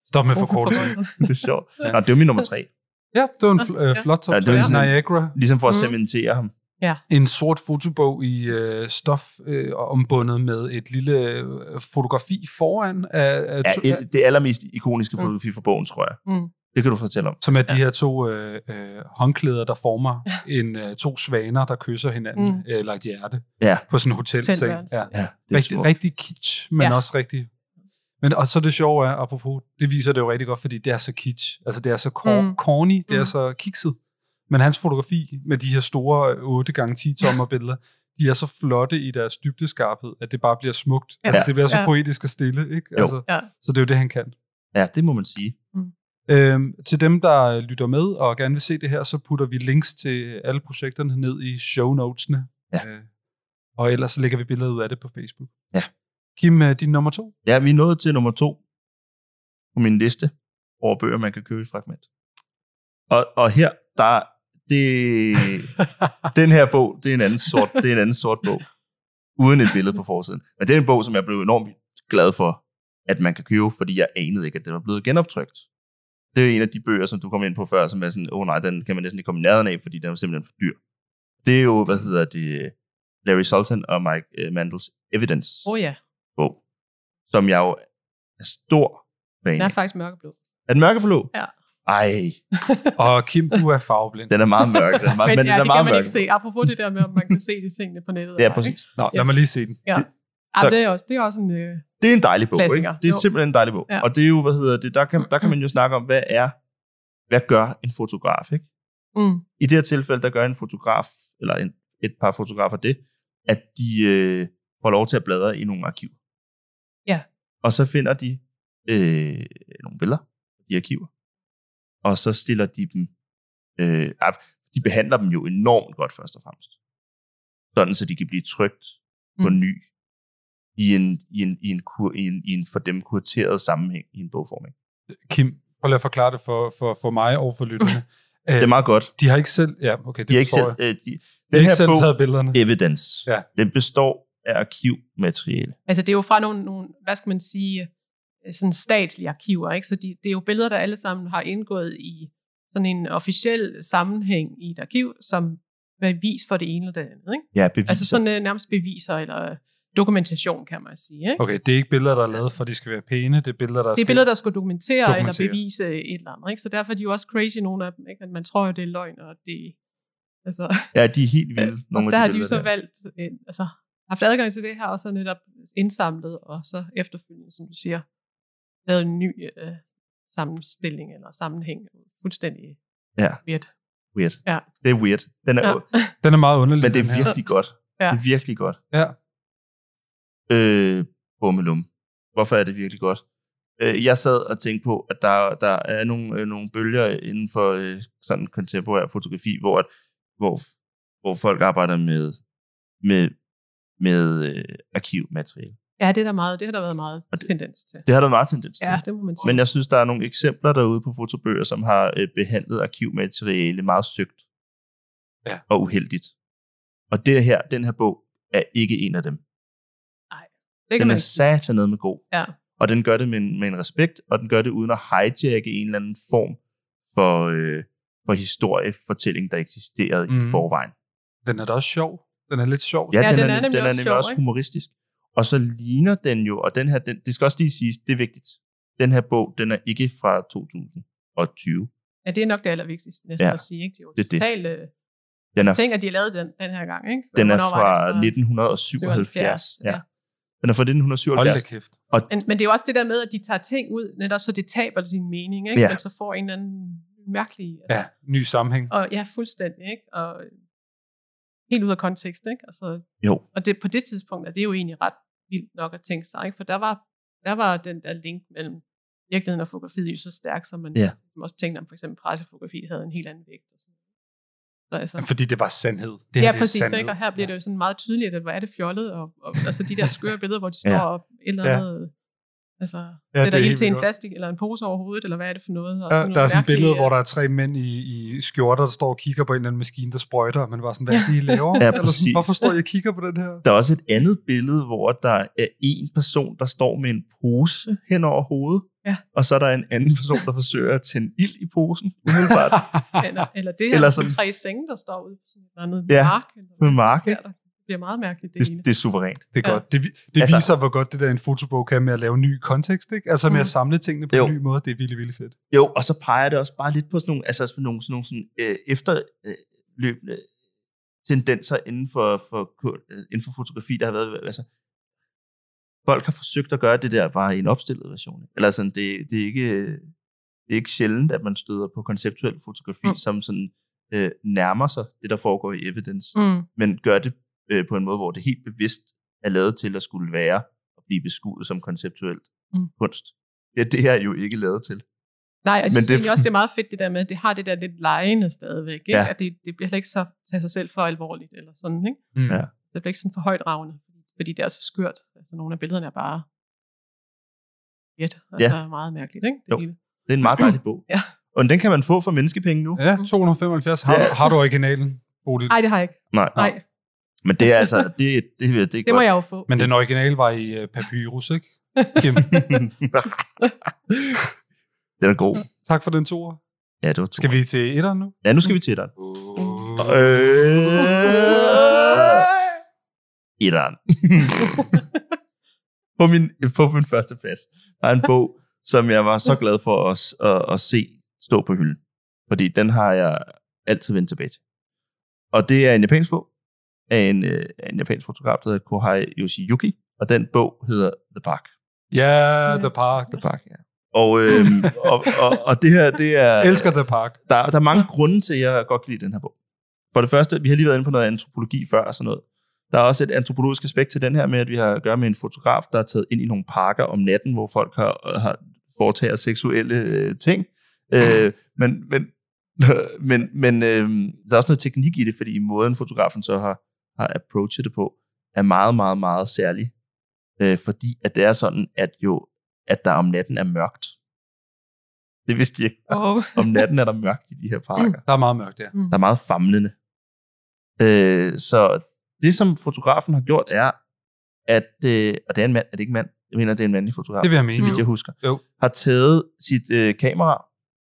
[SPEAKER 8] Stop med forkortelser.
[SPEAKER 9] det er sjovt. Nå, det var min nummer tre.
[SPEAKER 8] Ja, det var en fl- øh,
[SPEAKER 10] Ah, Ja.
[SPEAKER 8] flot top
[SPEAKER 9] Ja,
[SPEAKER 8] ja,
[SPEAKER 9] det var sådan-
[SPEAKER 8] Niagara.
[SPEAKER 9] Ligesom for at
[SPEAKER 10] Mm.
[SPEAKER 9] cementere ham.
[SPEAKER 8] En sort fotobog i øh, stof øh, ombundet med et lille øh, fotografi foran, af, af
[SPEAKER 9] Ja,
[SPEAKER 8] to, af,
[SPEAKER 9] et, det allermest ikoniske
[SPEAKER 10] Mm.
[SPEAKER 9] fotografi fra bogen, tror jeg.
[SPEAKER 10] Mm.
[SPEAKER 9] Det kan du fortælle om.
[SPEAKER 8] som er de her to øh, øh, håndklæder, der former en øh, to svaner, der kysser hinanden,
[SPEAKER 10] Mm.
[SPEAKER 8] mm. eller et hjerte,
[SPEAKER 9] Ja,
[SPEAKER 8] på sådan en hotelseng.
[SPEAKER 10] Hotelværelse.
[SPEAKER 8] Ja.
[SPEAKER 9] ja det er
[SPEAKER 8] Rigtig,
[SPEAKER 9] smukt.
[SPEAKER 8] rigtig kitsch, men
[SPEAKER 10] Ja.
[SPEAKER 8] ja. også rigtig... Men og så det sjove er, apropos, det viser det jo rigtig godt, fordi det er så kitsch. Altså det er så cor-
[SPEAKER 10] Mm.
[SPEAKER 8] mm. corny, det er
[SPEAKER 10] Mm.
[SPEAKER 8] så kikset. Men hans fotografi med de her store øh, 8x10 tommer billeder, de er så flotte i deres dybdeskarphed, at det bare bliver smukt.
[SPEAKER 10] Ja.
[SPEAKER 8] Ja. Altså det bliver så
[SPEAKER 10] Ja.
[SPEAKER 8] ja. poetisk og stille, ikke? Altså,
[SPEAKER 10] Ja.
[SPEAKER 8] Så det er jo det, han kan.
[SPEAKER 9] Ja, det må man sige.
[SPEAKER 8] Øhm, til dem, der lytter med og gerne vil se det her, så putter vi links til alle projekterne ned i show notesene.
[SPEAKER 9] Ja.
[SPEAKER 8] Øh, og ellers så lægger vi billeder ud af det på Facebook.
[SPEAKER 9] Ja.
[SPEAKER 8] Kim, øh, din nummer to?
[SPEAKER 9] Ja, vi er nået til nummer to på min liste over bøger, man kan købe i fragment. Og, og her, der det, den her bog, det er, en anden sort, det er en anden sort bog, uden et billede på forsiden. Men det er en bog, som jeg blev enormt glad for, at man kan købe, fordi jeg anede ikke, at den var blevet genoptrykt. Det er en af de bøger, som du kom ind på før, som er sådan, åh oh, nej, den kan man næsten ikke komme i nærheden af, fordi den er simpelthen for dyr. Det er jo, hvad hedder det, Larry Sultan og Mike øh, Mandels Evidence
[SPEAKER 10] Åh oh, ja,
[SPEAKER 9] bog, som jeg jo er stor fan
[SPEAKER 10] den
[SPEAKER 9] af.
[SPEAKER 10] er faktisk mørkeblå.
[SPEAKER 9] Er den mørkeblå?
[SPEAKER 10] Ja.
[SPEAKER 9] Ej,
[SPEAKER 8] Og Kim, du er farveblind.
[SPEAKER 9] den er meget mørk. Den er meget,
[SPEAKER 10] Men,
[SPEAKER 9] men,
[SPEAKER 10] men ja,
[SPEAKER 9] den er
[SPEAKER 10] det
[SPEAKER 9] meget
[SPEAKER 10] kan man
[SPEAKER 9] mørk.
[SPEAKER 10] ikke se. Apropos det der med, om man kan se de tingene på nettet.
[SPEAKER 9] Ja,
[SPEAKER 10] eller ej,
[SPEAKER 9] præcis.
[SPEAKER 8] Nå, lad
[SPEAKER 10] Yes.
[SPEAKER 8] mig lige se den.
[SPEAKER 10] ikke? Ej,
[SPEAKER 9] Så-
[SPEAKER 10] det, er også, det er også en... Øh,
[SPEAKER 9] Det er en dejlig bog,
[SPEAKER 10] Klassiker,
[SPEAKER 9] ikke? Det er
[SPEAKER 10] jo.
[SPEAKER 9] simpelthen en dejlig bog.
[SPEAKER 10] Ja.
[SPEAKER 9] Og det er jo, hvad hedder det, der kan, der kan man jo snakke om, hvad er, hvad gør en fotograf, ikke?
[SPEAKER 10] mm,
[SPEAKER 9] I det her tilfælde, der gør en fotograf, eller en, et par fotografer det, at de øh, får lov til at bladre i nogle arkiver.
[SPEAKER 10] Ja.
[SPEAKER 9] Og så finder de øh, nogle billeder i arkiver, og så stiller de dem, øh, ah, de behandler dem jo enormt godt først og fremmest. Sådan, så de kan blive trygt på
[SPEAKER 10] Mm.
[SPEAKER 9] ny i en, i, en, i, en kur, i, en, i en for dem kurateret sammenhæng i en bogforming.
[SPEAKER 8] Kim, prøv lige at forklare det for, for, for mig og for lytterne. Øh,
[SPEAKER 9] Det er meget godt.
[SPEAKER 8] De har ikke selv... Ja, okay, det
[SPEAKER 9] De har ikke
[SPEAKER 8] forstår
[SPEAKER 9] selv,
[SPEAKER 8] jeg.
[SPEAKER 9] øh, de,
[SPEAKER 8] De har ikke selv taget billederne.
[SPEAKER 9] evidence.
[SPEAKER 8] Ja.
[SPEAKER 9] Den består af arkivmateriale.
[SPEAKER 10] altså, det er jo fra nogle, nogle, hvad skal man sige, øh, sådan statslige arkiver, ikke? Så de, det er jo billeder, der alle sammen har indgået i sådan en officiel sammenhæng i et arkiv, som bevis for det ene eller det andet. Ikke?
[SPEAKER 9] Ja, beviser.
[SPEAKER 10] Altså sådan øh, nærmest beviser eller dokumentation, kan man sige. Ikke?
[SPEAKER 8] Okay, det er ikke billeder, der er lavet for, at de skal være pæne. Det er billeder, der
[SPEAKER 10] Det er billeder, der skulle dokumentere,
[SPEAKER 8] Dokumentere.
[SPEAKER 10] dokumentere eller bevise et eller andet. Ikke? Så derfor er de jo også crazy, nogle af dem. Ikke? At man tror jo, det er løgn, og det... Altså,
[SPEAKER 9] Ja, de er helt vilde, nogle
[SPEAKER 10] Øh, og
[SPEAKER 9] af
[SPEAKER 10] der
[SPEAKER 9] de
[SPEAKER 10] har de jo
[SPEAKER 9] billeder
[SPEAKER 10] så
[SPEAKER 9] der.
[SPEAKER 10] valgt, øh, altså haft adgang til det her, og så netop indsamlet, og så efterfølgende, som du siger, lavet en ny øh, sammenstilling eller sammenhæng. Fuldstændig
[SPEAKER 9] Ja.
[SPEAKER 10] weird.
[SPEAKER 9] Weird.
[SPEAKER 10] Ja.
[SPEAKER 9] Det er weird. Den er,
[SPEAKER 10] Ja.
[SPEAKER 9] ja.
[SPEAKER 8] Den er meget underlig.
[SPEAKER 9] Men det
[SPEAKER 8] den
[SPEAKER 9] er
[SPEAKER 8] her.
[SPEAKER 9] virkelig godt.
[SPEAKER 10] Ja.
[SPEAKER 9] Det er virkelig godt.
[SPEAKER 8] Ja.
[SPEAKER 9] Øh, bummelum. Hvorfor er det virkelig godt? Øh, jeg sad og tænkte på, at der, der er nogle, øh, nogle bølger inden for øh, sådan kontemporær fotografi, hvor, at, hvor, hvor folk arbejder med, med, med øh, arkivmateriale.
[SPEAKER 10] Ja, det er der meget, det har der været meget
[SPEAKER 9] Og det-
[SPEAKER 10] tendens til.
[SPEAKER 9] Det har der meget tendens til.
[SPEAKER 10] Ja, det må man sige.
[SPEAKER 9] Men jeg synes, der er nogle eksempler derude på fotobøger, som har øh, behandlet arkivmateriale meget søgt
[SPEAKER 8] Ja.
[SPEAKER 9] og uheldigt. Og det her, den her bog er ikke en af dem.
[SPEAKER 10] det kan
[SPEAKER 9] Den
[SPEAKER 10] man
[SPEAKER 9] er
[SPEAKER 10] ikke sige.
[SPEAKER 9] satan med god.
[SPEAKER 10] Ja.
[SPEAKER 9] Og den gør det med en, med en respekt, og den gør det uden at hijacke en eller anden form for, øh, for historiefortælling, der eksisterede mm.
[SPEAKER 8] Mhm.
[SPEAKER 9] i forvejen.
[SPEAKER 8] Den er da også sjov. Den er lidt sjov.
[SPEAKER 9] Ja, ja den,
[SPEAKER 10] den
[SPEAKER 9] er,
[SPEAKER 10] er
[SPEAKER 9] er,
[SPEAKER 10] nemlig
[SPEAKER 9] den er
[SPEAKER 10] også
[SPEAKER 9] nemlig
[SPEAKER 10] sjov,
[SPEAKER 9] også
[SPEAKER 10] ikke?
[SPEAKER 9] humoristisk. Og så ligner den jo, og den her, den, det skal også lige siges, det er vigtigt. Den her bog, den er ikke fra 2020.
[SPEAKER 10] Ja, det er nok det allervigtigste næsten ja,
[SPEAKER 9] Ja,
[SPEAKER 10] at sige. Ikke? De er jo
[SPEAKER 9] det er det.
[SPEAKER 10] totalt, øh,
[SPEAKER 9] Den er,
[SPEAKER 10] ting, at de har lavet den, den her gang. Ikke?
[SPEAKER 9] den er
[SPEAKER 10] Hvornår var det
[SPEAKER 9] fra
[SPEAKER 10] så?
[SPEAKER 9] 1977. Ja.
[SPEAKER 10] ja.
[SPEAKER 9] Den er fra
[SPEAKER 8] Hold da
[SPEAKER 9] 1977.
[SPEAKER 8] kæft.
[SPEAKER 10] Men, men det er jo også det der med, at de tager ting ud, netop så det taber sin mening, ikke?
[SPEAKER 9] Ja.
[SPEAKER 10] men så får en eller anden mærkelig... altså,
[SPEAKER 8] Ja, ny sammenhæng.
[SPEAKER 10] Og, ja, fuldstændig. Ikke? Og helt ud af kontekst. Ikke? Altså,
[SPEAKER 9] Jo,
[SPEAKER 10] og det, på det tidspunkt er det jo egentlig ret vildt nok at tænke sig, ikke? for der var, der var den der link mellem virkeligheden og fotografiet jo så stærk, som man
[SPEAKER 9] Ja.
[SPEAKER 10] også tænkte, om for eksempel pressefotografi havde en helt anden vægt. Og sådan. Så, altså,
[SPEAKER 8] Fordi det var sandhed. Det
[SPEAKER 10] Det
[SPEAKER 8] her,
[SPEAKER 10] ja,
[SPEAKER 8] det er
[SPEAKER 10] præcis.
[SPEAKER 8] sandhed.
[SPEAKER 10] Ikke? Og her bliver det jo sådan meget tydeligt, at hvor er det fjollet, og, og altså de der skøre billeder, hvor de står
[SPEAKER 9] Ja.
[SPEAKER 10] og et eller
[SPEAKER 8] Ja.
[SPEAKER 10] andet... Altså,
[SPEAKER 8] Ja,
[SPEAKER 10] ja,
[SPEAKER 8] det
[SPEAKER 10] sætter
[SPEAKER 8] er
[SPEAKER 10] ild
[SPEAKER 8] helt
[SPEAKER 10] til en
[SPEAKER 8] vildt.
[SPEAKER 10] plastik eller en pose over hovedet, eller hvad er det for noget? Og
[SPEAKER 8] Ja,
[SPEAKER 10] nogle
[SPEAKER 8] der er sådan et
[SPEAKER 10] mærkelige,
[SPEAKER 8] billede, hvor
[SPEAKER 10] øh,
[SPEAKER 8] der er tre mænd i, i skjorter, der står og kigger på en eller anden maskine, der sprøjter, og man var sådan, hvad er det, I laver?
[SPEAKER 9] Ja,
[SPEAKER 8] Eller sådan,
[SPEAKER 9] præcis.
[SPEAKER 8] Hvorfor står jeg og kigger på den her?
[SPEAKER 9] Der er også et andet billede, hvor der er en person, der står med en pose hen over hovedet,
[SPEAKER 10] Ja.
[SPEAKER 9] og så er der en anden person, der forsøger at tænde ild i posen, umiddelbart
[SPEAKER 10] Eller, eller det
[SPEAKER 9] Eller
[SPEAKER 10] her eller sådan,
[SPEAKER 9] sådan-
[SPEAKER 10] tre senge, der står ude på sådan et eller andet
[SPEAKER 9] Ja,
[SPEAKER 10] mark. Eller
[SPEAKER 9] med
[SPEAKER 10] hvad der
[SPEAKER 9] mark,
[SPEAKER 10] sker
[SPEAKER 9] ikke?
[SPEAKER 10] der. Det bliver meget mærkeligt, det, hele.
[SPEAKER 9] Det, det er suverænt.
[SPEAKER 8] Det er
[SPEAKER 10] Ja.
[SPEAKER 8] godt. Det, vi- det
[SPEAKER 9] Altså-
[SPEAKER 8] viser, hvor godt det der en fotobog kan med at lave ny kontekst, ikke? Altså med
[SPEAKER 10] Mm.
[SPEAKER 8] at samle tingene på
[SPEAKER 9] Jo.
[SPEAKER 8] en ny måde. Det er virkelig, virkelig fedt.
[SPEAKER 9] Jo, og så peger det også bare lidt på sådan nogle, altså sådan nogle, sådan nogle sådan, øh, efterløbende tendenser inden for, for, kun- øh, inden for fotografi, der har været, altså, folk har forsøgt at gøre det der bare i en opstillet version. Eller sådan, det, det er ikke, det er ikke sjældent, at man støder på konceptuel fotografi,
[SPEAKER 10] Mm.
[SPEAKER 9] mm. som sådan øh, nærmer sig det, der foregår i evidence, mm.
[SPEAKER 10] Mm.
[SPEAKER 9] men gør det øh, på en måde, hvor det helt bevidst er lavet til at skulle være og blive beskuet som konceptuelt
[SPEAKER 10] Mm.
[SPEAKER 9] mm. kunst. Ja, det her er jo ikke lavet til.
[SPEAKER 10] Nej, jeg
[SPEAKER 9] Men
[SPEAKER 10] synes
[SPEAKER 9] det-
[SPEAKER 10] egentlig også, det er meget fedt det der med, at det har det der lidt lejende stadigvæk. Ikke?
[SPEAKER 9] Ja.
[SPEAKER 10] At det, det bliver heller ikke så tage sig selv for alvorligt, eller sådan, ikke?
[SPEAKER 8] Mm.
[SPEAKER 9] Ja.
[SPEAKER 10] Det bliver ikke sådan for højt ravende, fordi det er så skørt. Altså, nogle af billederne er bare Jet, altså ja. meget mærkeligt, ikke? Det
[SPEAKER 9] Jo.
[SPEAKER 10] hele.
[SPEAKER 9] Det er en meget dejlig bog.
[SPEAKER 10] Ja.
[SPEAKER 9] Og den kan man få for menneskepenge nu.
[SPEAKER 8] Ja, 275. Har,
[SPEAKER 9] Ja.
[SPEAKER 8] du- har du originalen, Bodil?
[SPEAKER 10] Mm. Ej, det har jeg ikke.
[SPEAKER 9] Nej.
[SPEAKER 10] Nej,
[SPEAKER 9] Men det er altså, det, det, det, det er
[SPEAKER 10] det må jeg jo få.
[SPEAKER 8] Men den originale var i uh, papyrus, ikke? Kim,
[SPEAKER 9] den er god.
[SPEAKER 8] tak for den toer.
[SPEAKER 9] Ja, det var to.
[SPEAKER 8] Skal vi til etteren nu?
[SPEAKER 9] Ja, nu skal vi til den.
[SPEAKER 8] Oh.
[SPEAKER 9] Øh, Etteren. på, min, på min første plads. Der er en bog, som jeg var så glad for at, s- at, at se stå på hylden. Fordi den har jeg altid vendt tilbage til. Og det er en japansk bog af en, øh, af en japansk fotograf, der hedder Kohei Yoshiyuki. Og den bog hedder The Park.
[SPEAKER 8] Ja, The Park.
[SPEAKER 9] The Park, ja. Og, øhm, og, og, og det her, det er...
[SPEAKER 8] Jeg elsker The Park.
[SPEAKER 9] Der, der er mange grunde til, at jeg godt kan lide den her bog. For det første, vi har lige været inde på noget antropologi før og sådan noget. Der er også et antropologisk aspekt til den her med, at vi har at gøre med en fotograf, der er taget ind i nogle parker om natten, hvor folk har, har foretager seksuelle øh, ting. Øh, men men, men, men øh, der er også noget teknik i det, fordi måden fotografen så har, har approachet det på, er meget, meget, meget særlig. Øh, fordi at det er sådan, at jo at der om natten er mørkt. Det vidste de ikke.
[SPEAKER 10] Åh,
[SPEAKER 9] Om natten er der mørkt i de her parker.
[SPEAKER 8] Der er meget mørkt, ja.
[SPEAKER 9] Der er meget famlende. Øh, så det, som fotografen har gjort, er, at... Øh, og det er en mand, er det ikke en mand? Jeg mener, det er en mandlig fotograf,
[SPEAKER 8] Det vil jeg mene.
[SPEAKER 10] Mm.
[SPEAKER 9] hvis jeg husker.
[SPEAKER 8] Jo.
[SPEAKER 9] Har taget sit øh, kamera,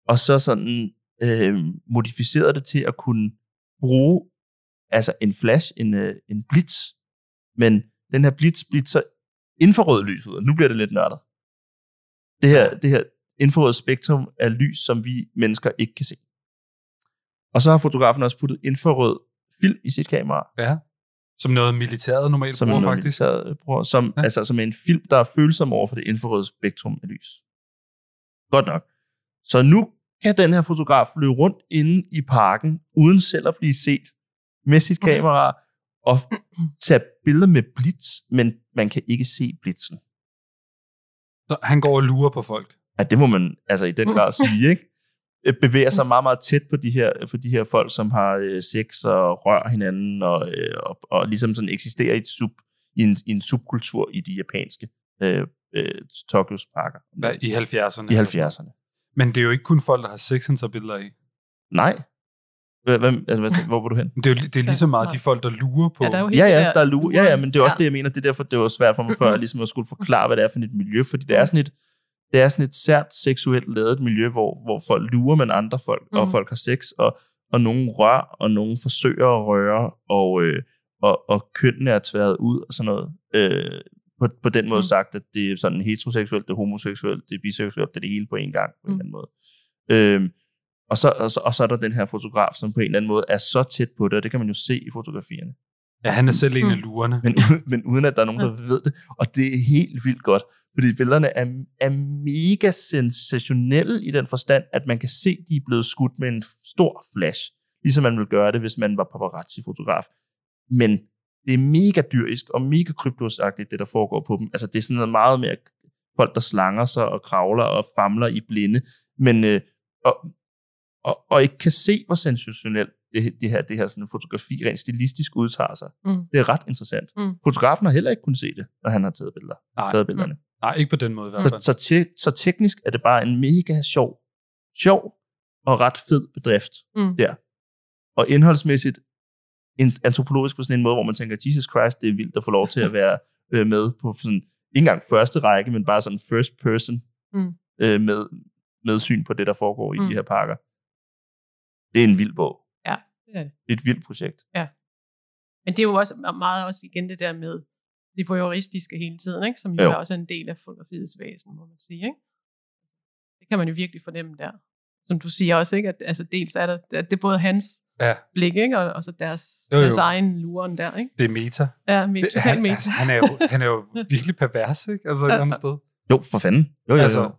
[SPEAKER 9] og så sådan øh, modificeret det til at kunne bruge altså en flash, en, øh, en blitz, men den her blitz blitzer infrarød lys ud, og nu bliver det lidt nørdet. Det her, det her infrarøde spektrum af lys, som vi mennesker ikke kan se. Og så har fotografen også puttet infrarød film i sit kamera,
[SPEAKER 8] Ja. Som noget militæret normalt som
[SPEAKER 9] som
[SPEAKER 8] bruger,
[SPEAKER 9] en
[SPEAKER 8] faktisk.
[SPEAKER 9] faktisk. Bruger, som,
[SPEAKER 8] Ja.
[SPEAKER 9] ja. altså, som er en film, der er følsom over for det infrarøde spektrum af lys. Godt nok. Så nu kan den her fotograf løbe rundt inde i parken, uden selv at blive set med sit kamera, og tage billeder med blitz, men man kan ikke se blitzen.
[SPEAKER 8] Så han går og lurer på folk.
[SPEAKER 9] Ja, det må man altså i den grad sige, ikke? Øh, bevæger sig meget, meget tæt på de her, på de her folk, som har øh, sex og rører hinanden, og, øh, og, og ligesom sådan eksisterer i, et sub, i, en, i en subkultur i de japanske øh, øh, Tokyos parker.
[SPEAKER 8] Hvad, I 70'erne.
[SPEAKER 9] I 70'erne.
[SPEAKER 8] Men det er jo ikke kun folk, der har sex, han tager billeder af.
[SPEAKER 9] Nej. Hvad, hvad, altså, hvad, hvor var du hen?
[SPEAKER 8] Men Det er, jo, li- det er lige så meget de folk, der lurer på.
[SPEAKER 10] Ja, der er jo
[SPEAKER 9] Ja,
[SPEAKER 10] hele det
[SPEAKER 9] ja, der er lue. Ja, ja, men det er også
[SPEAKER 10] Ja.
[SPEAKER 9] det, jeg mener. Det er derfor, det var svært for mig før, ligesom at skulle forklare, hvad det er for et miljø, fordi det er sådan et, det er sådan et sært seksuelt lavet miljø, hvor, hvor folk lurer, men andre folk, mm. og
[SPEAKER 10] Mhm.
[SPEAKER 9] folk har sex, og, og nogen rør, og nogen forsøger at røre, og, øh, og, og kønnene er tværet ud, og sådan noget. Øh, på, på den måde
[SPEAKER 10] Mm.
[SPEAKER 9] mm. sagt, at det er sådan heteroseksuelt, det er homoseksuelt, det er biseksuelt, det er det hele på en gang, på mm. en
[SPEAKER 10] Mm.
[SPEAKER 9] eller anden måde. Øhm, og, så, og, så, og så er der den her fotograf, som på en eller anden måde er så tæt på det, og det kan man jo se i fotografierne
[SPEAKER 8] Ja, han er selv en af
[SPEAKER 10] Mm.
[SPEAKER 8] lurerne.
[SPEAKER 9] men, u- men uden at der er nogen, der ved det. Og det er helt vildt godt, fordi billederne er, er mega sensationelle i den forstand, at man kan se, de er blevet skudt med en stor flash, ligesom man ville gøre det, hvis man var paparazzi-fotograf. Men det er mega dyrisk og mega kryptosagtigt, det der foregår på dem. Altså det er sådan noget meget mere folk, der slanger sig og kravler og famler i blinde, men øh, og, og, og ikke kan se, hvor sensationelt det, det her, det her sådan fotografi rent stilistisk udtager sig.
[SPEAKER 10] Mm.
[SPEAKER 9] Det er ret interessant.
[SPEAKER 10] Mm.
[SPEAKER 9] Fotografen har heller ikke kunnet se det, når han har taget billeder.
[SPEAKER 8] Nej.
[SPEAKER 9] Taget billederne.
[SPEAKER 8] Nej, ikke på den måde i hvert
[SPEAKER 9] Så,
[SPEAKER 8] fald.
[SPEAKER 9] så, te, så teknisk er det bare en mega sjov, sjov og ret fed bedrift
[SPEAKER 10] Mm.
[SPEAKER 9] der. Og indholdsmæssigt, en, antropologisk på sådan en måde, hvor man tænker, Jesus Christ, det er vildt at få lov til at være øh, med på sådan, ikke engang første række, men bare sådan first person
[SPEAKER 10] Mm.
[SPEAKER 9] øh, med, med syn på det, der foregår i
[SPEAKER 10] Mm.
[SPEAKER 9] de her parker. Det er en vild bog.
[SPEAKER 10] Ja, det er det.
[SPEAKER 9] Et vildt projekt.
[SPEAKER 10] Men det er jo også meget også igen det der med det voyeuristiske hele tiden, ikke? som jo,
[SPEAKER 9] Jo.
[SPEAKER 10] jo. også er en del af fotografiets væsen, må man sige. Ikke? Det kan man jo virkelig fornemme der. Som du siger også, ikke? at altså, dels er der, at det er både hans
[SPEAKER 8] Ja,
[SPEAKER 10] blik, ikke? Og, og så deres,
[SPEAKER 8] Jo, jo.
[SPEAKER 10] deres egen luren der. Ikke?
[SPEAKER 8] det er meta.
[SPEAKER 10] Ja, men
[SPEAKER 8] Det-
[SPEAKER 10] totalt
[SPEAKER 8] han,
[SPEAKER 10] meta.
[SPEAKER 8] altså, han, er jo, han er jo virkelig pervers, ikke? Altså et eller andet sted.
[SPEAKER 9] Jo, for fanden. Jo, jo, jo.
[SPEAKER 8] Altså,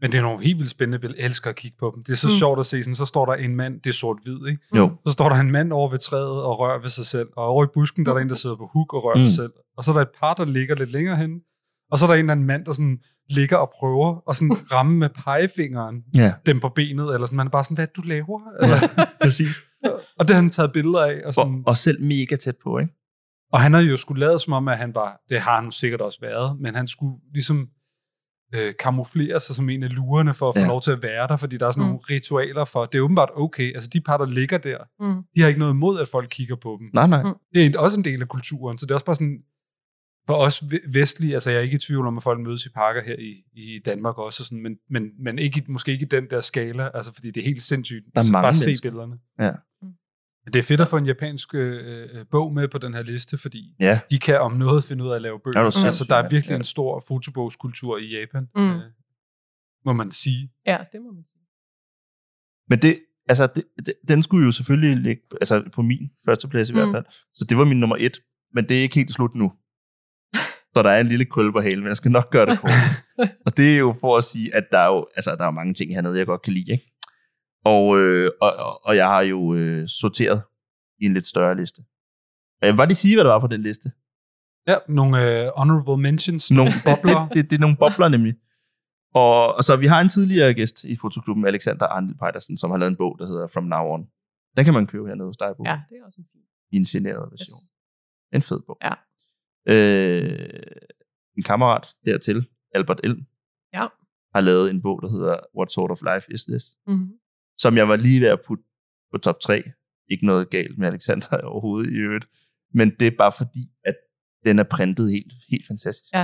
[SPEAKER 8] men det er nogle helt vildt spændende billeder. Jeg elsker at kigge på dem. Det er så mm.
[SPEAKER 10] Mm.
[SPEAKER 8] sjovt at se. Sådan, så står der en mand, det er sort-hvid, ikke?
[SPEAKER 9] jo.
[SPEAKER 8] Så står der en mand over ved træet og rører ved sig selv. Og over i busken, der er der en, der sidder på huk og rører mm.
[SPEAKER 9] Mm.
[SPEAKER 8] sig selv. Og så er der et par, der ligger lidt længere hen. Og så er der en eller anden mand, der sådan ligger og prøver og sådan ramme med pegefingeren
[SPEAKER 9] Ja,
[SPEAKER 8] dem på benet. Eller sådan. Man er bare sådan, hvad er det, du laver? Eller,
[SPEAKER 9] præcis.
[SPEAKER 8] og det har han taget billeder af. Og,
[SPEAKER 9] Og,
[SPEAKER 8] sådan, og,
[SPEAKER 9] og selv mega tæt på, ikke?
[SPEAKER 8] og han har jo skulle lavet som om, at han var, det har han jo sikkert også været, men han skulle ligesom øh, kamuflere sig som en af lurerne for at få ja.
[SPEAKER 9] Ja.
[SPEAKER 8] lov til at være der, fordi der er sådan
[SPEAKER 10] Mm.
[SPEAKER 8] nogle ritualer for, det er åbenbart okay. Altså de par, der ligger der,
[SPEAKER 10] Mm.
[SPEAKER 8] de har ikke noget imod, at folk kigger på dem.
[SPEAKER 9] Nej, nej.
[SPEAKER 10] Mm.
[SPEAKER 8] det er en- også en del af kulturen, så det er også bare sådan, for os ve- vestlige, altså jeg er ikke i tvivl om, at folk mødes i parker her i, i Danmark også, og sådan, men, men, men ikke, i- måske ikke i den der skala, altså fordi det er helt sindssygt.
[SPEAKER 9] Der er
[SPEAKER 8] Så
[SPEAKER 9] mange
[SPEAKER 8] bare se
[SPEAKER 9] mennesker.
[SPEAKER 8] billederne.
[SPEAKER 9] Ja.
[SPEAKER 10] Mm.
[SPEAKER 8] Men Det er fedt at få en japansk øh, øh, bog med på den her liste, fordi
[SPEAKER 9] Ja.
[SPEAKER 8] de kan om noget finde ud af at lave bøger.
[SPEAKER 9] Er du
[SPEAKER 8] altså
[SPEAKER 9] sindssyg,
[SPEAKER 8] der er
[SPEAKER 9] mand.
[SPEAKER 8] virkelig
[SPEAKER 9] Ja.
[SPEAKER 8] en stor fotobogskultur i Japan,
[SPEAKER 10] Mm.
[SPEAKER 8] øh, må man sige.
[SPEAKER 10] Ja, det må man sige.
[SPEAKER 9] Men det, altså, det, det, den skulle jo selvfølgelig ligge altså, på min første plads i mm. hvert
[SPEAKER 10] Mm.
[SPEAKER 9] fald. Så det var min nummer et. Men det er ikke helt slut nu. Så der er en lille krølle på halen, men jeg skal nok gøre det kort. og det er jo for at sige, at der er jo altså, der er jo mange ting hernede, jeg godt kan lide. Ikke? Og, øh, og, og, og jeg har jo øh, sorteret i en lidt større liste. Og jeg vil bare lige sige, hvad der var på den liste.
[SPEAKER 8] Ja, nogle øh, honorable mentions,
[SPEAKER 9] Nogle, det, det,
[SPEAKER 8] bobler.
[SPEAKER 9] det, det er nogle bobler nemlig. Og, og så vi har en tidligere gæst i fotoklubben, Alexander Arndt Pejdersen, som har lavet en bog, der hedder From Now On. Den kan man købe hernede hos dig på,
[SPEAKER 10] Ja, det er også en fin.
[SPEAKER 9] i en signeret
[SPEAKER 10] Yes.
[SPEAKER 9] version. En fed bog.
[SPEAKER 10] Ja.
[SPEAKER 9] Øh, en kammerat dertil, Albert Elm,
[SPEAKER 10] Ja.
[SPEAKER 9] har lavet en bog, der hedder What Sort of Life Is This?
[SPEAKER 10] Mm-hmm.
[SPEAKER 9] som jeg var lige ved at putte på top 3. Ikke noget galt med Alexander overhovedet i øvrigt, men det er bare fordi, at den er printet helt, helt fantastisk.
[SPEAKER 10] Ja.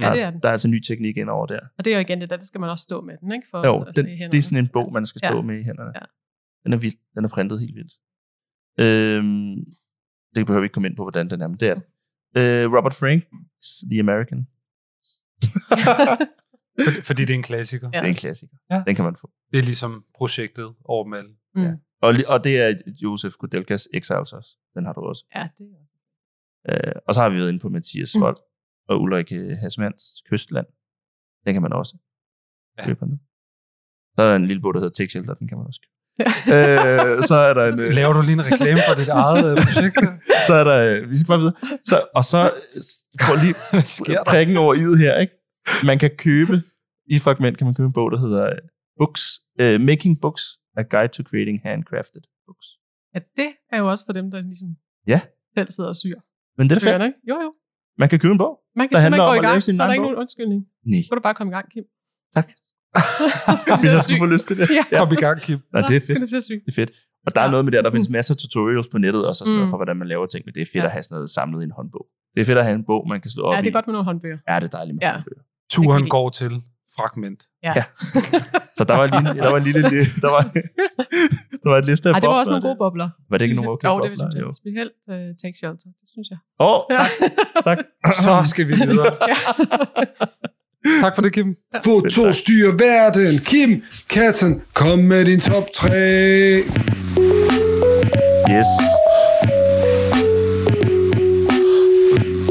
[SPEAKER 10] Ja,
[SPEAKER 9] Der-
[SPEAKER 10] det er den.
[SPEAKER 9] Der er altså ny teknik ind over der.
[SPEAKER 10] Og det er jo igen det der, det skal man også stå med den, ikke? For
[SPEAKER 9] Jo,
[SPEAKER 10] at se
[SPEAKER 9] den,
[SPEAKER 10] hænderne.
[SPEAKER 9] det er sådan en bog, man skal stå
[SPEAKER 10] Ja.
[SPEAKER 9] med i hænderne.
[SPEAKER 10] Ja.
[SPEAKER 9] Den er vild. Den er printet helt vildt. Øhm, det behøver vi ikke komme ind på, hvordan den er, men det er den. Øh, Robert Frank, The American.
[SPEAKER 8] Fordi- Fordi det er en klassiker.
[SPEAKER 10] Ja.
[SPEAKER 9] Det er en klassiker.
[SPEAKER 8] Ja.
[SPEAKER 9] Den kan man få.
[SPEAKER 8] Det er ligesom projektet over dem alle.
[SPEAKER 9] Og, li- og det er Josef Kudelkas Exiles også. Den har du også.
[SPEAKER 10] Ja, det er også.
[SPEAKER 9] Øh, og så har vi været inde på Mathias
[SPEAKER 10] Mm.
[SPEAKER 9] Vold og Ulrik øh, Hasmans Kystland. Den kan man også
[SPEAKER 8] Ja.
[SPEAKER 9] ja. købe hernede. Så er der en lille bog, der hedder Tech Shelter, den kan man også købe.
[SPEAKER 10] Ja.
[SPEAKER 9] Øh, så er der en... Øh,
[SPEAKER 8] Laver du lige en reklame for dit eget øh, projekt?
[SPEAKER 9] så er der... Øh, vi skal bare videre. Så, og så øh, får lige
[SPEAKER 8] Hvad sker der?
[SPEAKER 9] prikken over i'et her, ikke? Man kan købe... I fragment kan man købe en bog, der hedder øh, Books, øh, Making Books, A Guide to Creating Handcrafted Books.
[SPEAKER 10] ja, det er jo også for dem, der ligesom
[SPEAKER 9] Ja.
[SPEAKER 10] selv sidder og syr.
[SPEAKER 9] Men det er da fedt.
[SPEAKER 10] Bøgerne, ikke? Jo, jo.
[SPEAKER 9] Man kan købe en bog.
[SPEAKER 10] Man kan
[SPEAKER 9] Der handler
[SPEAKER 10] simpelthen gå
[SPEAKER 9] om
[SPEAKER 10] i
[SPEAKER 9] at
[SPEAKER 10] gang,
[SPEAKER 9] lave sin
[SPEAKER 10] så er der
[SPEAKER 9] egen
[SPEAKER 10] ikke
[SPEAKER 9] bog.
[SPEAKER 10] nogen undskyldning.
[SPEAKER 9] Nej.
[SPEAKER 10] Så kan du bare komme i gang, Kim.
[SPEAKER 9] Tak.
[SPEAKER 10] Så skal du
[SPEAKER 9] Hvis
[SPEAKER 10] til
[SPEAKER 9] jeg
[SPEAKER 10] at sy.
[SPEAKER 9] skulle få lyst til det.
[SPEAKER 10] Ja,
[SPEAKER 8] Kom i gang, Kim.
[SPEAKER 9] Nej, det er fedt.
[SPEAKER 10] skal du til at sy.
[SPEAKER 9] Det er fedt. Og der er
[SPEAKER 10] Ja.
[SPEAKER 9] noget med det, at der findes masser af tutorials på nettet og så sådan noget
[SPEAKER 10] Mm.
[SPEAKER 9] for, hvordan man laver ting, men det er fedt
[SPEAKER 10] Ja.
[SPEAKER 9] at have sådan noget samlet i en håndbog. Det er fedt at have en bog, man kan slå op
[SPEAKER 10] Ja, det
[SPEAKER 9] i.
[SPEAKER 10] er godt med nogle håndbøger.
[SPEAKER 9] Ja, det er dejligt med
[SPEAKER 10] Ja.
[SPEAKER 9] ja. håndbøger.
[SPEAKER 8] Turen
[SPEAKER 10] lide.
[SPEAKER 8] går til fragment.
[SPEAKER 9] Så der var, lige, der var en lille, li- der var, der var en liste af
[SPEAKER 10] Ej, det var
[SPEAKER 9] bobler
[SPEAKER 10] også nogle gode
[SPEAKER 9] der.
[SPEAKER 10] bobler.
[SPEAKER 9] Var det ikke nogen okay
[SPEAKER 10] Jo, det
[SPEAKER 9] bobler?
[SPEAKER 10] synes jeg.
[SPEAKER 9] Jo.
[SPEAKER 10] Specielt uh, Take Shelter, det synes jeg.
[SPEAKER 9] Åh, oh,
[SPEAKER 10] Ja.
[SPEAKER 9] tak, tak.
[SPEAKER 8] Så skal vi videre.
[SPEAKER 10] Ja.
[SPEAKER 8] Tak for det, Kim.
[SPEAKER 1] Foto styrer verden. Kim, katten, kom med din top 3.
[SPEAKER 9] Yes.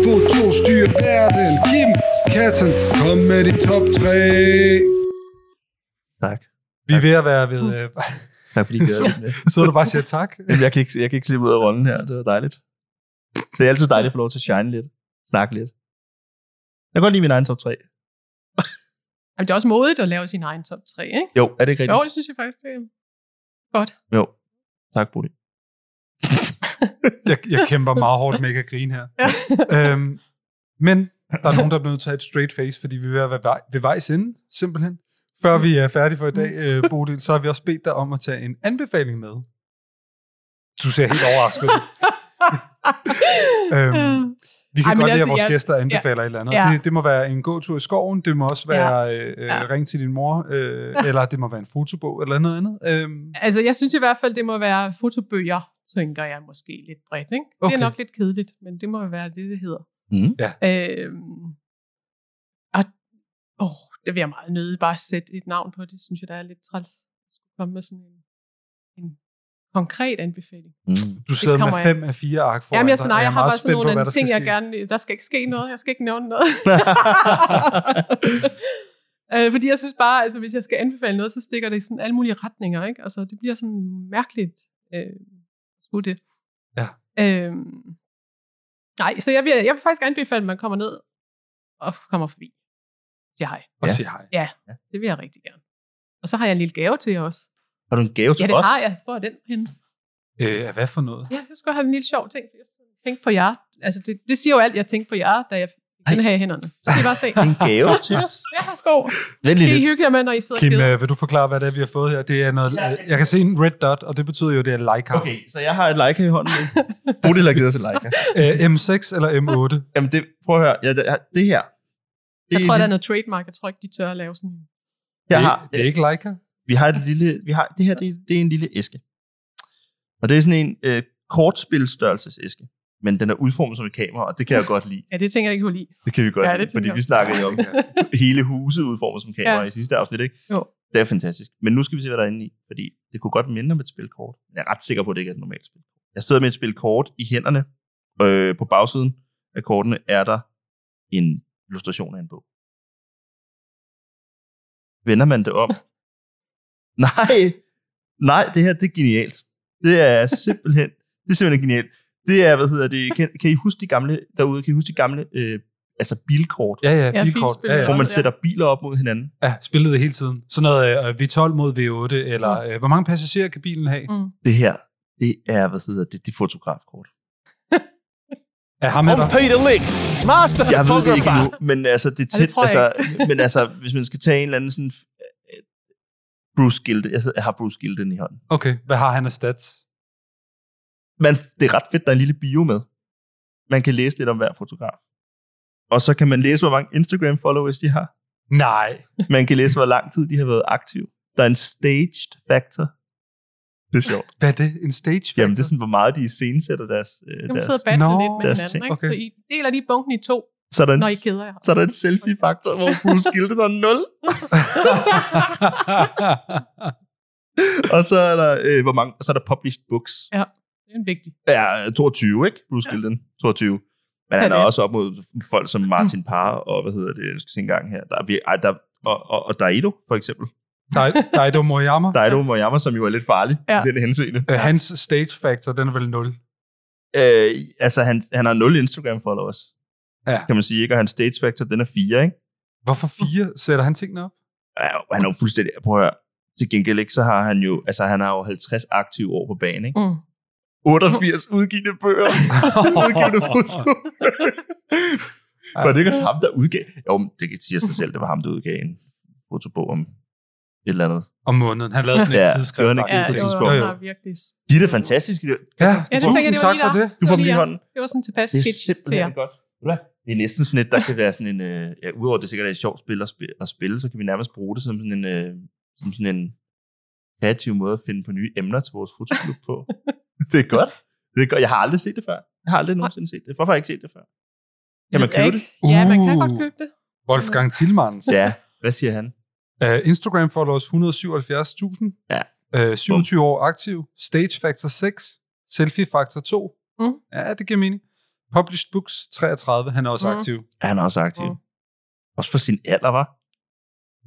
[SPEAKER 1] Foto styrer verden. Kim, katten, kom med din top 3.
[SPEAKER 9] Tak.
[SPEAKER 8] Vi er ved at være ved... Øh,
[SPEAKER 9] Tak fordi I gad det.
[SPEAKER 8] så du bare og siger tak.
[SPEAKER 9] Jamen, jeg, kan ikke, jeg kan ikke slippe ud af rollen her. Det var dejligt. Det er altid dejligt at få lov til at shine lidt. Snakke lidt. Jeg kan godt lide min egen top 3.
[SPEAKER 10] Jamen, det er også modigt at lave sin egen top 3, ikke?
[SPEAKER 9] Jo, er det ikke rigtigt?
[SPEAKER 10] Jo, det synes jeg faktisk, det er godt.
[SPEAKER 9] Jo. Tak, Bodil.
[SPEAKER 8] Jeg, jeg kæmper meget hårdt med ikke at grine her.
[SPEAKER 10] Ja.
[SPEAKER 8] øhm, men der er nogen, der er nødt til at have et straight face, fordi vi er ved at være vej, ved vejs ende, simpelthen. Før vi er færdige for i dag, øh, Bodil, så har vi også bedt dig om at tage en anbefaling med. Du ser helt overrasket ud. Øhm, Vi kan
[SPEAKER 10] Ej,
[SPEAKER 8] Ej,
[SPEAKER 10] men
[SPEAKER 8] godt lide,
[SPEAKER 10] altså,
[SPEAKER 8] at vores
[SPEAKER 10] jeg-
[SPEAKER 8] gæster anbefaler ja, et eller andet.
[SPEAKER 10] Ja.
[SPEAKER 8] Ja. Det, det må være en gåtur i skoven, det må også
[SPEAKER 10] Ja.
[SPEAKER 8] være ja. Øh,
[SPEAKER 10] Ja.
[SPEAKER 8] ja. ring til din mor, øh, ja. eller det må være en fotobog, eller noget andet. Øhm,
[SPEAKER 10] Altså, jeg synes i hvert fald, det må være fotobøger, tænker jeg måske lidt bredt. Ikke? Okay. Det
[SPEAKER 8] Okay.
[SPEAKER 10] er nok lidt kedeligt, men det må jo være det, det hedder.
[SPEAKER 9] Mhm.
[SPEAKER 8] Ja.
[SPEAKER 10] Øhm, og, åh, det vil jeg meget nøde bare at sætte et navn på. Det synes jeg, der er lidt træls. at skulle komme med sådan en, en konkret anbefaling.
[SPEAKER 9] Mm.
[SPEAKER 8] du sidder
[SPEAKER 10] kommer
[SPEAKER 8] med
[SPEAKER 10] jeg-
[SPEAKER 8] fem af fire ark foran
[SPEAKER 10] Jamen, jeg,
[SPEAKER 8] dig,
[SPEAKER 10] nej,
[SPEAKER 8] og
[SPEAKER 10] jeg
[SPEAKER 8] er
[SPEAKER 10] har
[SPEAKER 8] meget
[SPEAKER 10] bare sådan
[SPEAKER 8] spændt på,
[SPEAKER 10] nogle
[SPEAKER 8] hvad
[SPEAKER 10] af
[SPEAKER 8] der
[SPEAKER 10] ting,
[SPEAKER 8] skal
[SPEAKER 10] jeg
[SPEAKER 8] ske.
[SPEAKER 10] gerne... Der skal ikke ske noget, jeg skal ikke nævne noget. øh, fordi jeg synes bare, altså, hvis jeg skal anbefale noget, så stikker det i sådan alle mulige retninger, ikke? Altså, det bliver sådan mærkeligt. Øh, skulle det.
[SPEAKER 8] Ja.
[SPEAKER 10] Øh, nej, så jeg vil, jeg vil faktisk anbefale, at man kommer ned og kommer forbi. Ja, hej.
[SPEAKER 8] Og
[SPEAKER 9] Ja.
[SPEAKER 8] sige hej.
[SPEAKER 10] Det vil jeg rigtig gerne. Og så har jeg en lille gave til jer også.
[SPEAKER 9] Har du en gave til
[SPEAKER 10] Ja, det
[SPEAKER 9] os?
[SPEAKER 10] har jeg. Hvor er den henne?
[SPEAKER 8] Øh, hvad for noget?
[SPEAKER 10] Ja, jeg skulle have en lille sjov ting. Jeg tænkte på jer. Altså, det, det siger jo alt, jeg tænkte på jer, da jeg fik den her i hænderne. Så skal I bare se.
[SPEAKER 9] En gave til os?
[SPEAKER 10] Jeg har sko.
[SPEAKER 9] Vent
[SPEAKER 10] Det
[SPEAKER 9] lige
[SPEAKER 10] er
[SPEAKER 9] lidt.
[SPEAKER 10] hyggeligt med, når I sidder og
[SPEAKER 8] Kim,
[SPEAKER 10] keder.
[SPEAKER 8] øh, vil du forklare, hvad det er, vi har fået her? Det er noget, øh, jeg kan se en red dot, og det betyder jo, det er Leica.
[SPEAKER 9] Okay, så jeg har et Leica i hånden. nu. Bodil har givet os et Leica.
[SPEAKER 8] Øh, M6 eller M8?
[SPEAKER 9] Jamen, det, prøv at høre. Ja, det, det her. Det
[SPEAKER 10] Jeg tror,
[SPEAKER 9] er
[SPEAKER 10] der
[SPEAKER 9] en
[SPEAKER 10] er noget trademark. Jeg tror ikke, de tør at lave sådan.
[SPEAKER 9] lille- jeg
[SPEAKER 8] det,
[SPEAKER 9] har,
[SPEAKER 8] det er ikke Leica?
[SPEAKER 9] vi har et lille, vi har, det her, det, det er en lille æske. Og det er sådan en øh, kortspilstørrelsesæske. Men den er udformet som et kamera, og det kan jeg godt lide.
[SPEAKER 10] Ja, det tænker jeg ikke, hun lide.
[SPEAKER 9] Det kan vi godt
[SPEAKER 10] Ja,
[SPEAKER 9] ja,
[SPEAKER 10] det
[SPEAKER 9] lide,
[SPEAKER 10] tænker
[SPEAKER 9] fordi
[SPEAKER 10] jeg
[SPEAKER 9] vi
[SPEAKER 10] også.
[SPEAKER 9] snakkede jo om hele huset udformet som kamera
[SPEAKER 10] Ja.
[SPEAKER 9] ja. i sidste afsnit, ikke?
[SPEAKER 10] Jo.
[SPEAKER 9] Det er fantastisk. Men nu skal vi se, hvad der er inde i, fordi det kunne godt minde om et spilkort. Men Jeg er ret sikker på, at det ikke er et normalt spil. Jeg sidder med et spilkort i hænderne. Øh, på bagsiden af kortene er der en illustration af en bog. Vender man det om? nej, nej, det her, det er genialt. Det er simpelthen, det er simpelthen genialt. Det er, hvad hedder det, kan, kan I huske de gamle, derude, kan I huske de gamle, øh, altså bilkort?
[SPEAKER 8] Ja, ja, bilkort. Ja,
[SPEAKER 10] Ja, bilspil.
[SPEAKER 8] ja.
[SPEAKER 9] hvor man
[SPEAKER 10] Ja.
[SPEAKER 9] sætter biler op mod hinanden.
[SPEAKER 8] ja, spillede det hele tiden. Sådan noget øh, V12 mod V8, eller øh, hvor mange passagerer kan bilen have?
[SPEAKER 10] Mm.
[SPEAKER 9] Det her, det er, hvad hedder det, det er fotografkort.
[SPEAKER 8] Er ham med dig?
[SPEAKER 9] Jeg ved det ikke nu, men altså, det er
[SPEAKER 10] Ja,
[SPEAKER 9] tæt.
[SPEAKER 10] det tror jeg
[SPEAKER 9] altså, men altså, hvis man skal tage en eller anden sådan... øh, Bruce Gilde, altså, jeg, sidder, jeg har Bruce Gilden i hånden.
[SPEAKER 8] Okay, hvad har han af stats?
[SPEAKER 9] Men det er ret fedt, der er en lille bio med. Man kan læse lidt om hver fotograf. Og så kan man læse, hvor mange Instagram-followers de har.
[SPEAKER 8] Nej.
[SPEAKER 9] Man kan læse, hvor lang tid de har været aktive. Der er en staged factor. Det er sjovt.
[SPEAKER 8] Hvad er det? En stage factor?
[SPEAKER 9] Jamen, det er sådan, hvor meget de iscenesætter deres... Øh,
[SPEAKER 10] Jamen,
[SPEAKER 9] deres.
[SPEAKER 10] sidder og battler
[SPEAKER 8] Nå,
[SPEAKER 10] lidt med
[SPEAKER 9] deres
[SPEAKER 10] hinanden,
[SPEAKER 9] ting.
[SPEAKER 10] ikke? Så
[SPEAKER 8] Okay.
[SPEAKER 10] I deler lige bunken i to,
[SPEAKER 9] Så er der en,
[SPEAKER 10] når I keder jer.
[SPEAKER 9] så er der en selfie-faktor, hvor Bruce Gilde der er 0. Og så er der, øh, hvor mange, så er der published books.
[SPEAKER 10] Det er en vigtig.
[SPEAKER 9] Ja, 22, ikke? Bruce Gilden. 22. Men han
[SPEAKER 10] Ja,
[SPEAKER 9] er
[SPEAKER 10] det er. Mm.
[SPEAKER 9] også op mod folk som Martin Parr og, hvad hedder det, jeg skal se en gang her. Der er, vir- ej, der, og, og, og Daido, for eksempel.
[SPEAKER 8] Dai- Daido Moriyama.
[SPEAKER 9] Daido Moyama, som jo er lidt farlig
[SPEAKER 10] Ja.
[SPEAKER 9] i den henseende.
[SPEAKER 8] Øh, Hans stage factor, den er vel 0.
[SPEAKER 9] Øh, altså, han, han har 0 Instagram-followers.
[SPEAKER 8] Ja.
[SPEAKER 9] Kan man sige, ikke? Og hans stage factor, den er 4, ikke?
[SPEAKER 8] Hvorfor 4? Sætter han tingene op?
[SPEAKER 9] Ja, han er jo fuldstændig... Prøv at høre. Til gengæld ikke, så har han jo... Altså, han har jo 50 aktive år på banen, ikke?
[SPEAKER 10] Mm.
[SPEAKER 9] 88 udgivende bøger. udgivende fotobøger. Var det ikke også ham, der udgav... Jo, men det kan sige sig selv, det var ham, der udgav en fotobog om et eller andet.
[SPEAKER 8] Om måneden. Han lavede sådan et
[SPEAKER 9] Ja,
[SPEAKER 8] tidsskrift.
[SPEAKER 9] gjorde han ikke
[SPEAKER 10] Ja,
[SPEAKER 9] det på
[SPEAKER 10] det
[SPEAKER 9] et
[SPEAKER 10] var,
[SPEAKER 9] tidspunkt?
[SPEAKER 10] jo,
[SPEAKER 8] Jo, jo.
[SPEAKER 10] var virkelig...
[SPEAKER 9] De er da fantastiske. de der-
[SPEAKER 8] Ja,
[SPEAKER 10] Ja, det
[SPEAKER 8] tusind
[SPEAKER 10] tænker jeg, det var
[SPEAKER 8] tak
[SPEAKER 10] lige
[SPEAKER 8] for
[SPEAKER 10] der.
[SPEAKER 8] det.
[SPEAKER 9] Du får dem lige i
[SPEAKER 10] Ja.
[SPEAKER 9] hånden.
[SPEAKER 10] Det var sådan tilpas
[SPEAKER 9] Det er
[SPEAKER 10] pitch til jer.
[SPEAKER 9] simpelthen godt. Ved du hvad? Det er næsten sådan et, der kan være sådan en... Øh, ja, udover at det sikkert er et sjovt spil at, spille, at spille, så kan vi nærmest bruge det som sådan en, øh, som sådan en kreativ måde at finde på nye emner til vores fotoklub på. det er godt. Det er godt. Jeg har aldrig set det før. Jeg har aldrig nogensinde set det. Hvorfor har jeg ikke set det før? Kan man
[SPEAKER 10] Ja,
[SPEAKER 9] købe det?
[SPEAKER 10] ikke? Ja, man kan
[SPEAKER 8] Uh.
[SPEAKER 10] godt købe det.
[SPEAKER 8] Wolfgang Tillmans.
[SPEAKER 9] Ja. Hvad siger han?
[SPEAKER 8] Uh, Instagram followers 177.000.
[SPEAKER 9] Ja.
[SPEAKER 8] Uh, 27 år aktiv. Stage factor 6. Selfie factor 2.
[SPEAKER 10] Mm.
[SPEAKER 8] Ja, det giver mening. Published books 33. Han er også
[SPEAKER 10] Mm.
[SPEAKER 8] mm. aktiv.
[SPEAKER 9] Ja, han er også aktiv.
[SPEAKER 10] Mm.
[SPEAKER 9] Også for sin alder, var.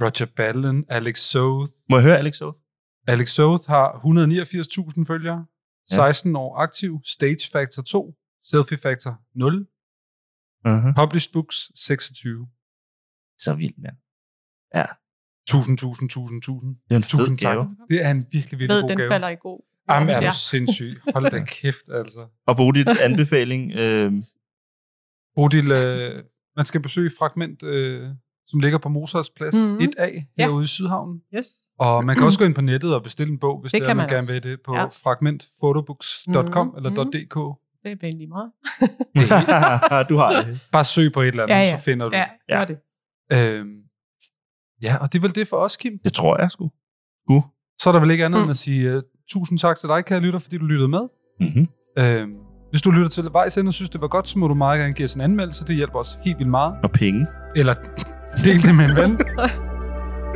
[SPEAKER 8] Roger Ballen, Alex Soth.
[SPEAKER 9] Må jeg høre Alex Soth?
[SPEAKER 8] Alex Soth har 189.000 følgere.
[SPEAKER 9] Ja.
[SPEAKER 8] 16 år aktiv. Stage factor 2. Selfie factor 0.
[SPEAKER 9] Uh-huh.
[SPEAKER 8] Published books 26.
[SPEAKER 9] Så vild, mand.
[SPEAKER 8] Tusind, tusind, tusind, tusind.
[SPEAKER 9] Det er en fed
[SPEAKER 8] Tusind tak.
[SPEAKER 9] gave.
[SPEAKER 8] Det er en virkelig,
[SPEAKER 10] Ved,
[SPEAKER 8] virkelig god
[SPEAKER 10] den
[SPEAKER 8] gave.
[SPEAKER 10] falder i god.
[SPEAKER 8] Jamen, er
[SPEAKER 10] Ja.
[SPEAKER 8] du sindssyg. Hold da kæft, altså.
[SPEAKER 9] Og Bodils anbefaling, øh,
[SPEAKER 8] Bodil, øh, man skal besøge Fragment, øh, som ligger på Mosars Plads
[SPEAKER 10] Mhm.
[SPEAKER 8] mm-hmm. 1A herude i Sydhavnen.
[SPEAKER 10] Yes.
[SPEAKER 8] Og man kan også gå ind på nettet og bestille en bog, hvis det,
[SPEAKER 10] Det
[SPEAKER 8] det er,
[SPEAKER 10] kan
[SPEAKER 8] man,
[SPEAKER 10] man
[SPEAKER 8] gerne
[SPEAKER 10] også.
[SPEAKER 8] vil det, på
[SPEAKER 10] Ja.
[SPEAKER 8] ja. fragmentphotobooks.com
[SPEAKER 10] Mhm.
[SPEAKER 8] mm-hmm. eller .dk.
[SPEAKER 10] Det er pænt lige meget.
[SPEAKER 9] du har det.
[SPEAKER 8] Bare søg på et eller andet,
[SPEAKER 10] Ja,
[SPEAKER 8] ja,
[SPEAKER 10] ja.
[SPEAKER 8] ja. så finder du.
[SPEAKER 10] Ja,
[SPEAKER 8] Ja.
[SPEAKER 10] det
[SPEAKER 9] Ja.
[SPEAKER 10] var det.
[SPEAKER 8] Øhm, ja, og det er vel det for os, Kim.
[SPEAKER 9] Det tror jeg sgu. Sgu.
[SPEAKER 8] Så er der vel ikke andet
[SPEAKER 10] Mm.
[SPEAKER 8] mm. end at sige uh, tusind tak til dig, kære lytter, fordi du lyttede med.
[SPEAKER 9] Mm-hmm.
[SPEAKER 8] Øhm, hvis du lytter til vejs ende og synes, det var godt, så må du meget gerne give os en anmeldelse. Det hjælper os helt vildt meget.
[SPEAKER 9] Og penge.
[SPEAKER 8] Eller del det med en ven.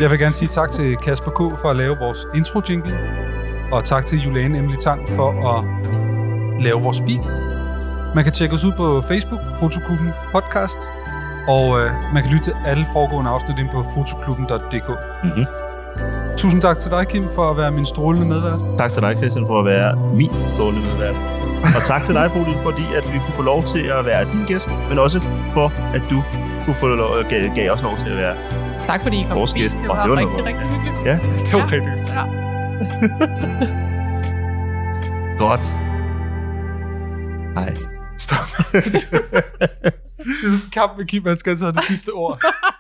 [SPEAKER 8] Jeg vil gerne sige tak til Kasper K. for at lave vores intro jingle. Og tak til Juliane Emily Tang for at lave vores beat. Man kan tjekke os ud på Facebook, Fotoklubben Podcast. Og øh, man kan lytte til alle foregående afsnit ind på fotoklubben.dk.
[SPEAKER 9] Mhm.
[SPEAKER 8] Tusind tak til dig, Kim, for at være min strålende medvært.
[SPEAKER 9] Tak til dig, Christian, for at være min stående medvært. Og tak til dig, Bodil, fordi at vi kunne få lov til at være din gæst, men også for, at du kunne få lov, gav, gav os lov til at være.
[SPEAKER 10] Tak fordi I kom
[SPEAKER 9] Vores
[SPEAKER 10] forbi.
[SPEAKER 9] gæst.
[SPEAKER 10] Det
[SPEAKER 9] Åh,
[SPEAKER 10] var,
[SPEAKER 9] det var
[SPEAKER 10] rigtig,
[SPEAKER 9] noget.
[SPEAKER 10] rigtig hyggeligt.
[SPEAKER 9] Ja.
[SPEAKER 8] Det var
[SPEAKER 10] Ja.
[SPEAKER 8] rigtig
[SPEAKER 10] Ja.
[SPEAKER 9] Godt. Hej.
[SPEAKER 8] Det er sådan en kamp med Kim, han skal altså have det sidste ord.